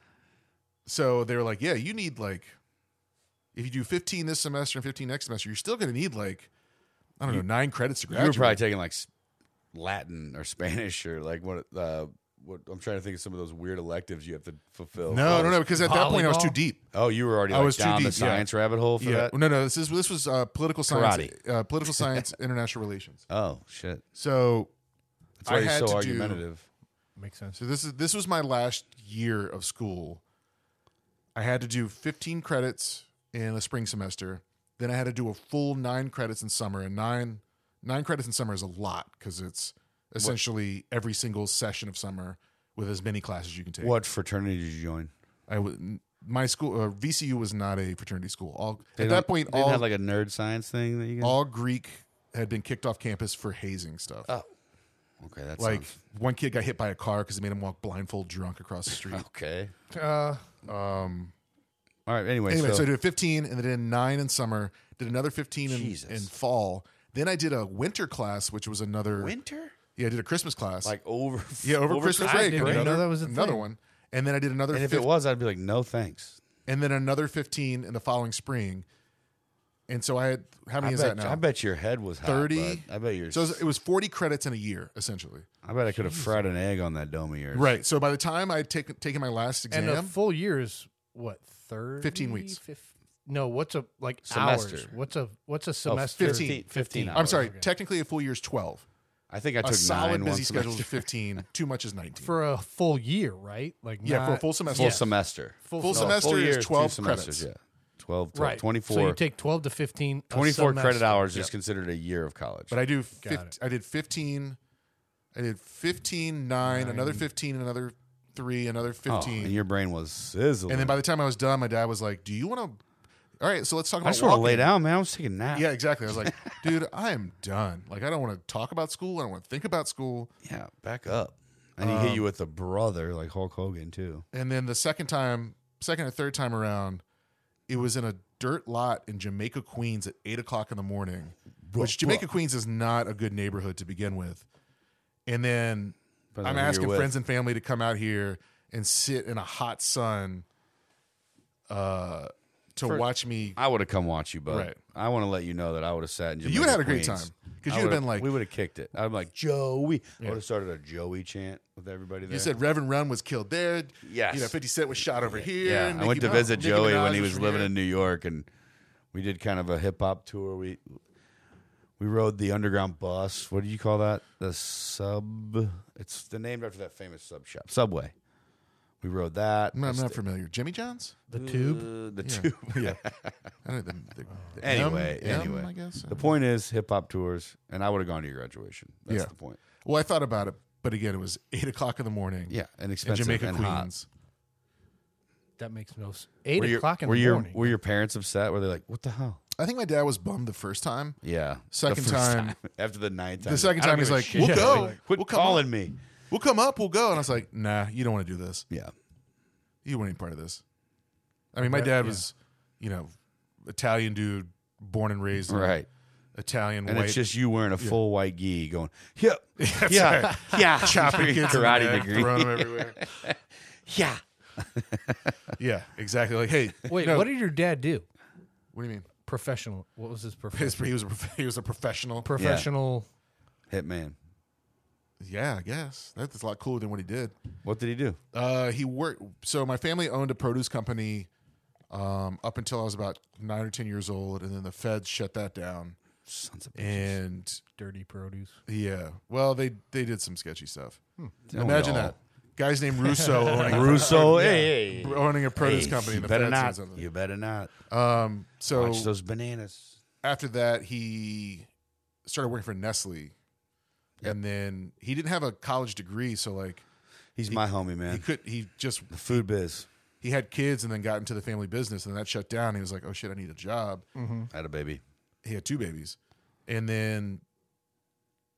[SPEAKER 1] so they were like, yeah, you need like, if you do 15 this semester and 15 next semester, you're still going to need like, I don't know, nine credits to
[SPEAKER 2] You were
[SPEAKER 1] graduate.
[SPEAKER 2] probably taking like s- Latin or Spanish or like what? Uh, what I'm trying to think of some of those weird electives you have to fulfill.
[SPEAKER 1] no, no, no, because at that point I was too
[SPEAKER 3] Volleyball?
[SPEAKER 1] deep.
[SPEAKER 2] Oh, you were already
[SPEAKER 1] I
[SPEAKER 2] like
[SPEAKER 1] was too
[SPEAKER 2] down the
[SPEAKER 1] deep, yeah.
[SPEAKER 2] science rabbit hole for
[SPEAKER 1] Yeah,
[SPEAKER 2] that.
[SPEAKER 1] no, no. This is this was uh, political science,
[SPEAKER 2] Karate.
[SPEAKER 1] uh, political science, international relations.
[SPEAKER 2] Oh shit!
[SPEAKER 1] So,
[SPEAKER 2] That's why
[SPEAKER 1] I
[SPEAKER 2] he's
[SPEAKER 1] had
[SPEAKER 2] so
[SPEAKER 1] to do-
[SPEAKER 2] argumentative.
[SPEAKER 3] Makes sense.
[SPEAKER 1] so this is this was my last year of school. I had to do 15 credits in the spring semester. Then I had to do a full nine credits in summer, and nine nine credits in summer is a lot because it's essentially every single session of summer with as many classes you can take.
[SPEAKER 2] What fraternity did you join?
[SPEAKER 1] I w- my school uh, VCU was not a fraternity school. All
[SPEAKER 2] They
[SPEAKER 1] at
[SPEAKER 2] don't-
[SPEAKER 1] that point,
[SPEAKER 2] they didn't
[SPEAKER 1] all
[SPEAKER 2] have like a nerd science thing that you guys.
[SPEAKER 1] all Greek had been kicked off campus for hazing stuff.
[SPEAKER 2] Oh. okay, that's
[SPEAKER 1] like one kid got hit by a car because they made him walk blindfold drunk across the street.
[SPEAKER 2] okay.
[SPEAKER 3] Uh,
[SPEAKER 1] um,
[SPEAKER 2] All right. Anyway,
[SPEAKER 1] Anyway, so,
[SPEAKER 2] so
[SPEAKER 1] I did 15 and then did nine in summer, did another 15 in,
[SPEAKER 2] Jesus.
[SPEAKER 1] in fall. Then I did a winter class, which was another.
[SPEAKER 2] winter.
[SPEAKER 1] yeah, I did a Christmas class.
[SPEAKER 2] like over
[SPEAKER 1] yeah, over, Christmas
[SPEAKER 3] Christmas. I
[SPEAKER 1] break.
[SPEAKER 3] didn't
[SPEAKER 1] right?
[SPEAKER 3] even know
[SPEAKER 1] Another-
[SPEAKER 3] that was a
[SPEAKER 1] another
[SPEAKER 3] thing.
[SPEAKER 1] one. And then I did another
[SPEAKER 2] and if
[SPEAKER 1] 15,
[SPEAKER 2] it was i'd be like no thanks
[SPEAKER 1] and then another 15 in the following spring. And so I had, how many
[SPEAKER 2] I
[SPEAKER 1] is
[SPEAKER 2] bet,
[SPEAKER 1] that now?
[SPEAKER 2] I bet your head was hot,
[SPEAKER 1] 30?
[SPEAKER 2] bud. i bet your
[SPEAKER 1] so it was, it was 40 credits in a year, essentially.
[SPEAKER 2] i bet i could have fried an egg on that dome of yours
[SPEAKER 1] Right. So by the time I had taken, taken my last
[SPEAKER 3] and
[SPEAKER 1] exam,
[SPEAKER 3] a full year is what 30,
[SPEAKER 1] 15 weeks.
[SPEAKER 3] fif- no, what's a like
[SPEAKER 2] Semester. Oh,
[SPEAKER 3] hours? What's a what's a semester?
[SPEAKER 1] 15.
[SPEAKER 2] 15
[SPEAKER 1] I'm sorry,
[SPEAKER 3] Oh, Okay.
[SPEAKER 1] technically a full year is 12.
[SPEAKER 2] i think i
[SPEAKER 1] A
[SPEAKER 2] took
[SPEAKER 1] solid
[SPEAKER 2] nine one
[SPEAKER 1] busy schedule is
[SPEAKER 2] semester.
[SPEAKER 1] 15. Too much is 19.
[SPEAKER 3] for a full year, right? Like
[SPEAKER 1] yeah, for a
[SPEAKER 3] not-
[SPEAKER 1] full semester.
[SPEAKER 2] full
[SPEAKER 3] Yeah.
[SPEAKER 2] semester
[SPEAKER 3] full,
[SPEAKER 1] full
[SPEAKER 3] semester.
[SPEAKER 1] semester is
[SPEAKER 2] two
[SPEAKER 1] 12
[SPEAKER 2] semesters
[SPEAKER 1] credits.
[SPEAKER 2] yeah 12,
[SPEAKER 3] right?
[SPEAKER 2] 24
[SPEAKER 3] So you take twelve to fifteen. a
[SPEAKER 2] 24 credit
[SPEAKER 3] semester.
[SPEAKER 2] hours is considered a year of college
[SPEAKER 1] But I do.
[SPEAKER 3] Got
[SPEAKER 1] 15, I did 15. I did 15, 9, another 15, another 3, another
[SPEAKER 2] Oh,
[SPEAKER 1] 15.
[SPEAKER 2] and
[SPEAKER 1] and,
[SPEAKER 2] your brain was sizzling
[SPEAKER 1] then by the time I was done, my dad was like, Do you want to? All right, so let's talk about
[SPEAKER 2] i just want to
[SPEAKER 1] walking."
[SPEAKER 2] lay down man i was taking a nap
[SPEAKER 1] Yeah, exactly. I was like, Dude, I am done. Like, I don't want to talk about school. I don't want to think about school.
[SPEAKER 2] yeah back up and he
[SPEAKER 1] Um,
[SPEAKER 2] hit you with a brother like hulk hogan too
[SPEAKER 1] And then the second time, second or third time around, it was in a dirt lot in Jamaica, Queens at eight o'clock in the morning, which Jamaica, Queens is not a good neighborhood to begin with. And then
[SPEAKER 2] Depends on
[SPEAKER 1] I'm
[SPEAKER 2] who you're
[SPEAKER 1] asking
[SPEAKER 2] with.
[SPEAKER 1] friends and family to come out here and sit in a hot sun uh, to watch me.
[SPEAKER 2] I would have come watch you, but
[SPEAKER 1] Right.
[SPEAKER 2] I want to let you know that I would have sat in. Jamaica,
[SPEAKER 1] You had a great
[SPEAKER 2] Queens.
[SPEAKER 1] time.
[SPEAKER 2] I
[SPEAKER 1] Because you'd have
[SPEAKER 2] would've-
[SPEAKER 1] been like,
[SPEAKER 2] we would have kicked it. I'm like Joey. I would have started a Joey chant with everybody there.
[SPEAKER 1] you said Reverend Run was killed there.
[SPEAKER 2] Yes.
[SPEAKER 1] You know, 50 Cent was shot over here.
[SPEAKER 2] yeah. I
[SPEAKER 1] Nicki
[SPEAKER 2] went to
[SPEAKER 1] Minaj-
[SPEAKER 2] visit
[SPEAKER 1] Nicki
[SPEAKER 2] Joey when
[SPEAKER 1] Minaj
[SPEAKER 2] he was
[SPEAKER 1] from
[SPEAKER 2] living
[SPEAKER 1] here.
[SPEAKER 2] in New York, and we did kind of a hip hop tour. We we rode the underground bus. What do you call that? The sub. It's the named after that famous sub shop, Subway. We rode that.
[SPEAKER 1] I'm not, I'm
[SPEAKER 2] It's
[SPEAKER 1] not familiar. Jimmy John's?
[SPEAKER 3] The tube.
[SPEAKER 2] Uh, the
[SPEAKER 1] Yeah.
[SPEAKER 2] tube.
[SPEAKER 1] yeah. I don't know, the, the, the
[SPEAKER 2] Anyway,
[SPEAKER 1] M- M,
[SPEAKER 2] anyway.
[SPEAKER 1] I guess.
[SPEAKER 2] The point is hip hop tours, and I would have gone to your graduation. That's
[SPEAKER 1] Yeah.
[SPEAKER 2] the point.
[SPEAKER 1] Well, I thought about it, but again, it was 8 o'clock in the morning
[SPEAKER 2] Yeah, and
[SPEAKER 1] in
[SPEAKER 2] expensive
[SPEAKER 1] Jamaica,
[SPEAKER 2] and hot.
[SPEAKER 1] Queens.
[SPEAKER 3] That makes no sense. Eight
[SPEAKER 2] Were your-
[SPEAKER 3] o'clock in
[SPEAKER 2] were
[SPEAKER 3] the
[SPEAKER 2] your,
[SPEAKER 3] morning.
[SPEAKER 2] Were your parents upset? Were they like, "What the hell"?
[SPEAKER 1] I think my dad was bummed the first time.
[SPEAKER 2] Yeah. The
[SPEAKER 1] Second
[SPEAKER 2] first
[SPEAKER 1] time-
[SPEAKER 2] after the ninth time,
[SPEAKER 1] The second
[SPEAKER 2] I don't
[SPEAKER 1] time he's
[SPEAKER 2] give a
[SPEAKER 1] like,
[SPEAKER 2] shit.
[SPEAKER 1] we'll
[SPEAKER 3] Yeah.
[SPEAKER 1] go.
[SPEAKER 2] Like, Quit
[SPEAKER 1] we'll come
[SPEAKER 2] calling
[SPEAKER 1] Up.
[SPEAKER 2] me.
[SPEAKER 1] We'll come up. We'll go. And I was like, nah, you don't want to do this.
[SPEAKER 2] Yeah.
[SPEAKER 1] You weren't any part of this. I mean, my
[SPEAKER 3] Yeah,
[SPEAKER 1] dad
[SPEAKER 3] yeah.
[SPEAKER 1] was, you know, Italian dude, born and raised in
[SPEAKER 2] Right.
[SPEAKER 1] Italian
[SPEAKER 2] And
[SPEAKER 1] white.
[SPEAKER 2] it's just you wearing a full white gi, going, "Yeah, yeah,
[SPEAKER 1] right.
[SPEAKER 2] yeah."
[SPEAKER 1] chopping
[SPEAKER 2] Freaking
[SPEAKER 1] kids in the
[SPEAKER 2] karate
[SPEAKER 1] neck,
[SPEAKER 2] degree.
[SPEAKER 1] throwing them everywhere.
[SPEAKER 2] Yeah.
[SPEAKER 1] yeah, exactly. Like, hey,
[SPEAKER 3] Wait,
[SPEAKER 1] no,
[SPEAKER 3] what did your dad do?
[SPEAKER 1] what do you mean?
[SPEAKER 3] Professional. What was his profession?
[SPEAKER 1] His- He was a prof- he was a professional.
[SPEAKER 3] professional?
[SPEAKER 2] Hitman.
[SPEAKER 1] Yeah, I guess that's a lot cooler than what he did.
[SPEAKER 2] What did he do?
[SPEAKER 1] Uh, he worked. So my family owned a produce company um, up until I was about nine or ten years old, and then the feds shut that down.
[SPEAKER 2] Sons of bitches.
[SPEAKER 1] And
[SPEAKER 3] Dirty produce.
[SPEAKER 1] yeah, well, they they did some sketchy stuff.
[SPEAKER 2] Don't we
[SPEAKER 1] Imagine
[SPEAKER 2] all?
[SPEAKER 1] that. Guy's named Russo owning a-
[SPEAKER 2] Russo. Hey, hey, hey.
[SPEAKER 1] owning a produce
[SPEAKER 2] Hey,
[SPEAKER 1] company.
[SPEAKER 2] You
[SPEAKER 1] and the
[SPEAKER 2] better
[SPEAKER 1] feds did
[SPEAKER 2] not.
[SPEAKER 1] something.
[SPEAKER 2] You better not.
[SPEAKER 1] Um, so
[SPEAKER 2] Watch those bananas.
[SPEAKER 1] after that, he started working for Nestle, and then he didn't have a college degree, so like
[SPEAKER 2] He's my homie,
[SPEAKER 1] he
[SPEAKER 2] man.
[SPEAKER 1] could he just
[SPEAKER 2] The food biz.
[SPEAKER 1] he had kids and then got into the family business, and that shut down. He was like, oh shit, I need a job.
[SPEAKER 2] Had a baby. Oh,
[SPEAKER 1] He had two babies, and then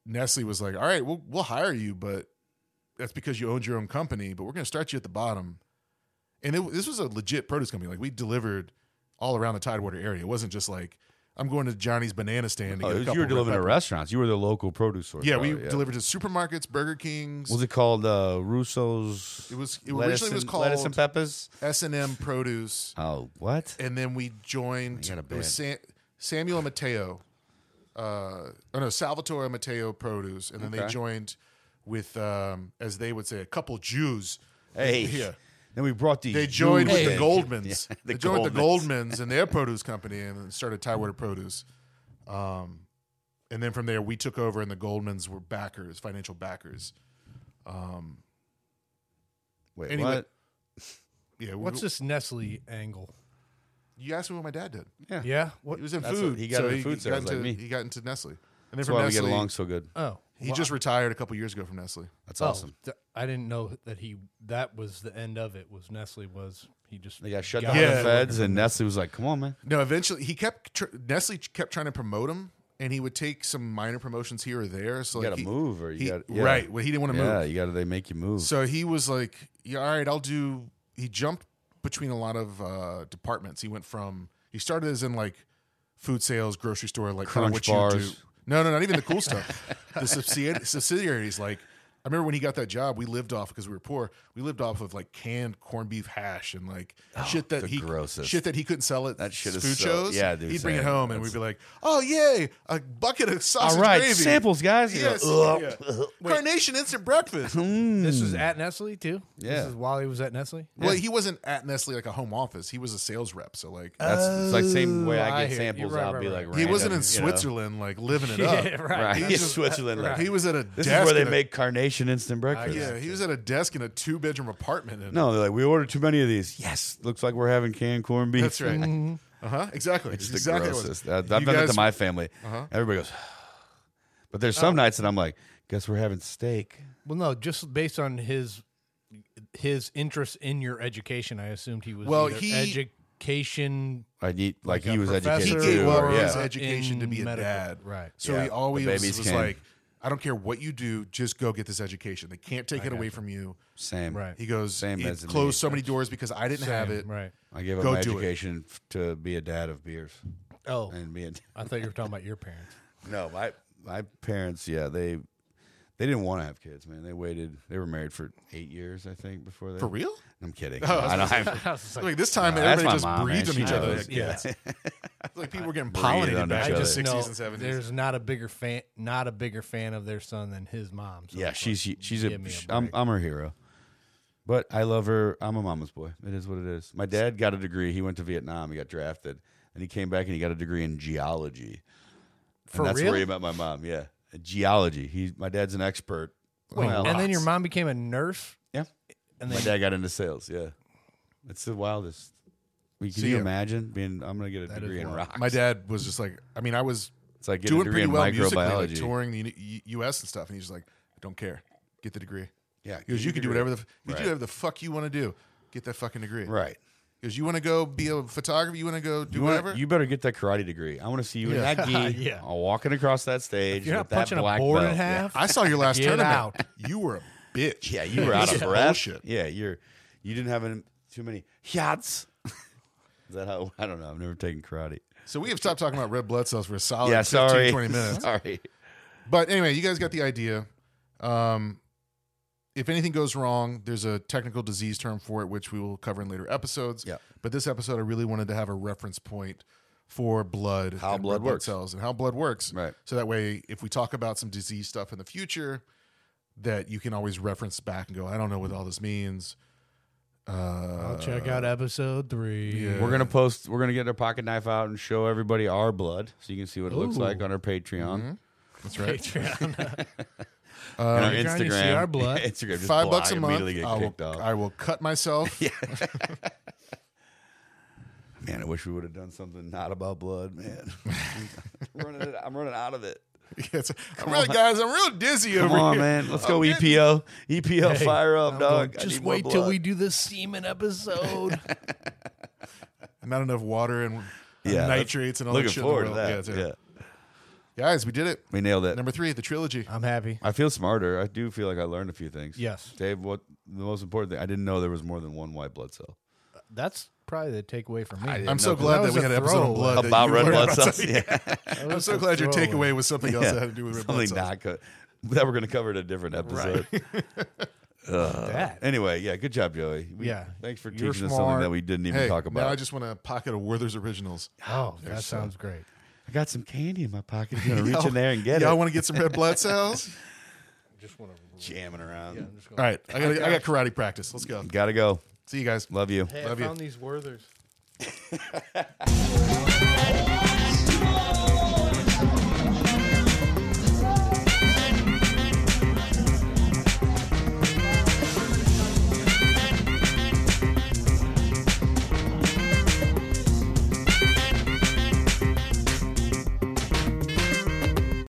[SPEAKER 1] Nestle was like, all right, we'll we'll hire you, but that's because you owned your own company, but we're gonna start you at the bottom. And it, this was a legit produce company. Like we delivered all around the Tidewater area. It wasn't just like I'm going to Johnny's banana stand. To
[SPEAKER 2] Oh,
[SPEAKER 1] get a
[SPEAKER 2] it was-
[SPEAKER 1] couple
[SPEAKER 2] you were
[SPEAKER 1] red
[SPEAKER 2] delivering to
[SPEAKER 1] peppers.
[SPEAKER 2] restaurants. You were the local produce source. Oh,
[SPEAKER 1] Yeah, we
[SPEAKER 2] probably,
[SPEAKER 1] delivered to supermarkets, Burger Kings,
[SPEAKER 2] Was it called uh, Russo's?
[SPEAKER 1] It was- it
[SPEAKER 2] lettuce
[SPEAKER 1] originally was
[SPEAKER 2] and- lettuce and
[SPEAKER 1] called-
[SPEAKER 2] peppers.
[SPEAKER 1] S and M Produce,
[SPEAKER 2] Oh, what?
[SPEAKER 1] and then we joined.
[SPEAKER 2] I got a
[SPEAKER 1] It was Sa- Samuel and Mateo, uh, oh no, Salvatore and Mateo Produce, and then they
[SPEAKER 2] Okay.
[SPEAKER 1] joined with, um, as they would say, a couple Jews.
[SPEAKER 2] Hey,
[SPEAKER 1] yeah.
[SPEAKER 2] Then we brought the.
[SPEAKER 1] They joined with the
[SPEAKER 2] Jews in.
[SPEAKER 1] Goldmans.
[SPEAKER 2] Yeah,
[SPEAKER 1] they joined with the Goldmans and their produce company, and then started Tidewater Produce. Um, and then from there, we took over, and the Goldmans were backers, financial backers. Um,
[SPEAKER 2] Wait,
[SPEAKER 1] Anyway.
[SPEAKER 2] what?
[SPEAKER 1] yeah,
[SPEAKER 3] What's
[SPEAKER 1] we,
[SPEAKER 3] this Nestle angle?
[SPEAKER 1] you asked me what my dad did.
[SPEAKER 2] Yeah.
[SPEAKER 3] Yeah. What?
[SPEAKER 1] He was in
[SPEAKER 2] That's
[SPEAKER 1] food.
[SPEAKER 2] what- he got into food
[SPEAKER 1] got
[SPEAKER 2] service like
[SPEAKER 1] into-
[SPEAKER 2] me.
[SPEAKER 1] He got into Nestle, and then
[SPEAKER 2] That's
[SPEAKER 1] from
[SPEAKER 2] why
[SPEAKER 1] Nestle,
[SPEAKER 2] we get along so good.
[SPEAKER 3] Oh,
[SPEAKER 1] he
[SPEAKER 3] wow.
[SPEAKER 1] just retired a couple years ago from Nestle.
[SPEAKER 2] That's
[SPEAKER 3] Oh,
[SPEAKER 2] awesome.
[SPEAKER 3] th- I didn't know that he. That was the end of it. Was Nestle was he just?
[SPEAKER 2] They got shut down
[SPEAKER 3] got
[SPEAKER 2] by
[SPEAKER 1] Yeah.
[SPEAKER 2] the feds, and Nestle was like, "Come on, man."
[SPEAKER 1] No, eventually he kept tr- Nestle kept trying to promote him, and he would take some minor promotions here or there. So
[SPEAKER 2] You
[SPEAKER 1] like
[SPEAKER 2] gotta
[SPEAKER 1] he-
[SPEAKER 2] move, or you
[SPEAKER 1] he-
[SPEAKER 2] gotta- yeah.
[SPEAKER 1] right? Well, he didn't want to
[SPEAKER 2] Yeah,
[SPEAKER 1] move,
[SPEAKER 2] you got to. They make you move.
[SPEAKER 1] so he was like, "Yeah, all right, I'll do." He jumped between a lot of uh, departments. He went from he started as in like food sales, grocery store, like kinda
[SPEAKER 2] Crunch
[SPEAKER 1] what you do.
[SPEAKER 2] bars.
[SPEAKER 1] No, no, not even the cool stuff. The subsidi- subsidiaries, like I remember when he got that job, we lived off because we were poor. We lived off of like canned corned beef hash and like shit that
[SPEAKER 2] Oh, the
[SPEAKER 1] he
[SPEAKER 2] grossest.
[SPEAKER 1] shit that he couldn't sell at
[SPEAKER 2] That shit
[SPEAKER 1] food
[SPEAKER 2] is so-
[SPEAKER 1] shows.
[SPEAKER 2] yeah, dude,
[SPEAKER 1] he'd bring it
[SPEAKER 2] same.
[SPEAKER 1] home and we'd
[SPEAKER 2] That's-
[SPEAKER 1] be like, "Oh yay, a bucket of sausage
[SPEAKER 2] All right,
[SPEAKER 1] gravy."
[SPEAKER 2] samples, guys. You go,
[SPEAKER 1] Yes,
[SPEAKER 2] "Ugh."
[SPEAKER 1] yeah. Carnation instant breakfast.
[SPEAKER 3] This was at Nestle too.
[SPEAKER 2] Hmm. Yeah.
[SPEAKER 3] This is while he was at Nestle.
[SPEAKER 1] Well, he wasn't at Nestle like a home office. He was a sales rep. So like
[SPEAKER 2] That's it's like
[SPEAKER 1] Uh,
[SPEAKER 2] same way
[SPEAKER 3] I
[SPEAKER 2] I
[SPEAKER 3] hear
[SPEAKER 2] get
[SPEAKER 3] you.
[SPEAKER 2] samples.
[SPEAKER 3] Right,
[SPEAKER 2] I'll
[SPEAKER 3] right,
[SPEAKER 2] be
[SPEAKER 3] right.
[SPEAKER 2] like,
[SPEAKER 1] he wasn't
[SPEAKER 2] random,
[SPEAKER 1] in
[SPEAKER 2] you know?
[SPEAKER 1] Switzerland like living it up.
[SPEAKER 2] Right,
[SPEAKER 1] He
[SPEAKER 2] He's
[SPEAKER 1] was-
[SPEAKER 2] Switzerland. like,
[SPEAKER 1] He was at a
[SPEAKER 2] This
[SPEAKER 1] desk.
[SPEAKER 2] is where they
[SPEAKER 1] in a-
[SPEAKER 2] make carnation instant breakfast.
[SPEAKER 1] yeah, he was at a desk in a two bedroom apartment. And,
[SPEAKER 2] No, they're like, we ordered too many of these. Yes, looks like we're having canned corned beef.
[SPEAKER 1] that's right. Uh huh. Exactly.
[SPEAKER 2] It's the
[SPEAKER 1] exactly what it was.
[SPEAKER 2] grossest. That- I've
[SPEAKER 1] You
[SPEAKER 2] done it to
[SPEAKER 1] guys- Uh-huh.
[SPEAKER 2] my family. Everybody goes, but there's some
[SPEAKER 1] Uh,
[SPEAKER 2] nights that I'm like, guess we're having steak.
[SPEAKER 3] Well, no, just based on his his interest in your education, I assumed he was
[SPEAKER 1] Well,
[SPEAKER 3] either
[SPEAKER 1] he-
[SPEAKER 3] education.
[SPEAKER 2] I need like,
[SPEAKER 3] a
[SPEAKER 2] he was
[SPEAKER 3] professor
[SPEAKER 2] educated
[SPEAKER 1] He gave
[SPEAKER 2] too.
[SPEAKER 1] up
[SPEAKER 3] or
[SPEAKER 1] his
[SPEAKER 2] yeah.
[SPEAKER 1] education to
[SPEAKER 3] in
[SPEAKER 1] be a
[SPEAKER 3] medical.
[SPEAKER 1] dad.
[SPEAKER 3] Right.
[SPEAKER 1] So
[SPEAKER 2] Yeah,
[SPEAKER 1] he
[SPEAKER 2] the
[SPEAKER 1] always
[SPEAKER 2] babies
[SPEAKER 1] was
[SPEAKER 2] came.
[SPEAKER 1] like, I don't care what you do, just go get this education. They can't take it away from you.
[SPEAKER 2] Same.
[SPEAKER 3] Right.
[SPEAKER 1] He goes,
[SPEAKER 2] Same
[SPEAKER 1] it
[SPEAKER 2] as me.
[SPEAKER 1] closed so many doors because I didn't have
[SPEAKER 3] Same,
[SPEAKER 1] it.
[SPEAKER 3] Right.
[SPEAKER 2] I gave up
[SPEAKER 1] Go
[SPEAKER 2] my
[SPEAKER 1] do it.
[SPEAKER 2] education f- to be a dad of beers
[SPEAKER 3] Oh,
[SPEAKER 2] and be a
[SPEAKER 3] I thought you were talking about your parents.
[SPEAKER 2] no. My my parents, yeah, they They didn't want to have kids, man. They waited. They were married for eight years, I think, before they.
[SPEAKER 1] For real?
[SPEAKER 2] I'm kidding.
[SPEAKER 1] Oh, I
[SPEAKER 2] I don't
[SPEAKER 1] was
[SPEAKER 2] have.
[SPEAKER 3] I was just like,
[SPEAKER 1] Like this time,
[SPEAKER 2] No, that's
[SPEAKER 1] everybody
[SPEAKER 2] my
[SPEAKER 1] just
[SPEAKER 2] mom,
[SPEAKER 1] breathed
[SPEAKER 2] man.
[SPEAKER 1] on
[SPEAKER 2] She
[SPEAKER 1] each other.
[SPEAKER 2] knows.
[SPEAKER 1] Like,
[SPEAKER 3] Yeah.
[SPEAKER 1] like people were getting
[SPEAKER 2] Breathed
[SPEAKER 1] pollinated
[SPEAKER 2] on
[SPEAKER 1] back
[SPEAKER 2] each
[SPEAKER 1] in the
[SPEAKER 2] other.
[SPEAKER 1] sixties
[SPEAKER 3] no,
[SPEAKER 1] and seventies.
[SPEAKER 3] There's not a bigger fan, not a bigger fan of their son than his mom. So
[SPEAKER 2] Yeah,
[SPEAKER 3] it's
[SPEAKER 2] she's
[SPEAKER 3] like,
[SPEAKER 2] she's
[SPEAKER 3] give
[SPEAKER 2] a.
[SPEAKER 3] me
[SPEAKER 2] sh- I'm
[SPEAKER 3] break.
[SPEAKER 2] I'm her hero, but I love her. I'm a mama's boy. It is what it is. My dad got a degree. He went to Vietnam. He got drafted, and he came back and he got a degree in geology.
[SPEAKER 3] For
[SPEAKER 2] and that's
[SPEAKER 3] real?
[SPEAKER 2] where he met my mom. Yeah, geology. He my dad's an expert.
[SPEAKER 3] Wait,
[SPEAKER 2] Well,
[SPEAKER 3] and then your
[SPEAKER 2] lots.
[SPEAKER 3] mom became a nurse.
[SPEAKER 2] Yeah.
[SPEAKER 3] and
[SPEAKER 2] My
[SPEAKER 3] then
[SPEAKER 2] dad got into sales. Yeah, it's the wildest. I mean, Can
[SPEAKER 1] So
[SPEAKER 2] you
[SPEAKER 1] yeah.
[SPEAKER 2] imagine being? I'm gonna get a
[SPEAKER 3] That is
[SPEAKER 2] degree in
[SPEAKER 3] wild.
[SPEAKER 2] rocks.
[SPEAKER 1] My dad was just like, I mean, I was
[SPEAKER 2] It's like getting
[SPEAKER 1] doing
[SPEAKER 2] a degree
[SPEAKER 1] pretty
[SPEAKER 2] in
[SPEAKER 1] well musically, like
[SPEAKER 2] microbiology.
[SPEAKER 1] touring the U- U- U.S. and stuff, and he's just like, I don't care, get the degree.
[SPEAKER 2] yeah,
[SPEAKER 1] He goes, you can do whatever the f- you
[SPEAKER 2] Right.
[SPEAKER 1] do whatever the fuck you want to do, get that fucking degree.
[SPEAKER 2] Right.
[SPEAKER 1] He goes, you want to go be a photographer, you want to go do
[SPEAKER 2] You,
[SPEAKER 1] whatever.
[SPEAKER 2] wanna, you better get that karate degree. I want to see you
[SPEAKER 1] Yeah.
[SPEAKER 2] in that gi.
[SPEAKER 3] Yeah.
[SPEAKER 2] uh, walking across that stage.
[SPEAKER 3] you're not
[SPEAKER 2] with that
[SPEAKER 3] punching a
[SPEAKER 2] black
[SPEAKER 3] board
[SPEAKER 2] belt.
[SPEAKER 3] in half.
[SPEAKER 1] I saw your last
[SPEAKER 3] Get
[SPEAKER 1] tournament.
[SPEAKER 3] out.
[SPEAKER 1] You were a bitch.
[SPEAKER 2] Yeah, yeah you were out of
[SPEAKER 1] Yeah.
[SPEAKER 2] breath.
[SPEAKER 1] Bullshit.
[SPEAKER 2] Yeah, you're. You didn't have any, too many yachts. Is that how? I don't know. I've never taken karate.
[SPEAKER 1] So we have stopped talking about red blood cells for a
[SPEAKER 3] Oh,
[SPEAKER 1] solid
[SPEAKER 2] yeah,
[SPEAKER 1] 15,
[SPEAKER 2] sorry.
[SPEAKER 1] 20 minutes.
[SPEAKER 2] sorry.
[SPEAKER 1] But anyway, you guys got the idea. Um, if anything goes wrong, there's a technical disease term for it, which we will cover in later episodes.
[SPEAKER 2] Yeah.
[SPEAKER 1] But this episode, I really wanted to have a reference point for blood,
[SPEAKER 2] How
[SPEAKER 1] and
[SPEAKER 2] blood
[SPEAKER 1] red blood
[SPEAKER 2] works.
[SPEAKER 1] cells, and how blood works.
[SPEAKER 2] Right.
[SPEAKER 1] So that way, if we talk about some disease stuff in the future, that you can always reference back and go, I don't know what all this means. Uh,
[SPEAKER 3] I'll check out episode three.
[SPEAKER 1] yeah.
[SPEAKER 2] We're gonna post. We're gonna get our pocket knife out and show everybody our blood, so you can see what it looks
[SPEAKER 3] Ooh. Mm-hmm.
[SPEAKER 2] like on our Patreon
[SPEAKER 1] That's right.
[SPEAKER 3] Patreon.
[SPEAKER 2] and our
[SPEAKER 3] Patreon, Uh, you see
[SPEAKER 2] Instagram.
[SPEAKER 3] our blood.
[SPEAKER 2] Instagram. Just
[SPEAKER 1] Five bucks a
[SPEAKER 2] block,
[SPEAKER 1] month.
[SPEAKER 2] Immediately get
[SPEAKER 1] I will,
[SPEAKER 2] kicked off.
[SPEAKER 1] I will cut myself.
[SPEAKER 2] Man, I wish we would have done something not about blood, man. I'm, running it, I'm running out of it.
[SPEAKER 1] Yes. I'm really, guys, I'm real dizzy
[SPEAKER 2] Come
[SPEAKER 1] over
[SPEAKER 2] on,
[SPEAKER 1] here.
[SPEAKER 2] man. Let's go E EPO. EPO,
[SPEAKER 3] Hey,
[SPEAKER 2] fire up,
[SPEAKER 3] I'm
[SPEAKER 2] dog.
[SPEAKER 3] going,
[SPEAKER 2] I
[SPEAKER 3] Just
[SPEAKER 2] need more
[SPEAKER 3] wait till
[SPEAKER 2] blood."
[SPEAKER 3] we do the semen episode.
[SPEAKER 1] Not enough water and
[SPEAKER 2] Yeah, that's-
[SPEAKER 1] nitrates and all
[SPEAKER 2] Looking
[SPEAKER 1] that shit. in the
[SPEAKER 2] forward to
[SPEAKER 1] world.
[SPEAKER 2] that.
[SPEAKER 1] that's it.
[SPEAKER 2] yeah,
[SPEAKER 1] Guys, we did it.
[SPEAKER 2] we nailed it.
[SPEAKER 1] Number three, the trilogy.
[SPEAKER 3] I'm happy.
[SPEAKER 2] I feel smarter. I do feel like I learned a few things.
[SPEAKER 3] Yes,
[SPEAKER 2] Dave, what the most important thing? I didn't know there was more than one white blood cell.
[SPEAKER 3] that's probably the takeaway for me.
[SPEAKER 2] I didn't
[SPEAKER 1] I'm so
[SPEAKER 2] know, 'cause
[SPEAKER 1] glad
[SPEAKER 3] that
[SPEAKER 1] that,
[SPEAKER 3] was
[SPEAKER 1] we
[SPEAKER 3] a
[SPEAKER 1] had an episode on
[SPEAKER 3] throwaway.
[SPEAKER 1] blood. that
[SPEAKER 2] About
[SPEAKER 1] you
[SPEAKER 2] red
[SPEAKER 1] learned
[SPEAKER 2] blood
[SPEAKER 1] about
[SPEAKER 2] cells.
[SPEAKER 1] something.
[SPEAKER 2] Yeah.
[SPEAKER 3] That
[SPEAKER 1] I'm
[SPEAKER 3] was
[SPEAKER 1] so
[SPEAKER 3] a
[SPEAKER 1] glad your
[SPEAKER 3] throwaway.
[SPEAKER 1] takeaway was something else that had to do with red blood
[SPEAKER 2] Something
[SPEAKER 1] cells.
[SPEAKER 2] not co- that we're going to cover in a different episode. Uh,
[SPEAKER 3] That.
[SPEAKER 2] Anyway, yeah, good job, Joey. We-
[SPEAKER 3] Yeah.
[SPEAKER 2] thanks for
[SPEAKER 3] You're
[SPEAKER 2] teaching us something
[SPEAKER 3] smart.
[SPEAKER 2] that we didn't even
[SPEAKER 1] Hey,
[SPEAKER 2] talk about.
[SPEAKER 1] now I just want a pocket of Werther's Originals.
[SPEAKER 3] Oh, that sounds great.
[SPEAKER 2] I got some candy in my pocket. I'm gonna reach
[SPEAKER 1] Y'all-
[SPEAKER 2] in there and get
[SPEAKER 1] Y'all
[SPEAKER 2] it.
[SPEAKER 1] want to get some red blood cells?
[SPEAKER 3] Just want to.
[SPEAKER 2] Jamming around.
[SPEAKER 1] All right, I got I got karate practice. Let's go.
[SPEAKER 2] Gotta go.
[SPEAKER 1] See you guys.
[SPEAKER 2] Love you.
[SPEAKER 3] Hey,
[SPEAKER 1] Love
[SPEAKER 3] I
[SPEAKER 1] you.
[SPEAKER 3] found these Werthers.